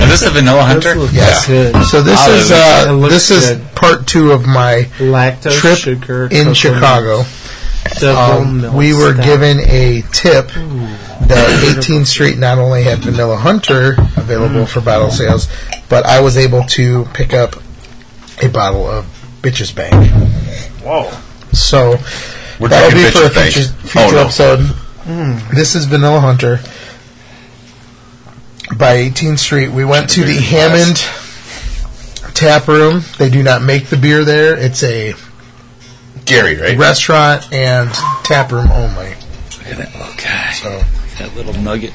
Speaker 2: Is this the Vanilla Hunter?
Speaker 1: Yes.
Speaker 3: Good.
Speaker 1: So this
Speaker 2: Olive.
Speaker 1: is uh,
Speaker 3: It looks
Speaker 1: this is
Speaker 3: good.
Speaker 1: part two of my
Speaker 3: Lactose,
Speaker 1: trip
Speaker 3: sugar,
Speaker 1: in
Speaker 3: coconut,
Speaker 1: Chicago.
Speaker 3: double
Speaker 1: Um,
Speaker 3: milk
Speaker 1: we were
Speaker 3: stout.
Speaker 1: given a tip that 18th Street not only had Vanilla Hunter available for bottle sales, but I was able to pick up a bottle of Bitches Bank.
Speaker 4: Whoa.
Speaker 1: So
Speaker 5: We're
Speaker 1: that'll
Speaker 5: drinking
Speaker 1: be for a
Speaker 5: Bitches Bank.
Speaker 1: future,
Speaker 5: Oh,
Speaker 1: future
Speaker 5: no.
Speaker 1: episode. This is Vanilla Hunter by 18th Street. We went to the Hammond tap room. They do not make the beer there. It's a
Speaker 5: Gary, right?
Speaker 1: restaurant and tap room only.
Speaker 2: Look at that little guy.
Speaker 1: So
Speaker 2: That little nugget.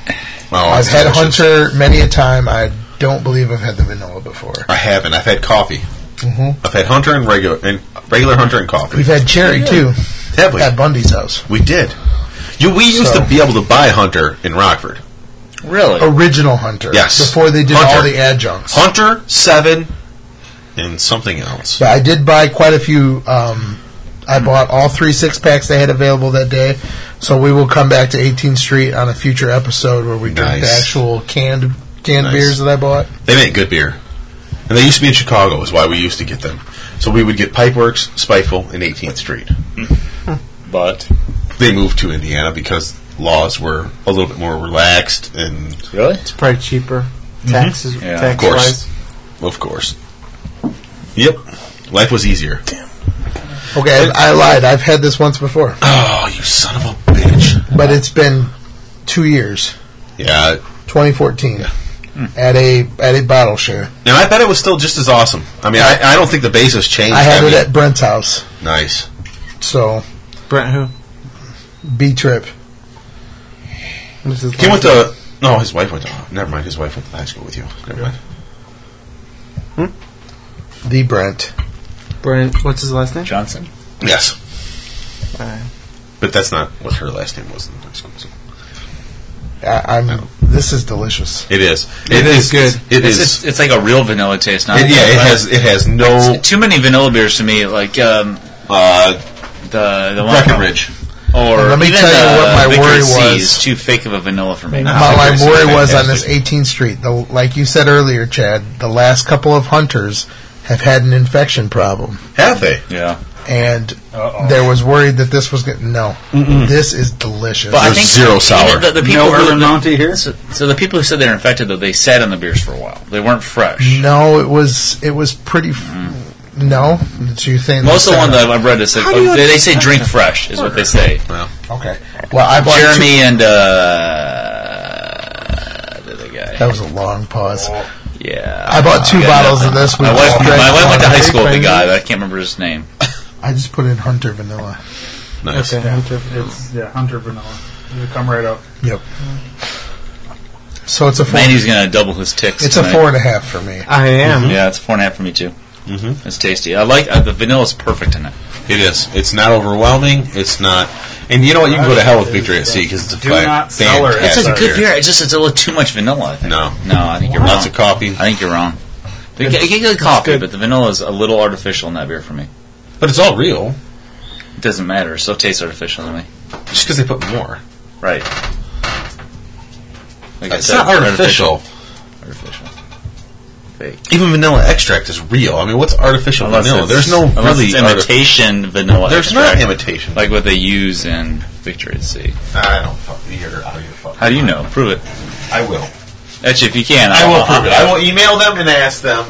Speaker 5: Oh,
Speaker 1: I've
Speaker 5: it's
Speaker 1: had
Speaker 5: delicious.
Speaker 1: Hunter many a time. I don't believe I've had the vanilla before.
Speaker 5: I haven't. I've had coffee.
Speaker 1: Mm-hmm.
Speaker 5: I've had Hunter and regular and regular Hunter and coffee.
Speaker 1: We've had cherry too
Speaker 5: Have we?
Speaker 1: at Bundy's house.
Speaker 5: We did. You, we used
Speaker 1: So-
Speaker 5: to be able to buy Hunter in Rockford.
Speaker 2: Really?
Speaker 1: Original Hunter.
Speaker 5: Yes.
Speaker 1: Before they did all
Speaker 5: Hunter.
Speaker 1: the adjuncts.
Speaker 5: Hunter Seven and something else.
Speaker 1: But I did buy quite a few. Um, I bought all three six packs they had available that day. So we will come back to 18th Street on a future episode where we drink the
Speaker 5: Nice.
Speaker 1: actual canned canned
Speaker 5: Nice.
Speaker 1: beers that I bought.
Speaker 5: They make good beer, and they used to be in Chicago. Is why we used to get them. So we would get Pipeworks, Spiteful, and 18th Street.
Speaker 2: But
Speaker 5: They moved to Indiana because laws were a little bit more relaxed, and
Speaker 2: really,
Speaker 3: It's probably cheaper. Taxes,
Speaker 5: Mm-hmm. Yeah.
Speaker 3: tax
Speaker 5: Of course. of course, yep, life was easier.
Speaker 1: Okay, I, I lied. I've had this once before,
Speaker 5: Oh, you son of a bitch!
Speaker 1: but it's been two years,
Speaker 5: Yeah,
Speaker 1: 2014,
Speaker 2: Hmm.
Speaker 1: at a at a bottle share.
Speaker 5: and I bet it was still just as awesome. I mean, I, I don't think the basis changed.
Speaker 1: I had
Speaker 5: I
Speaker 1: it
Speaker 5: mean-
Speaker 1: at Brent's house.
Speaker 5: nice.
Speaker 1: So
Speaker 3: Brent who?
Speaker 1: B trip.
Speaker 3: This is
Speaker 5: He went to. No, his wife went to. Never mind. His wife went to high school with you. Never mind.
Speaker 1: The Brent.
Speaker 3: Brent. What's his last name?
Speaker 2: Johnson.
Speaker 5: Yes,
Speaker 3: Alright.
Speaker 5: but that's not what her last name was. In high school, so.
Speaker 1: I, I'm.
Speaker 2: Oh.
Speaker 1: This is delicious.
Speaker 5: It is.
Speaker 3: It is good.
Speaker 5: It
Speaker 2: it's
Speaker 5: is.
Speaker 2: just- it's like a real vanilla taste. Not
Speaker 5: It- yeah, it has. It has no
Speaker 2: too many vanilla beers to me. Like um,
Speaker 5: uh,
Speaker 2: the the one
Speaker 5: Breckenridge.
Speaker 2: or
Speaker 1: Let me
Speaker 2: even
Speaker 1: tell you
Speaker 2: the
Speaker 1: what my
Speaker 2: Victory
Speaker 1: worry
Speaker 2: C
Speaker 1: was.
Speaker 2: is too fake of a vanilla for me.
Speaker 5: No.
Speaker 1: How my
Speaker 5: Hunter's
Speaker 1: worry was on this
Speaker 5: fantastic.
Speaker 1: 18th Street. The, like you said earlier, Chad, the last couple of hunters have had an infection problem,
Speaker 5: Have they?
Speaker 2: Yeah,
Speaker 1: and there was worried that this was going. No, this is delicious.
Speaker 2: but I
Speaker 5: There's
Speaker 2: think
Speaker 5: zero
Speaker 2: even
Speaker 5: sour.
Speaker 2: The, the people
Speaker 4: No
Speaker 2: who-
Speaker 4: Urban
Speaker 2: the-
Speaker 4: Monty here?
Speaker 2: So, so the people who said they were infected though they sat on the beers for a while. They weren't fresh.
Speaker 1: no, it was it was pretty. F- No, it's you think
Speaker 2: Mm. Most of the one that I've read is said
Speaker 1: do you
Speaker 2: oh, they, they say drink fresh is what they say.
Speaker 5: Well,
Speaker 1: Okay, well I bought two-
Speaker 2: Jeremy and uh, the other guy.
Speaker 1: that was a long pause.
Speaker 2: Yeah,
Speaker 1: I bought two
Speaker 2: Yeah,
Speaker 1: bottles
Speaker 2: no,
Speaker 1: of this. We
Speaker 2: My wife,
Speaker 1: all
Speaker 2: my
Speaker 1: drank
Speaker 2: wife went to
Speaker 1: one.
Speaker 2: high school with the guy, but I can't remember his name.
Speaker 1: I just put in Hunter Vanilla.
Speaker 5: nice.
Speaker 3: Okay, Hunter.
Speaker 4: It's yeah, Hunter Vanilla. You come right up.
Speaker 1: Yep. So it's a four.
Speaker 2: Mandy's gonna double his ticks.
Speaker 1: It's a
Speaker 2: tonight.
Speaker 1: four and a half for me.
Speaker 3: I am.
Speaker 2: Yeah, it's a four and a half for me too. Mm-hmm. It's tasty. I like uh, the vanilla's perfect in it.
Speaker 5: It is. It's not overwhelming. It's not. And you know what? You can go to hell with Victory at Sea because it's a
Speaker 4: Do
Speaker 5: fa-
Speaker 4: not sell her at
Speaker 2: It's
Speaker 5: fantastic
Speaker 2: a good beer. It's just it's a little too much vanilla. I think.
Speaker 5: No.
Speaker 2: no, I think you're wrong.
Speaker 5: Lots of coffee,
Speaker 2: I think you're wrong. You get, you get good coffee, but the vanilla is a little artificial in that beer for me.
Speaker 5: but it's all real.
Speaker 2: It doesn't matter. It still tastes artificial to me.
Speaker 5: Just because they put more.
Speaker 2: Right. Like I
Speaker 5: It's
Speaker 2: said,
Speaker 5: not artificial.
Speaker 2: Artificial. Fake.
Speaker 5: Even vanilla extract is real. I mean, what's artificial
Speaker 2: Unless
Speaker 5: vanilla?
Speaker 2: it's-
Speaker 5: There's no
Speaker 2: unless
Speaker 5: really
Speaker 2: it's
Speaker 5: arti-
Speaker 2: imitation vanilla.
Speaker 5: There's
Speaker 2: extract,
Speaker 5: not imitation.
Speaker 2: like what they use in Victory at Sea.
Speaker 5: I don't. Fuck, you're out of your fucking.
Speaker 2: How do you know? Prove it.
Speaker 5: I will.
Speaker 2: Actually, if you can,
Speaker 5: I will prove it. I will email them and ask them,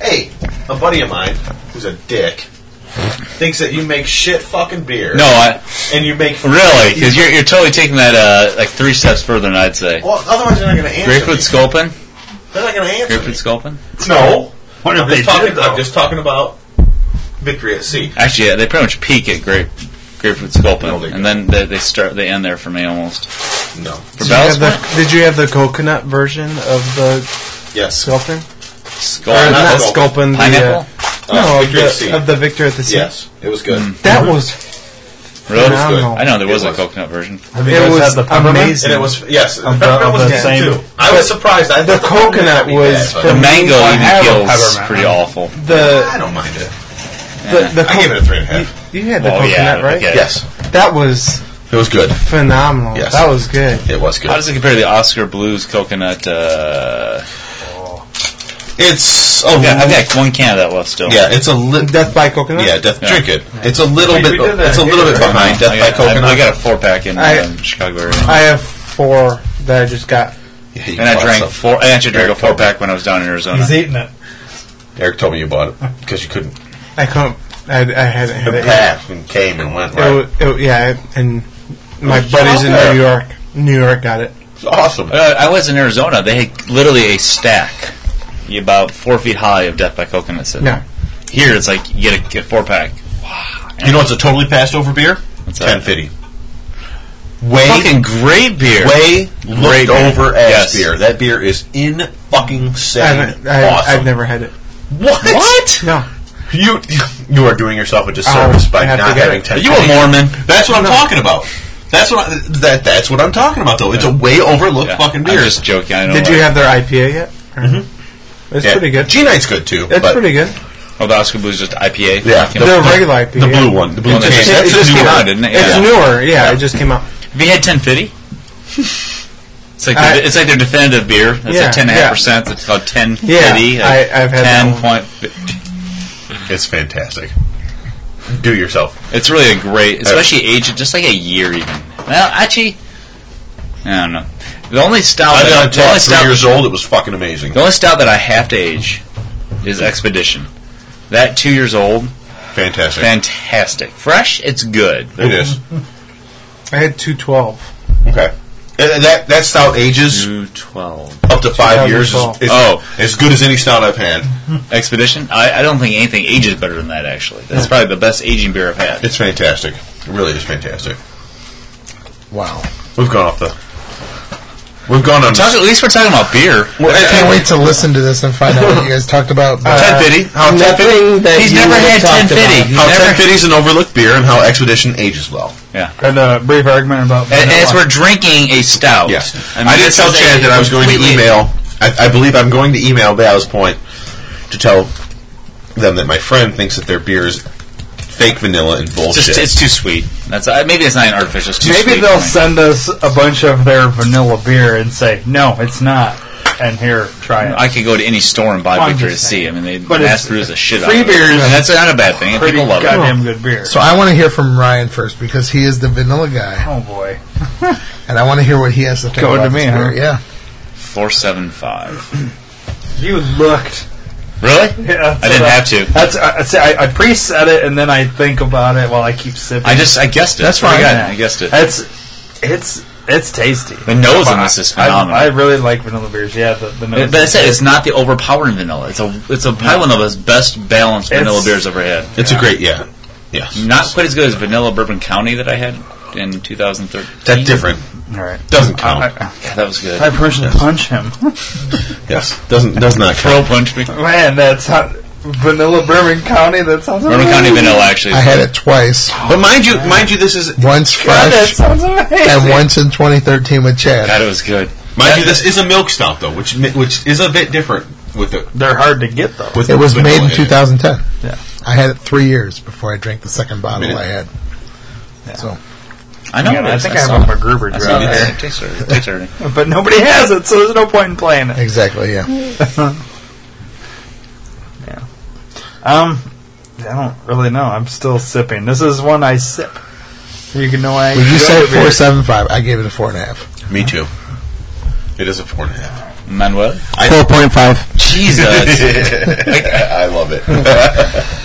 Speaker 5: hey, a buddy of mine who's a dick thinks that you make shit fucking beer.
Speaker 2: No, I
Speaker 5: And you make.
Speaker 2: really because you're, you're totally taking that uh, like three steps further than I'd say.
Speaker 5: Well, otherwise they're not going to answer.
Speaker 2: Grapefruit
Speaker 5: me.
Speaker 2: Sculpin.
Speaker 5: They're not going to answer.
Speaker 2: Grapefruit Sculpin.
Speaker 5: me. No.
Speaker 4: What
Speaker 5: I'm just, talking, I'm just talking about victory at sea.
Speaker 2: Actually, yeah, they pretty much peak at grape grapefruit sculpin,
Speaker 5: No, they don't.
Speaker 2: and then they, they start they end there for me almost.
Speaker 5: No.
Speaker 2: For
Speaker 3: Did you, have
Speaker 2: Battlesport,
Speaker 3: the, did you have the coconut version of the
Speaker 5: Yes. Uh,
Speaker 3: sculpin?
Speaker 2: sculpin,
Speaker 3: or
Speaker 5: not
Speaker 3: not
Speaker 5: sculpin.
Speaker 3: sculpin,
Speaker 2: pineapple.
Speaker 3: The, uh, no,
Speaker 5: Uh,
Speaker 3: of
Speaker 5: Victory at
Speaker 3: the,
Speaker 5: Sea.
Speaker 3: of the Victor at the Sea.
Speaker 5: Yes. It was good.
Speaker 3: That was
Speaker 2: Really?
Speaker 3: phenomenal.
Speaker 2: I know there was,
Speaker 5: It
Speaker 2: a
Speaker 5: was.
Speaker 2: coconut version.
Speaker 4: Have you
Speaker 3: It
Speaker 4: guys
Speaker 3: was
Speaker 4: had the peppermint?
Speaker 3: amazing.
Speaker 5: And it was yes. The
Speaker 4: Of the-
Speaker 5: peppermint
Speaker 4: of
Speaker 5: was
Speaker 4: the
Speaker 5: good
Speaker 4: same-
Speaker 5: too. I was surprised. I
Speaker 3: the
Speaker 5: thought peppermint
Speaker 3: coconut
Speaker 5: would be
Speaker 3: was
Speaker 5: bad,
Speaker 2: The
Speaker 3: from-
Speaker 5: but
Speaker 2: mango
Speaker 3: I
Speaker 2: even
Speaker 3: have a
Speaker 2: feels
Speaker 4: peppermint.
Speaker 2: pretty awful.
Speaker 5: I
Speaker 3: the
Speaker 5: don't mind it.
Speaker 3: the, the
Speaker 5: I gave it a three and a
Speaker 3: you,
Speaker 5: half.
Speaker 3: you had the
Speaker 2: Oh,
Speaker 3: coconut,
Speaker 2: yeah,
Speaker 3: right?
Speaker 2: okay.
Speaker 5: Yes,
Speaker 3: That was
Speaker 5: it was good.
Speaker 3: phenomenal.
Speaker 5: Yes.
Speaker 3: That was good.
Speaker 5: It was good.
Speaker 2: How does it compare to the Oscar Blues coconut? Uh,
Speaker 5: It's oh
Speaker 2: yeah, I've got one can of that left still.
Speaker 5: yeah, it's a little
Speaker 3: Death by coconut.
Speaker 5: yeah, death
Speaker 2: Yeah.
Speaker 5: drink it. It's a little
Speaker 4: Wait, we
Speaker 5: bit
Speaker 4: did that
Speaker 5: it's a
Speaker 4: here,
Speaker 5: little bit
Speaker 4: right?
Speaker 5: behind death
Speaker 2: I
Speaker 5: by
Speaker 2: got,
Speaker 5: coconut.
Speaker 2: I, I got a four pack in
Speaker 3: I-
Speaker 2: um, Chicago area,
Speaker 3: I have four that I just got.
Speaker 5: Yeah, you
Speaker 2: and I
Speaker 5: bought
Speaker 2: drank
Speaker 5: some.
Speaker 2: four. I actually drank a four pack when I was down in Arizona.
Speaker 4: He's eating it.
Speaker 5: Eric told me you bought it because you couldn't.
Speaker 3: I couldn't. I, I hadn't
Speaker 5: The
Speaker 3: had it. Yet.
Speaker 5: path and came and went
Speaker 3: It
Speaker 5: right.
Speaker 3: wa- it wa- yeah, and my
Speaker 5: was
Speaker 3: buddies in
Speaker 5: there.
Speaker 3: New York, New York got it.
Speaker 5: It's awesome.
Speaker 2: Uh, I was in Arizona. They had literally a stack, about four feet high, of Death by Coconut sitting.
Speaker 3: Yeah.
Speaker 2: Here, it's like you get a, get a four pack.
Speaker 5: You know, it's a totally passed over beer.
Speaker 2: What's that?
Speaker 5: Ten fifty. Way
Speaker 2: Fucking great beer.
Speaker 5: way looked
Speaker 2: beer.
Speaker 5: over as
Speaker 2: Yes.
Speaker 5: beer. That beer is in fucking
Speaker 3: I,
Speaker 5: set.
Speaker 3: haven't- I,
Speaker 5: awesome.
Speaker 3: I've never had it.
Speaker 5: what? What?
Speaker 3: No,
Speaker 5: You you are doing yourself a disservice
Speaker 3: I'll
Speaker 5: by
Speaker 3: Um, have to
Speaker 5: not
Speaker 3: get
Speaker 5: having
Speaker 3: it.
Speaker 5: ten.
Speaker 2: Are you a Mormon?
Speaker 5: That's what I'm talking about. That's what I, that that's what I'm talking about though. It's a way overlooked
Speaker 2: Yeah.
Speaker 5: fucking
Speaker 2: I'm
Speaker 5: beer.
Speaker 2: just joking. I know
Speaker 3: Did
Speaker 2: why.
Speaker 3: you have their IPA yet? It's
Speaker 2: Yeah.
Speaker 3: pretty good.
Speaker 5: G Night's good too.
Speaker 3: It's
Speaker 5: but
Speaker 3: pretty good.
Speaker 2: Oh, the Oscar Blue's just IPA.
Speaker 5: Yeah.
Speaker 2: You know?
Speaker 3: They're regular IPA.
Speaker 5: the blue one, the blue
Speaker 2: Well,
Speaker 5: one.
Speaker 2: that's just- that's
Speaker 5: That's the
Speaker 2: just
Speaker 5: new
Speaker 2: came
Speaker 5: one.
Speaker 2: out, didn't it?
Speaker 3: It's
Speaker 2: Yeah.
Speaker 3: newer. Yeah, it just came out.
Speaker 2: Have you had 1050? It's like,
Speaker 3: I-
Speaker 2: their, it's like their definitive beer. It's
Speaker 3: Yeah,
Speaker 2: like 10.5%.
Speaker 3: yeah.
Speaker 2: It's called 1050.
Speaker 3: Yeah,
Speaker 2: like
Speaker 3: I- I've had that
Speaker 2: 10
Speaker 3: one.
Speaker 2: point fi-
Speaker 5: It's fantastic. Do it yourself.
Speaker 2: It's really a great, especially aged just like a year even. Well, actually, I don't know. The only stout
Speaker 5: I've
Speaker 2: that,
Speaker 5: got
Speaker 2: the only
Speaker 5: tap
Speaker 2: stout,
Speaker 5: three years old. It was fucking amazing.
Speaker 2: the only stout that I have to age is Expedition. That two years old,
Speaker 5: Fantastic.
Speaker 2: fantastic, fresh. It's good.
Speaker 5: it is.
Speaker 3: I had two twelve.
Speaker 5: Okay. Uh, That that stout ages
Speaker 2: Two twelve.
Speaker 5: up to five years. Is,
Speaker 3: Oh.
Speaker 5: is
Speaker 2: Oh.
Speaker 5: as good as any stout I've had.
Speaker 2: Expedition. I, I don't think anything ages better than that. Actually, that's probably the best aging beer I've had.
Speaker 5: It's fantastic. It really is fantastic.
Speaker 1: Wow.
Speaker 5: We've gone off the. We've gone on.
Speaker 2: Talk- at least we're talking about beer.
Speaker 1: I can't wait to listen to this and find out what you guys talked about. but-
Speaker 4: Uh,
Speaker 5: Ted Biddy. How Ted Biddy.
Speaker 1: Uh, Nothing that
Speaker 2: He's
Speaker 1: you
Speaker 2: never
Speaker 1: would've
Speaker 2: had
Speaker 1: talked
Speaker 2: 1050.
Speaker 1: about.
Speaker 2: He's
Speaker 5: How
Speaker 2: never-
Speaker 5: Ted Biddy's an overlooked beer and how Expedition ages well.
Speaker 2: Yeah.
Speaker 4: Had a uh, brief argument about.
Speaker 2: A- As we're drinking a stout.
Speaker 5: Yes. I,
Speaker 2: Oh, mean,
Speaker 5: did
Speaker 2: this
Speaker 5: tell
Speaker 2: is
Speaker 5: Chad
Speaker 2: a
Speaker 5: that I was going to
Speaker 2: completely-
Speaker 5: email. I, I believe I'm going to email Bow's Point to tell them that my friend thinks that their beer is fake vanilla and
Speaker 2: It's,
Speaker 5: bullshit.
Speaker 2: just, it's too sweet. That's uh, maybe it's not an artificial. It's too
Speaker 4: Maybe
Speaker 2: sweet.
Speaker 4: they'll send us a bunch of their vanilla beer and say, "No, it's not." And here, try it.
Speaker 2: I could go to any store and buy
Speaker 4: Well, I'm
Speaker 2: Victory to
Speaker 4: just
Speaker 2: see. I mean, they
Speaker 4: But
Speaker 2: mass
Speaker 4: it's-
Speaker 2: produce the shit out
Speaker 4: free
Speaker 2: of it.
Speaker 4: beer is
Speaker 2: And that's not a bad thing. and
Speaker 4: Pretty
Speaker 2: People love it.
Speaker 4: goddamn good beer.
Speaker 1: So I want to hear from Ryan first because he is the vanilla guy,
Speaker 4: oh boy,
Speaker 1: and I want to hear what he has to think
Speaker 4: Going
Speaker 1: about
Speaker 4: to me,
Speaker 1: this beer.
Speaker 4: huh?
Speaker 1: Yeah.
Speaker 2: Four seven five.
Speaker 4: you looked.
Speaker 2: Really?
Speaker 4: Yeah,
Speaker 2: I didn't have to.
Speaker 4: That's I, I say- I, I preset it and then I think about it while I keep sipping.
Speaker 2: I just I guessed it.
Speaker 4: That's
Speaker 2: I
Speaker 4: fine.
Speaker 2: got it. I guessed it.
Speaker 4: It's it's it's tasty.
Speaker 2: The nose on this is
Speaker 4: I-
Speaker 2: phenomenal.
Speaker 4: I, really like vanilla beers. Yeah, the, the nose.
Speaker 2: but I said it's not the overpowering vanilla. It's a it's a probably one of the best balanced vanilla
Speaker 4: It's-
Speaker 2: beers I've ever had.
Speaker 5: It's a great, yeah. Yeah.
Speaker 2: Not quite as good as Vanilla Bourbon County that I had in 2013.
Speaker 5: That's different.
Speaker 4: all right.
Speaker 5: Doesn't count.
Speaker 4: I,
Speaker 2: Yeah, that was
Speaker 4: I, I
Speaker 2: good.
Speaker 4: personally punch him.
Speaker 5: yes. Doesn't, does not
Speaker 2: Pro
Speaker 5: count.
Speaker 2: punch me.
Speaker 4: Man, that's hot. vanilla Bourbon County. That sounds
Speaker 2: Bourbon County
Speaker 4: amazing.
Speaker 2: Vanilla actually.
Speaker 1: I had it twice.
Speaker 5: But mind you, mind you, this is,
Speaker 1: Once
Speaker 4: God, that
Speaker 1: fresh
Speaker 4: sounds amazing.
Speaker 1: and once in 2013 with Chad.
Speaker 2: God, it was good.
Speaker 5: mind you, this is a milk stout though, which, mi- which is a bit different with the,
Speaker 4: They're hard to get though.
Speaker 5: with
Speaker 1: It was
Speaker 5: the
Speaker 1: made in
Speaker 5: vanilla it.
Speaker 1: 2010.
Speaker 4: Yeah.
Speaker 1: I had it three years before I drank the second bottle I had. So
Speaker 2: I know.
Speaker 4: I think I
Speaker 2: saw
Speaker 4: have
Speaker 2: it.
Speaker 4: a MacGruber
Speaker 2: I
Speaker 4: drill
Speaker 2: saw it.
Speaker 4: here,
Speaker 2: It tastes already- it tastes already.
Speaker 4: but nobody has it, so there's no point in playing it.
Speaker 1: exactly, yeah.
Speaker 4: Um, I don't really know. I'm still sipping. This is one I sip. You can know I.
Speaker 1: Well, you
Speaker 4: enjoy
Speaker 1: said
Speaker 4: the beer.
Speaker 1: four seven five. I gave it a four and a half.
Speaker 5: Me too. It is a four and a half.
Speaker 2: Manuel.
Speaker 5: Four
Speaker 1: point five.
Speaker 2: Jesus.
Speaker 5: I love it.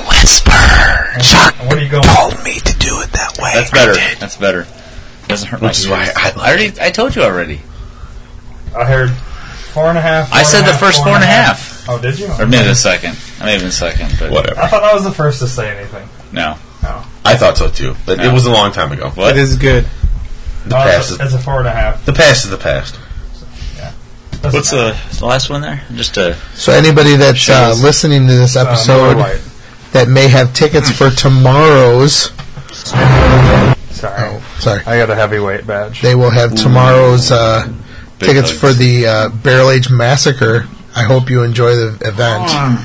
Speaker 4: What are you going?
Speaker 2: That's better. That's better. Doesn't hurt
Speaker 5: Which is
Speaker 2: my
Speaker 5: why
Speaker 2: feelings.
Speaker 5: I like
Speaker 2: already. I told you already.
Speaker 4: I heard four and a half.
Speaker 2: I
Speaker 4: four
Speaker 2: said
Speaker 4: and a
Speaker 2: the first four and a half,
Speaker 4: Oh, did you?
Speaker 2: or maybe the second. I may have been second, but
Speaker 5: Whatever.
Speaker 4: I thought I was the first to say anything.
Speaker 2: no.
Speaker 5: I thought so too, but it was a long time ago.
Speaker 2: What?
Speaker 3: It is good.
Speaker 5: The
Speaker 4: Oh,
Speaker 5: past
Speaker 4: it's,
Speaker 5: is
Speaker 4: a, it's a four and a half.
Speaker 5: the past is the past.
Speaker 4: That's
Speaker 2: What's the, the last one there? Just a
Speaker 1: So anybody that's uh,
Speaker 2: Shows.
Speaker 1: listening to this
Speaker 4: uh, Miller
Speaker 1: episode
Speaker 4: Lite.
Speaker 1: that may have tickets for tomorrow's,
Speaker 4: Sorry,
Speaker 1: oh, sorry,
Speaker 4: I got a heavyweight badge.
Speaker 1: they will have tomorrow's uh,
Speaker 2: Big
Speaker 1: tickets
Speaker 2: hugs.
Speaker 1: for the uh, Barrel Age Massacre. I hope you enjoy the event.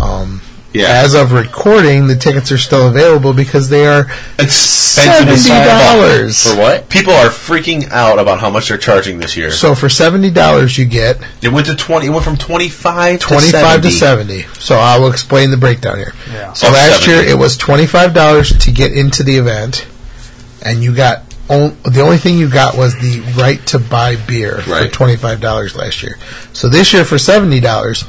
Speaker 1: Um,
Speaker 5: Yeah.
Speaker 1: As of recording, the tickets are still available because they are
Speaker 5: Expensive as
Speaker 1: seventy
Speaker 5: fuck.
Speaker 1: dollars.
Speaker 2: for what?
Speaker 5: People are freaking out about how much they're charging this year.
Speaker 1: So for seventy dollars, you get
Speaker 5: It went to twenty. It went from twenty five to
Speaker 1: twenty five to
Speaker 5: 70.
Speaker 1: seventy. So I will explain the breakdown here.
Speaker 4: Yeah.
Speaker 1: So
Speaker 5: Of
Speaker 1: last
Speaker 5: 70.
Speaker 1: year it was twenty five dollars to get into the event, and you got on, the only thing you got was the right to buy beer for
Speaker 5: Right.
Speaker 1: twenty five dollars last year. So this year for seventy dollars,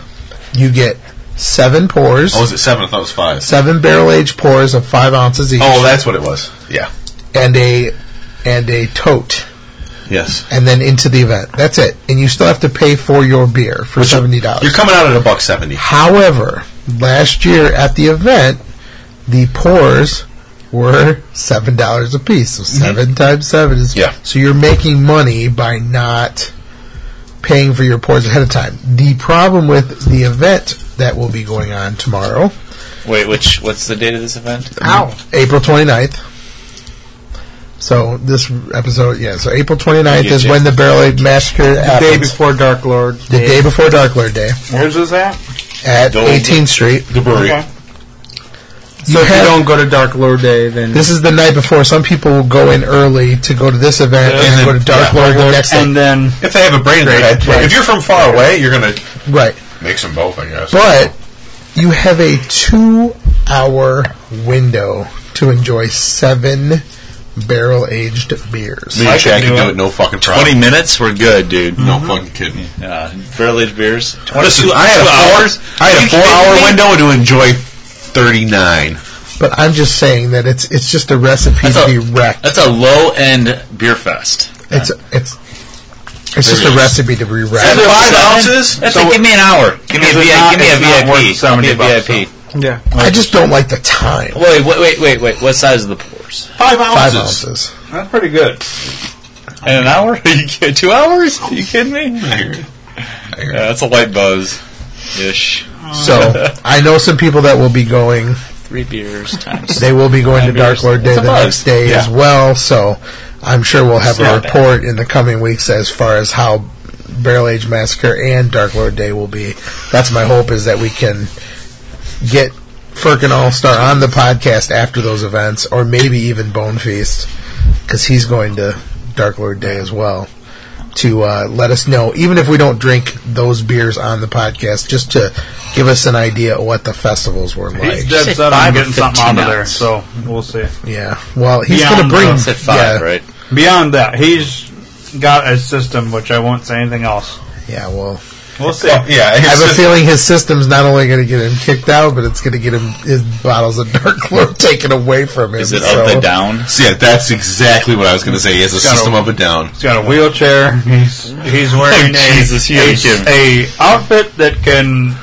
Speaker 1: you get seven pours,
Speaker 5: Oh, was it seven? I thought it was five.
Speaker 1: seven barrel aged pours of five ounces each,
Speaker 5: Oh, that's what it was. Yeah.
Speaker 1: and a and a tote.
Speaker 5: Yes.
Speaker 1: And then into the event. That's it. And you still have to pay for your beer for seventy dollars.
Speaker 5: You're coming out at a buck seventy.
Speaker 1: However, last year at the event, the pours were seven dollars a piece. So
Speaker 3: Mm-hmm.
Speaker 1: 7 times seven is
Speaker 5: Yeah.
Speaker 1: So you're making money by not paying for your pours ahead of time. The problem with the event that will be going on tomorrow,
Speaker 2: Wait, which? What's the date of this event?
Speaker 1: April 29th. So this episode, yeah. So April 29th is when the Barrel Ape Massacre
Speaker 3: The
Speaker 1: happens.
Speaker 3: day before Dark Lord.
Speaker 1: The day before Dark Lord Day
Speaker 4: Where's this at?
Speaker 1: at
Speaker 5: Don't-
Speaker 1: 18th Street.
Speaker 5: The brewery.
Speaker 4: Okay.
Speaker 1: You
Speaker 3: So if
Speaker 1: have-
Speaker 3: you don't go to Dark Lord Day, then
Speaker 1: This is the night before. Some people will go in early to go to this event and,
Speaker 5: then-
Speaker 1: go to Dark
Speaker 5: yeah,
Speaker 1: Lord the next
Speaker 4: And
Speaker 1: day.
Speaker 4: then
Speaker 5: If they have a brain in their head,
Speaker 1: right.
Speaker 5: if you're from far away, you're gonna
Speaker 1: Right.
Speaker 5: mix them both, I guess.
Speaker 1: But you have a two hour window to enjoy seven barrel aged beers.
Speaker 5: me and
Speaker 2: can
Speaker 5: Chad can
Speaker 2: do
Speaker 5: do
Speaker 2: it.
Speaker 5: it no fucking problem.
Speaker 2: Twenty minutes, we're good, dude.
Speaker 5: No fucking kidding.
Speaker 2: Mm-hmm. Uh, barrel aged beers.
Speaker 5: Listen,
Speaker 2: Twenty-two
Speaker 5: I had a four,
Speaker 2: hours.
Speaker 5: I had a four hour window to enjoy thirty nine.
Speaker 1: But I'm just saying that it's it's just a recipe
Speaker 2: That's
Speaker 1: to be
Speaker 2: a,
Speaker 1: wrecked.
Speaker 2: that's a low end beer fest.
Speaker 1: It's it's it's just a recipe to be
Speaker 2: That's
Speaker 1: wrecked.
Speaker 5: it five
Speaker 2: seven-
Speaker 5: ounces?
Speaker 2: That's
Speaker 5: So
Speaker 2: like, give me an hour. Give me a,
Speaker 4: Is it
Speaker 2: V-
Speaker 4: not-
Speaker 2: give me a
Speaker 4: it's not
Speaker 2: VIP.
Speaker 4: worth
Speaker 2: I'll be
Speaker 4: 70
Speaker 2: a
Speaker 4: bucks,
Speaker 2: VIP.
Speaker 3: yeah.
Speaker 1: I just don't like the time.
Speaker 2: Wait, wait, wait, wait, wait. What size are the pours?
Speaker 5: Five
Speaker 1: Five
Speaker 5: ounces.
Speaker 1: ounces.
Speaker 4: that's pretty good.
Speaker 2: In an hour? You kid- Two hours? Are you kidding me? Yeah, that's a light buzz. Ish.
Speaker 1: So I know some people that will be going.
Speaker 2: Three beers times.
Speaker 1: They will be going to
Speaker 2: Five years.
Speaker 1: Dark Lord Day
Speaker 2: It's a
Speaker 1: the
Speaker 2: buzz.
Speaker 1: next day
Speaker 2: Yeah.
Speaker 1: as well. So I'm sure we'll have a
Speaker 2: Not bad.
Speaker 1: report in the coming weeks as far as how Barrel Age Massacre and Dark Lord Day will be. That's my hope is that we can get Firkin All Star on the podcast after those events, or maybe even Bone Feast, because he's going to Dark Lord Day as well. To uh, let us know, even if we don't drink those beers on the podcast, just to give us an idea of what the festivals were like.
Speaker 4: He's
Speaker 2: say
Speaker 4: dead set on
Speaker 2: five or
Speaker 4: getting something
Speaker 2: 15
Speaker 4: out of there,
Speaker 2: ounce.
Speaker 4: so we'll see.
Speaker 1: Yeah. Well, he's
Speaker 4: Beyond
Speaker 1: going to bring
Speaker 4: those
Speaker 2: It's at five,
Speaker 1: yeah,
Speaker 2: right?
Speaker 4: Beyond that, he's got a system which I won't say anything else.
Speaker 1: Yeah. Well,
Speaker 4: We'll see.
Speaker 5: Well, yeah,
Speaker 1: I
Speaker 5: it's
Speaker 1: have a
Speaker 5: just-
Speaker 1: feeling his system's not only going to get him kicked out, but it's going to get him his bottles of Dark Lord taken away from him.
Speaker 2: Is it
Speaker 1: so-
Speaker 2: up and down?
Speaker 5: So, yeah, that's exactly what I was going to say. He has a
Speaker 4: Gotta-
Speaker 5: system up and down.
Speaker 4: He's got a wheelchair. He's he's wearing a,
Speaker 2: Jesus, you
Speaker 4: a,
Speaker 2: ain't kidding.
Speaker 4: a outfit that can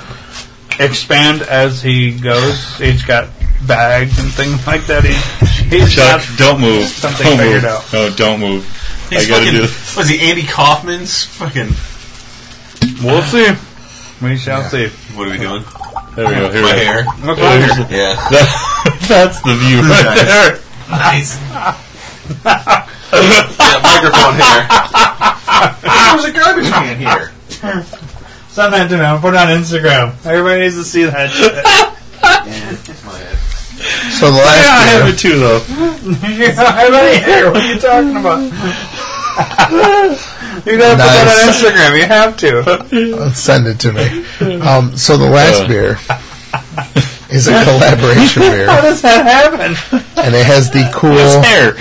Speaker 4: expand as he goes. He's got bags and things like that. He's he's
Speaker 2: Chuck,
Speaker 4: got
Speaker 2: don't move.
Speaker 4: something
Speaker 2: Don't
Speaker 4: figured
Speaker 2: move.
Speaker 4: out.
Speaker 2: No, don't move. I gotta
Speaker 12: fucking,
Speaker 2: do
Speaker 12: Was he Andy Kaufman's fucking?
Speaker 4: We'll see. We shall see.
Speaker 12: What are we doing?
Speaker 2: There we go. Here
Speaker 12: My
Speaker 2: we go.
Speaker 12: hair.
Speaker 4: Okay.
Speaker 12: Yeah.
Speaker 2: That's the view right
Speaker 12: Nice.
Speaker 2: there.
Speaker 12: Nice. yeah, microphone hair. There's a garbage can here.
Speaker 4: Send that to me. I'll put it on Instagram. Everybody needs to see that. shit.
Speaker 1: So the last
Speaker 2: I
Speaker 1: beer-
Speaker 2: have it too, though.
Speaker 4: Everybody here, what are you talking about? you gotta
Speaker 1: Nice.
Speaker 4: put that on Instagram. You have to.
Speaker 1: Let's send it to me. Um, so the
Speaker 2: Uh.
Speaker 1: last beer is a collaboration
Speaker 4: How
Speaker 1: beer,
Speaker 4: does that happen?
Speaker 1: and it has the cool,
Speaker 2: Hair.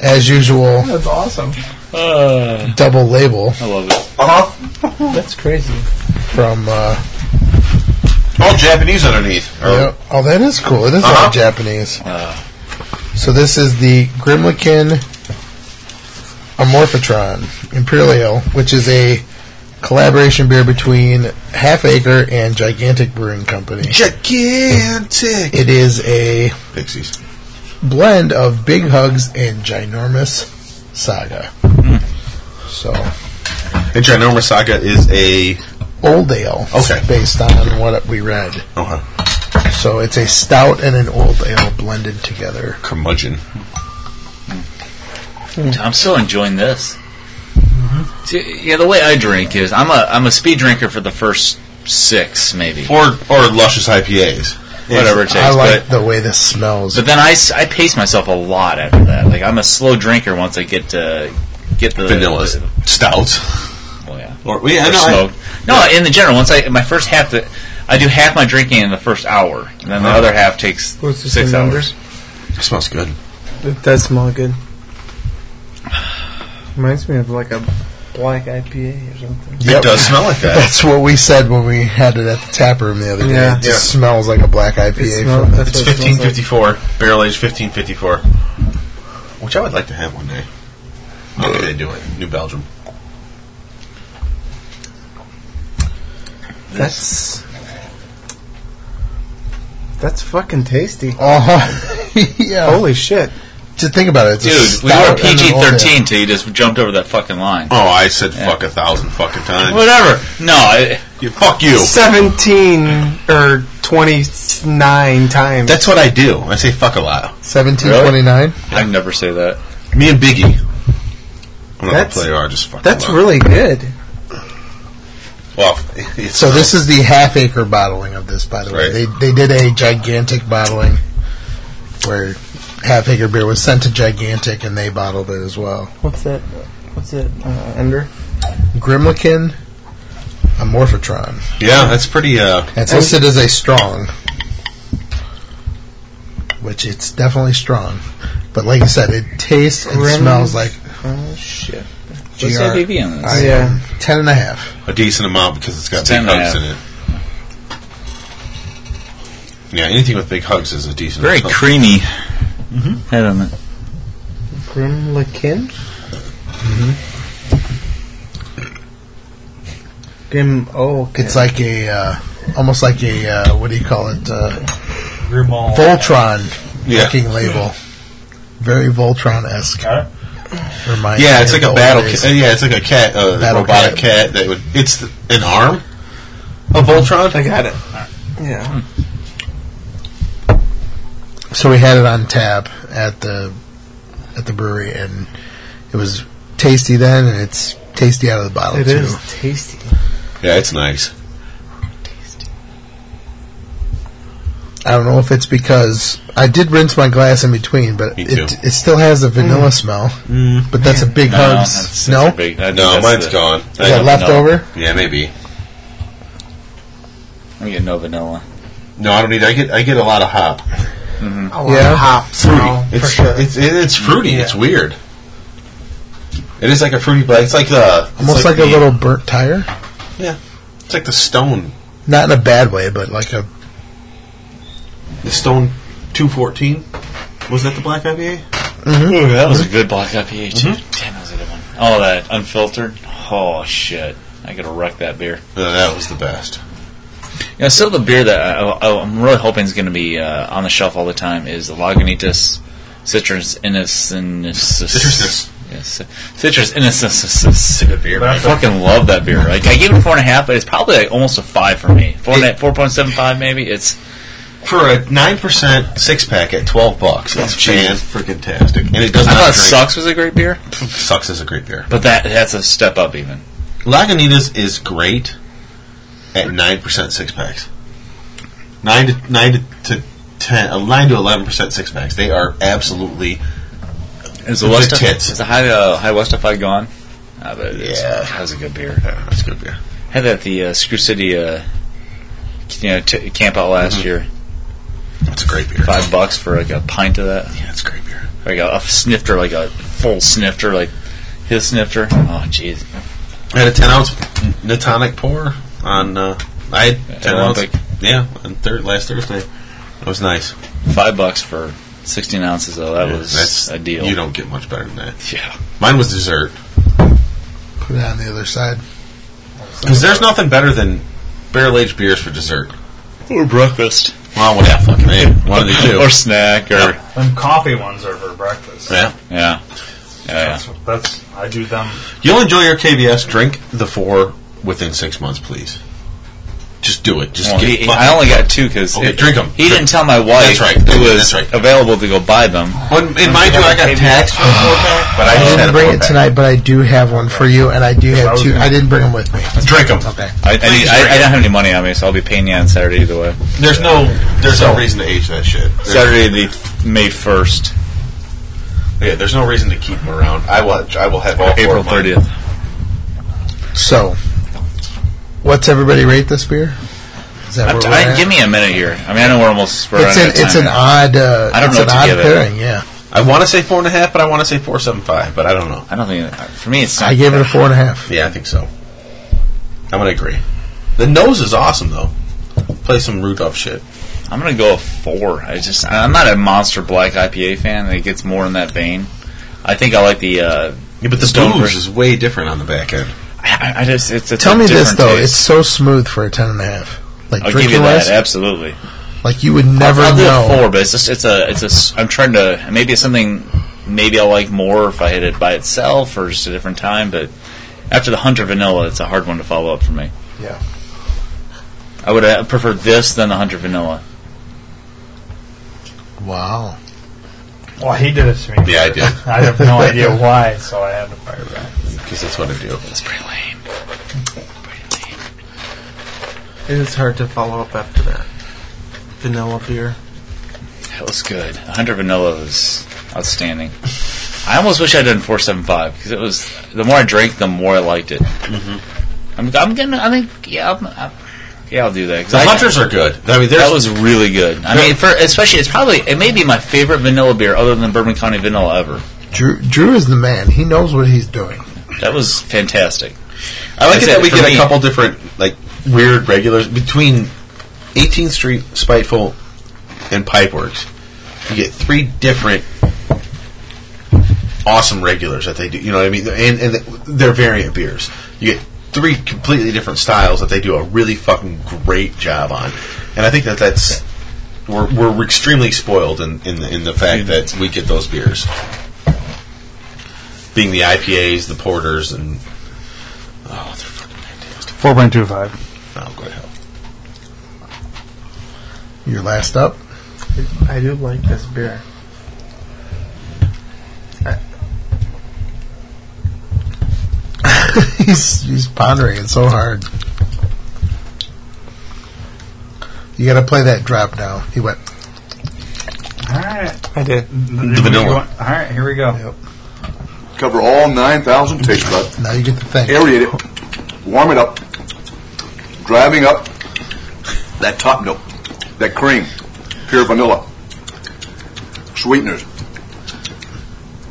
Speaker 1: as usual,
Speaker 4: That's awesome.
Speaker 2: Uh,
Speaker 1: double label
Speaker 2: I love it.
Speaker 5: Uh-huh.
Speaker 3: That's crazy.
Speaker 1: from. Uh,
Speaker 5: All Japanese underneath.
Speaker 1: yeah, oh, that is cool. It is all
Speaker 5: Uh-huh.
Speaker 1: Japanese. So this is the Grimlican Amorphotron Imperial Ale, which is a collaboration beer between Half Acre and Gigantic Brewing Company.
Speaker 5: Gigantic.
Speaker 1: It is a
Speaker 5: Pixies.
Speaker 1: blend of Big Hugs and Ginormous Saga. So,
Speaker 5: And Ginormous Saga is a.
Speaker 1: Old Ale,
Speaker 5: Okay.
Speaker 1: based on what we read.
Speaker 5: Okay.
Speaker 1: So it's a stout and an old ale blended together.
Speaker 5: Curmudgeon.
Speaker 2: I'm still enjoying this. See, yeah, the way I drink is I'm a I'm a speed drinker for the first six maybe
Speaker 5: Or, or luscious IPAs.
Speaker 2: whatever it takes.
Speaker 1: I like
Speaker 2: but,
Speaker 1: the way this smells.
Speaker 2: but then I, s- I pace myself a lot after that. Like I'm a slow drinker once I get to get the
Speaker 5: Vanilla
Speaker 2: the-
Speaker 5: stouts.
Speaker 2: well, yeah.
Speaker 5: Or, yeah,
Speaker 2: or
Speaker 5: no, I-
Speaker 2: smoked. no, in the general, once I my first half the I do half my drinking in the first hour, and then the other half takes
Speaker 3: What's this
Speaker 2: six
Speaker 3: in under?
Speaker 2: hours.
Speaker 5: it smells good.
Speaker 3: It does smell good. Reminds me of like a black IPA or something.
Speaker 1: Yep.
Speaker 5: It does smell like that.
Speaker 1: That's what we said when we had it at the tap room the other day.
Speaker 3: Yeah.
Speaker 1: It just smells like a black
Speaker 3: It
Speaker 1: IPA.
Speaker 3: smell-
Speaker 1: from-
Speaker 3: that's
Speaker 5: It's
Speaker 3: what it smells like.
Speaker 5: 1554. Barrel aged 1554. Which I would like to have one day. How do they do it? New Belgium.
Speaker 3: That's that's fucking tasty.
Speaker 1: Uh-huh. yeah.
Speaker 3: Holy shit!
Speaker 1: To think about it, it's a
Speaker 2: Dude, we were
Speaker 1: stout and an
Speaker 2: PG
Speaker 1: old ale.
Speaker 2: thirteen till you just jumped over that fucking line.
Speaker 5: Oh, I said fuck a thousand fucking times.
Speaker 2: Whatever. No, I,
Speaker 5: You, fuck you.
Speaker 3: Seventeen or twenty nine times.
Speaker 5: That's what I do. I say fuck a lot.
Speaker 1: 1729.
Speaker 2: I never say that.
Speaker 5: Me and Biggie. I'm not gonna
Speaker 3: That's-
Speaker 5: play or I just fucking
Speaker 3: That's
Speaker 5: love it.
Speaker 3: really good.
Speaker 5: Well, it's
Speaker 1: So this is the half acre bottling of this, by the way.
Speaker 5: Right.
Speaker 1: They they did a gigantic bottling where half acre beer was sent to gigantic and they bottled it as well.
Speaker 3: What's that? What's it? Uh, Ender.
Speaker 1: Grimlican Amorphotron.
Speaker 5: yeah, that's pretty. Uh,
Speaker 1: It's listed as a strong, which it's definitely strong. But like I said, it tastes and
Speaker 3: Grim-
Speaker 1: smells like
Speaker 3: Oh shit.
Speaker 2: What's
Speaker 1: GR.
Speaker 2: ABV on this?
Speaker 1: I,
Speaker 3: Yeah.
Speaker 1: ten and a half.
Speaker 5: a decent amount because it's got
Speaker 2: It's
Speaker 5: big
Speaker 2: 10 and a
Speaker 5: hugs in it. Yeah, anything with big hugs is a decent.
Speaker 2: Very
Speaker 5: amount.
Speaker 2: creamy head on it.
Speaker 3: Grimlikin.
Speaker 2: Mm-hmm.
Speaker 3: Grim. Oh, okay.
Speaker 1: It's like a uh, almost like a uh, what do you call it? Uh,
Speaker 15: Grimald.
Speaker 1: Voltron
Speaker 5: Yeah.
Speaker 1: looking label. Very Voltron esque.
Speaker 15: Got it?
Speaker 1: Reminds
Speaker 5: Yeah, it's
Speaker 1: me of
Speaker 5: like a
Speaker 1: old
Speaker 5: battle.
Speaker 1: days.
Speaker 5: Ca- yeah, it's like a cat, a
Speaker 1: Battle
Speaker 5: robotic
Speaker 1: cat.
Speaker 5: cat. that would. It's th- an arm of Voltron.
Speaker 3: I got it. Yeah.
Speaker 5: uh,
Speaker 1: So we had it on tap at the at the brewery, and it was tasty then, and it's tasty out of the bottle
Speaker 3: It
Speaker 1: too.
Speaker 3: is tasty.
Speaker 5: Yeah, it's nice.
Speaker 1: I don't know if it's because I did rinse my glass in between, but
Speaker 5: Me
Speaker 1: it
Speaker 5: too.
Speaker 1: it still has a vanilla smell. But that's a big hug. s-
Speaker 2: that's- that's
Speaker 1: no,
Speaker 2: a big- I think
Speaker 5: No,
Speaker 2: that's
Speaker 5: mine's
Speaker 2: the-
Speaker 5: gone.
Speaker 1: is that
Speaker 5: I-
Speaker 1: left over?
Speaker 5: yeah, maybe.
Speaker 2: I'm getting no vanilla.
Speaker 5: No, I don't need. I get. I get a lot of hop.
Speaker 1: Yeah.
Speaker 3: hops.
Speaker 5: Fruity.
Speaker 3: now,
Speaker 5: it's,
Speaker 3: for sure.
Speaker 5: it's it- it's fruity. It's weird. It is like a fruity black. It's like the it's
Speaker 1: Almost like, a
Speaker 5: the-
Speaker 1: little burnt tire.
Speaker 5: Yeah, it's like the stone.
Speaker 1: Not in a bad way, but like a
Speaker 5: The stone two fourteen. Was that the black IPA?
Speaker 2: Ooh, that was a good black IPA too. Mm-hmm. Damn, that was a good one. Oh, that unfiltered. Oh shit, I could have wrecked that beer.
Speaker 5: No, that was the best.
Speaker 2: You know, still the beer that I, I, I'm really hoping is going to be uh, on the shelf all the time is the Lagunitas Citrus Innocence.
Speaker 5: Citrusness.
Speaker 2: Yes, Citrus Innocence is a good beer. I fucking love that beer. Like, I gave it a four and a half, but it's probably like almost a five for me. Four and a- four point seven five maybe. It's
Speaker 5: For a nine percent six pack at twelve bucks, it's fan freaking tastic, and it does
Speaker 2: I
Speaker 5: not
Speaker 2: thought
Speaker 5: drink.
Speaker 2: Sucks was a great beer,
Speaker 5: Sucks is a great beer.
Speaker 2: but that that's a step up even.
Speaker 5: Lagunitas is great at nine percent six packs. Nine to nine to, to ten, uh, nine to eleven percent six packs. They are absolutely
Speaker 2: Is the
Speaker 5: It's
Speaker 2: West
Speaker 5: just tits.
Speaker 2: Is the high uh, high West I've gone? Uh, but it's-
Speaker 5: Yeah.
Speaker 2: that was a good beer.
Speaker 5: that's good beer.
Speaker 2: Had that at the uh, Screw City, uh, you know, t- camp out last
Speaker 5: Mm-hmm.
Speaker 2: year.
Speaker 5: That's a great beer.
Speaker 2: Five bucks for like a pint of that,
Speaker 5: Yeah, it's great beer.
Speaker 2: like a, a snifter, like a full snifter, like his snifter. Oh jeez,
Speaker 5: I had a ten ounce Natonic pour on. Uh, I had ten ounce.
Speaker 2: Olympic.
Speaker 5: Yeah, on thir- last Thursday. That was nice.
Speaker 2: five bucks for sixteen ounces though. That
Speaker 5: Yeah,
Speaker 2: was a deal.
Speaker 5: You don't get much better than that.
Speaker 2: yeah.
Speaker 5: Mine was dessert.
Speaker 1: put it on the other side.
Speaker 5: Because there's nothing better than barrel aged beers for dessert.
Speaker 2: Or breakfast,
Speaker 5: Well, yeah, fucking hey, one of the two.
Speaker 2: or snack, or
Speaker 5: Yeah.
Speaker 15: Them coffee ones are for breakfast.
Speaker 5: yeah.
Speaker 2: yeah, yeah. yeah.
Speaker 15: That's, that's I do them.
Speaker 5: You'll enjoy your KBS. Drink the four within six months, please. Just do it. Just
Speaker 2: Well,
Speaker 5: get.
Speaker 2: he-
Speaker 5: fucking-
Speaker 2: I only got two because
Speaker 5: Okay, drink 'em.
Speaker 2: He
Speaker 5: Drink.
Speaker 2: didn't tell my wife
Speaker 5: That's right.
Speaker 2: it was
Speaker 5: That's right.
Speaker 2: available to go buy them.
Speaker 5: When, in mind you, I got taxed for the four pack, but I
Speaker 1: I
Speaker 5: just had
Speaker 1: didn't
Speaker 5: a
Speaker 1: bring
Speaker 5: four
Speaker 1: it
Speaker 5: pack.
Speaker 1: tonight, but I do have one for you, and I do have
Speaker 15: was
Speaker 1: two.
Speaker 15: gonna-
Speaker 1: I didn't bring them with me.
Speaker 5: Drink them.
Speaker 1: Okay.
Speaker 2: I, I, need, I, I don't have any money on me, so I'll be paying you on Saturday either way.
Speaker 5: There's no, there's no reason to age that shit. There's-
Speaker 2: Saturday the May first,
Speaker 5: yeah, there's no reason to keep them around. I will, I will have all four
Speaker 2: April
Speaker 5: of mine.
Speaker 2: thirtieth.
Speaker 1: So, what's everybody rate this beer? Is that
Speaker 2: I'm
Speaker 1: where
Speaker 2: t-
Speaker 1: we're
Speaker 2: I,
Speaker 1: at?
Speaker 2: give me a minute here. I mean, I know we're almost. We're
Speaker 1: it's
Speaker 2: running
Speaker 1: an
Speaker 2: out of
Speaker 1: it's
Speaker 2: time
Speaker 1: an
Speaker 2: now.
Speaker 1: odd. Uh,
Speaker 2: I don't
Speaker 1: it's
Speaker 2: know
Speaker 1: an
Speaker 2: what to
Speaker 1: odd
Speaker 2: give it.
Speaker 1: pairing. Yeah,
Speaker 5: I want to say four and a half, but I want to say four seven five, but I don't know.
Speaker 2: I don't think uh, for me it's. Not
Speaker 1: I gave it a four and a half.
Speaker 5: Yeah, I think so. I'm gonna agree. The nose is awesome though. Play some Rudolph shit.
Speaker 2: I'm gonna go a four. I just I'm not a monster black IPA fan. It gets more in that vein. I think I like the. Uh,
Speaker 5: Yeah, but the
Speaker 2: Stone
Speaker 5: booze
Speaker 2: versus-
Speaker 5: is way different on the back end.
Speaker 2: I, I just it's. it's
Speaker 1: Tell
Speaker 2: a
Speaker 1: me this
Speaker 2: different
Speaker 1: though,
Speaker 2: taste.
Speaker 1: it's so smooth for a ten and a half. Like
Speaker 2: I'll give you
Speaker 1: drinking
Speaker 2: that.
Speaker 1: wise,
Speaker 2: Absolutely.
Speaker 1: like you would never
Speaker 2: I'll do
Speaker 1: know.
Speaker 2: a four, but it's just it's a it's a. s- I'm trying to maybe it's something maybe I'll like more if I hit it by itself or just a different time. But after the Hunter Vanilla, it's a hard one to follow up for me.
Speaker 1: Yeah.
Speaker 2: I would uh, prefer this than the Hunter Vanilla.
Speaker 1: Wow.
Speaker 3: Well, he did it to me.
Speaker 5: Yeah, I did.
Speaker 3: I have no idea why, so I had to fire back.
Speaker 5: Because that's what I do.
Speaker 2: That's pretty lame.
Speaker 3: It is hard to follow up after that. Vanilla beer.
Speaker 2: That was good. 100 Vanilla was outstanding. I almost wish I'd done 475 because it was the more I drank, the more I liked it. I'm, I'm gonna. I think yeah. I'm, I'm, yeah, I'll do that. 'cause
Speaker 5: Mm-hmm. The
Speaker 2: I-
Speaker 5: hunters are good. I mean, there's-
Speaker 2: that was really good. I mean, for especially it's probably it may be my favorite vanilla beer other than Bourbon County Vanilla ever.
Speaker 1: Drew, Drew is the man. He knows what he's doing.
Speaker 2: That was fantastic.
Speaker 5: I like
Speaker 2: That's
Speaker 5: it that
Speaker 2: it
Speaker 5: we
Speaker 2: for
Speaker 5: get
Speaker 2: me.
Speaker 5: a couple different like weird regulars between 18th Street, Spiteful, and Pipeworks. You get three different awesome regulars that they do. You know what I mean? And and they're variant beers. You get three completely different styles that they do a really fucking great job on. And I think that that's we're, we're extremely spoiled in in the, in the fact that we get those beers. Being the IPAs, the porters, and oh, they're
Speaker 3: Four point two five.
Speaker 5: I'll Oh, go to hell.
Speaker 1: You're last up.
Speaker 3: I do like this beer.
Speaker 1: he's he's pondering it so hard. You got to play that drop now. He went.
Speaker 4: All right.
Speaker 3: I did.
Speaker 4: The
Speaker 1: vanilla.
Speaker 4: All right, here we go.
Speaker 16: Cover all 9,000 taste buds.
Speaker 1: Now you get the thing.
Speaker 16: Aerate it. Warm it up. Driving up that top note, that cream, pure vanilla, sweeteners.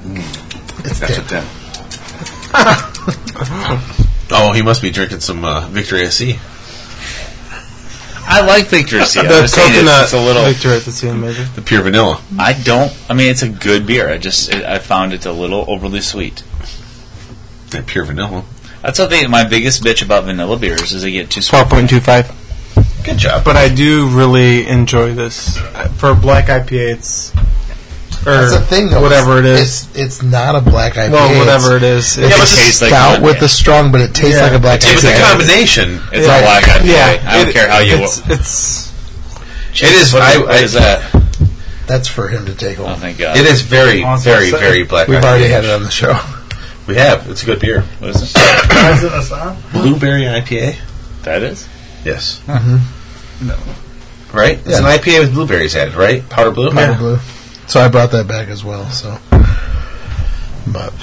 Speaker 16: Mm. That's a 10.
Speaker 5: Oh, he must be drinking some uh, Victory SC.
Speaker 2: I like Victor C. I'm
Speaker 3: the
Speaker 2: just saying
Speaker 3: coconut
Speaker 2: it's, it's a little.
Speaker 3: Victor at the same measure.
Speaker 5: The pure vanilla.
Speaker 2: I don't. I mean, it's a good beer. I just it, I found it a little overly sweet.
Speaker 5: That pure vanilla.
Speaker 2: That's the thing. My biggest bitch about vanilla beers is they get too sweet.
Speaker 3: Twelve point two five.
Speaker 5: Good job.
Speaker 3: But I do really enjoy this Uh, for a black IPA. It's or
Speaker 1: That's the thing, though.
Speaker 3: whatever it is.
Speaker 1: It's, it's not a black IPA.
Speaker 3: Well,
Speaker 1: It's
Speaker 3: whatever it is,
Speaker 1: It's
Speaker 3: it's-
Speaker 1: a stout with the strong, but it tastes
Speaker 3: Yeah.
Speaker 1: like a black
Speaker 5: It was a
Speaker 1: IPA.
Speaker 5: combination.
Speaker 2: It's
Speaker 1: Right.
Speaker 2: a black IPA.
Speaker 3: Yeah,
Speaker 2: I don't
Speaker 3: it-
Speaker 2: care how you.
Speaker 3: It's, it's
Speaker 5: It is.
Speaker 2: What
Speaker 5: I,
Speaker 2: is- what
Speaker 5: I-
Speaker 2: is that?
Speaker 1: That's for him to take
Speaker 2: Oh,
Speaker 1: home.
Speaker 2: thank God.
Speaker 5: It is very,
Speaker 4: Also
Speaker 5: very,
Speaker 4: said-
Speaker 5: very black.
Speaker 1: We've
Speaker 5: IPA.
Speaker 1: already had it on the show.
Speaker 5: We have. It's a good beer.
Speaker 2: What is it?
Speaker 4: Guys in the sun?
Speaker 5: Blueberry IPA.
Speaker 2: That is.
Speaker 5: Yes.
Speaker 1: Mm-hmm.
Speaker 5: Right. It's
Speaker 1: Yeah.
Speaker 5: an IPA with blueberries added. Right. Powder blue.
Speaker 1: Powder blue. So I brought that back as well. So, but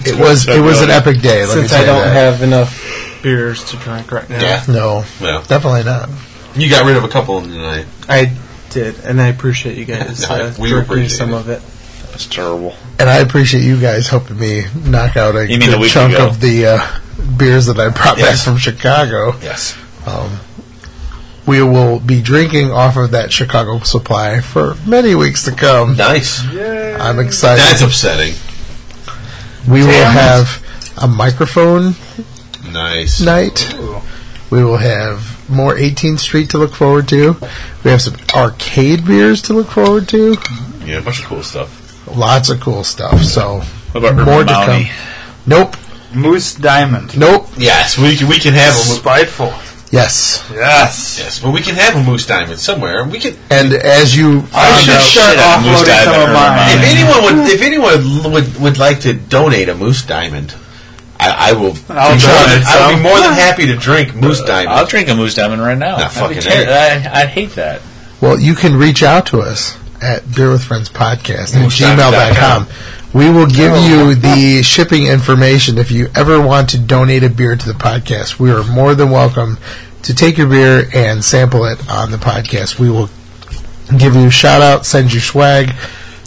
Speaker 1: it was it was an epic day. Let me
Speaker 3: since
Speaker 1: tell
Speaker 3: I
Speaker 1: you
Speaker 3: don't
Speaker 1: that.
Speaker 3: have enough beers to drink right now.
Speaker 5: Yeah.
Speaker 1: no,
Speaker 5: Yeah.
Speaker 1: definitely not.
Speaker 5: You got rid of a couple in the night.
Speaker 3: I did, and I appreciate you guys
Speaker 5: No, I-
Speaker 3: uh,
Speaker 5: we
Speaker 3: drinking
Speaker 5: appreciate
Speaker 3: some
Speaker 5: it.
Speaker 3: of it.
Speaker 2: That's terrible.
Speaker 1: And I appreciate you guys helping me knock out a
Speaker 2: You mean the
Speaker 1: good
Speaker 2: week
Speaker 1: chunk
Speaker 2: ago?
Speaker 1: of the uh, beers that I brought
Speaker 5: Yes.
Speaker 1: back from Chicago.
Speaker 5: Yes.
Speaker 1: Um, we will be drinking off of that Chicago supply for many weeks to come.
Speaker 5: Nice.
Speaker 1: I'm excited.
Speaker 5: That's upsetting.
Speaker 1: we will have a microphone
Speaker 5: Nice.
Speaker 1: night. We will have more 18th Street to look forward to. We have some arcade beers to look forward to.
Speaker 5: Yeah, a bunch of cool stuff.
Speaker 1: Lots of cool stuff. So
Speaker 2: What about
Speaker 1: more
Speaker 2: Urban
Speaker 1: to
Speaker 2: Bounty?
Speaker 1: come. Nope.
Speaker 4: Moose Diamond.
Speaker 1: Nope.
Speaker 5: Yes, we can, we can have a
Speaker 4: Spiteful.
Speaker 1: Yes.
Speaker 4: Yes.
Speaker 5: yes, but we can have a moose diamond somewhere. We can
Speaker 1: And as you
Speaker 3: Oh,
Speaker 4: I should start
Speaker 2: shit on Moose
Speaker 4: offloading some
Speaker 2: Diamond
Speaker 4: of
Speaker 2: or
Speaker 5: If
Speaker 2: mine.
Speaker 4: mine.
Speaker 5: anyone would, if anyone would would like to donate a moose diamond, I, I will.
Speaker 4: I'll
Speaker 5: be more
Speaker 4: donate
Speaker 5: than- I will
Speaker 4: some.
Speaker 5: be more than happy to drink moose diamond.
Speaker 2: I'll drink a Moose Diamond right now.
Speaker 5: Nah,
Speaker 2: That'd be
Speaker 5: fucking
Speaker 2: ter- I, I hate that.
Speaker 1: Well, you can reach out to us at Beer with Friends Podcast at gmail.com.
Speaker 5: Moosediamond.com.
Speaker 1: We will give
Speaker 2: Oh,
Speaker 1: you the shipping information if you ever want to donate a beer to the podcast. We are more than welcome to take your beer and sample it on the podcast. We will give you a shout out, send you swag,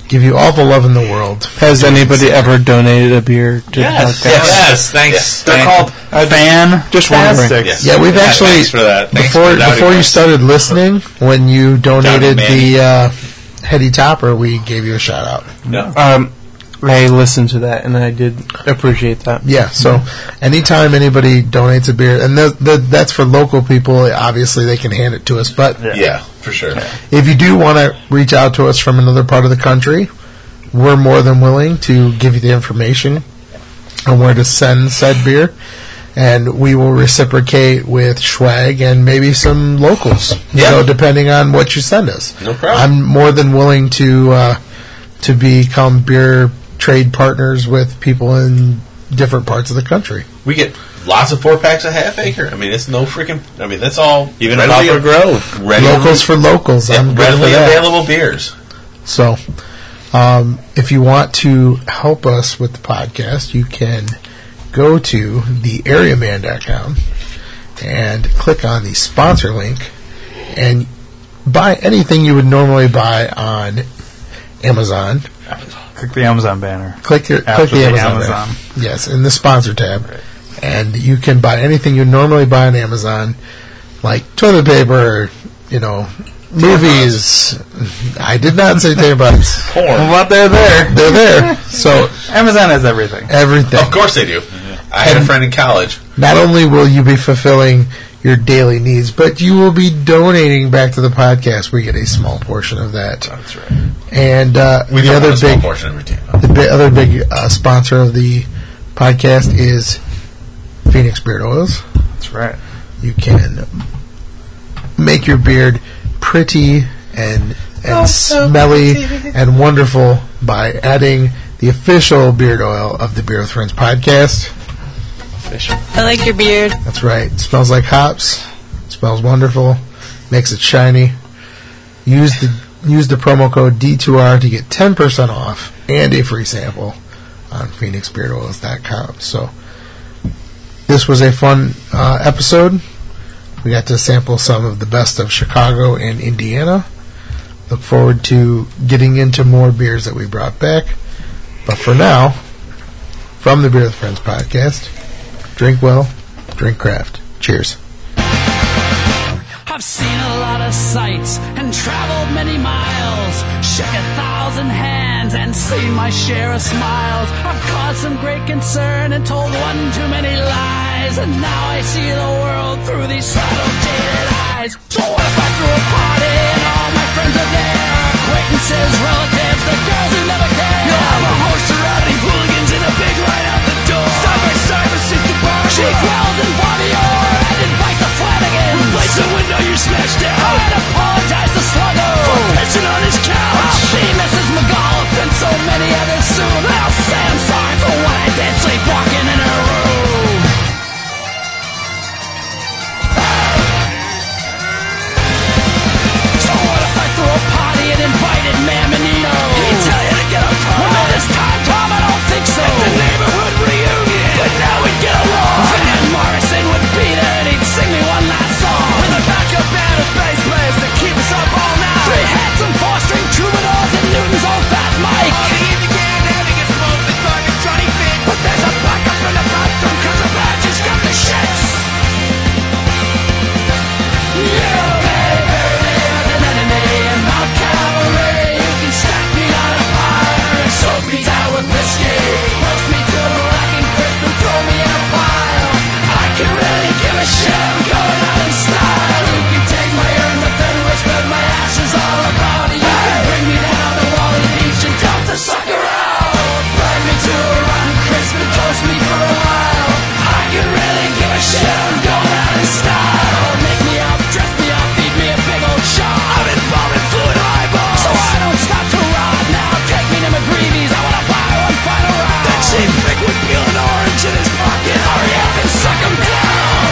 Speaker 1: give you all the love in the world.
Speaker 3: Has anybody ever donated a beer to
Speaker 2: Yes, yes, thanks.
Speaker 4: They're
Speaker 2: Thank-
Speaker 4: called fan.
Speaker 3: Just wondering.
Speaker 5: Yes.
Speaker 1: Yeah, we've
Speaker 2: Yeah,
Speaker 1: actually
Speaker 2: thanks for that. Thanks
Speaker 1: before
Speaker 2: for doubting
Speaker 1: before you
Speaker 2: us.
Speaker 1: started listening when you donated
Speaker 2: Doubting Manny.
Speaker 1: the uh, heady topper, we gave you a shout out.
Speaker 2: No.
Speaker 3: Um, I listened to that, and I did appreciate that.
Speaker 1: Yeah, so anytime anybody donates a beer, and th- th- that's for local people, obviously they can hand it to us. But
Speaker 5: Yeah, for sure.
Speaker 1: if you do want to reach out to us from another part of the country, we're more than willing to give you the information on where to send said beer, and we will reciprocate with swag and maybe some locals. You
Speaker 5: Yeah.
Speaker 1: know, depending on what you send us.
Speaker 5: No problem.
Speaker 1: I'm more than willing to uh, to become beer trade partners with people in different parts of the country.
Speaker 12: We get lots of four packs a half acre. I mean, it's no freaking. I mean, that's all
Speaker 2: even
Speaker 12: readily
Speaker 2: Poplar
Speaker 12: av-
Speaker 2: Grove.
Speaker 12: readily-
Speaker 1: Locals for locals.
Speaker 12: yeah,
Speaker 1: I'm good for
Speaker 12: readily
Speaker 1: that.
Speaker 12: available beers.
Speaker 1: So, um, if you want to help us with the podcast, you can go to theareaman.com and click on the sponsor link and buy anything you would normally buy on Amazon.
Speaker 4: Click the Amazon banner.
Speaker 1: Click, your, click
Speaker 4: After
Speaker 1: the
Speaker 4: the
Speaker 1: Amazon.
Speaker 4: Amazon.
Speaker 1: banner. Yes, in the sponsor tab. And you can buy anything you normally buy on Amazon, like toilet paper, you know, movies. I did not say damn bucks.
Speaker 4: Well, but they're there.
Speaker 1: They're there. So
Speaker 4: Amazon has everything.
Speaker 1: everything.
Speaker 12: Of course they do. I had a friend in college.
Speaker 1: Not only will you be fulfilling your daily needs, but you will be donating back to the podcast. We get a small portion of that.
Speaker 12: That's right.
Speaker 1: And uh,
Speaker 12: We
Speaker 1: the
Speaker 12: don't
Speaker 1: other
Speaker 12: want a small
Speaker 1: big,
Speaker 12: portion every time.
Speaker 1: the bi- other big uh, sponsor of the podcast is Phoenix Beard Oils.
Speaker 4: That's right.
Speaker 1: You can make your beard pretty and and
Speaker 18: Oh,
Speaker 1: smelly and wonderful by adding the official beard oil of the Beer with Friends podcast.
Speaker 18: I like your beard.
Speaker 1: That's right. It smells like hops. Smells wonderful. Makes it shiny. Use the use the promo code D2R to get 10% off and a free sample on phoenixbeardoils.com. So this was a fun uh, episode. We got to sample some of the best of Chicago and Indiana. Look forward to getting into more beers that we brought back. But for now, from the Beer with Friends podcast, drink well, drink craft. Cheers.
Speaker 19: I've seen a lot of sights and traveled many miles. Shook a thousand hands and seen my share of smiles. I've caused some great concern and told one too many lies. And now I see the world through these subtle jaded eyes. So what if I threw a party and all my friends are there? Acquaintances, relatives, the girls who never care. You'll have a host surrounding hooligans in a big line out the door. Side by side with Sister Barbara. Chief Wells and Bobby Orr. And invite the Flanagan. Replace the window you smashed down. Oh, and apologize to Sluggo. For pissing on his couch. I'll see Mrs. McAuliffe and so many others soon. I'll say I'm sorry for what I did sleepwalking in her room. So what if I threw a party and invited Mammonino? He'd tell you to get a car. Well, no, this time, Tom, I don't think so. At the neighborhood reunion. But now we'd get along. Van Morrison would be there and he'd sing me one last song. With a backup band of bass players to keep us up all night. Three hats and four-string troubadours and Newton's old fat Mike. All the Indian having a smoke with Burger Johnny Fitz. But there's a backup in the bathroom 'cause the badger's got the shits. Yeah, baby, there's an enemy in Mount Calvary. You can stack me on a pyre and soak me down with whiskey. Roast me till the rocking crisp and throw me in a pile. I can really give a shit. I'm going out in style. You can take my urn, but then spread my ashes all around. You can bring me down to Wally Beach and dump the sucker out. Burn me to a rotten crisp and toast me for a while. I can really give a shit. I'm going out in style. Make me up, dress me up, feed me a big old shot. I'm involved in fluid eyeballs, so I don't stop to rot. Now take me to McGreevy's. I wanna buy one final round. That cheap pig would peel an orange in his pocket. Hurry up and suck him down.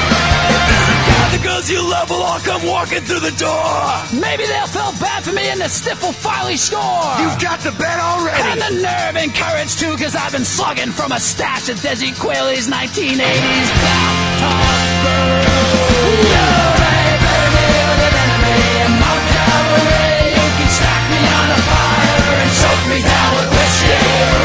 Speaker 19: God, the girls you love will all come walking through the door. Maybe they'll feel bad for me and the stiff will finally score. You've got the bet already. And the nerve and courage too, cause I've been slugging from a stash of Desi Quailey's 1980s laptop brew. You're a baby with an enemy in Mount Calvary. You can stack me on a fire and soak me down with whiskey.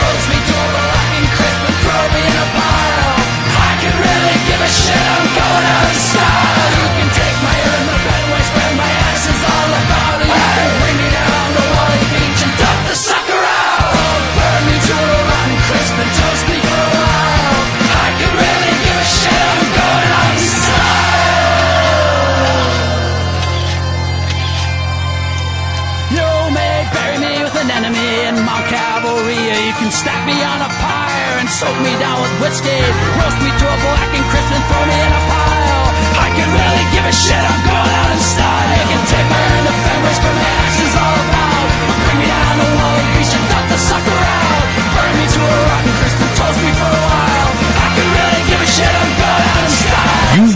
Speaker 19: Roast me to a rocking crisp and throw me in a pile. I can really give a shit. I'm going out of style. You can take my urn, the bedway, spread my ashes all about it. You can bring me down to Wally Beach and dump the sucker out. Burn me to a rotten crisp and toast me for a while. I can really give a shit. I'm going out of style. You may bury me with an enemy in Mount Calvary, or you can stack me on a pyre and soak me down with whiskey. Roast me to a black and crisp and throw me in a pile. I can really give a shit, I'm going out in style. They can taper and the fingers from my actions all about. Bring me down the wall and beat your thought the sucker out. Burn me to a rotten crisp and toast me for a while. I can really give a shit, I'm going out in style.
Speaker 2: You've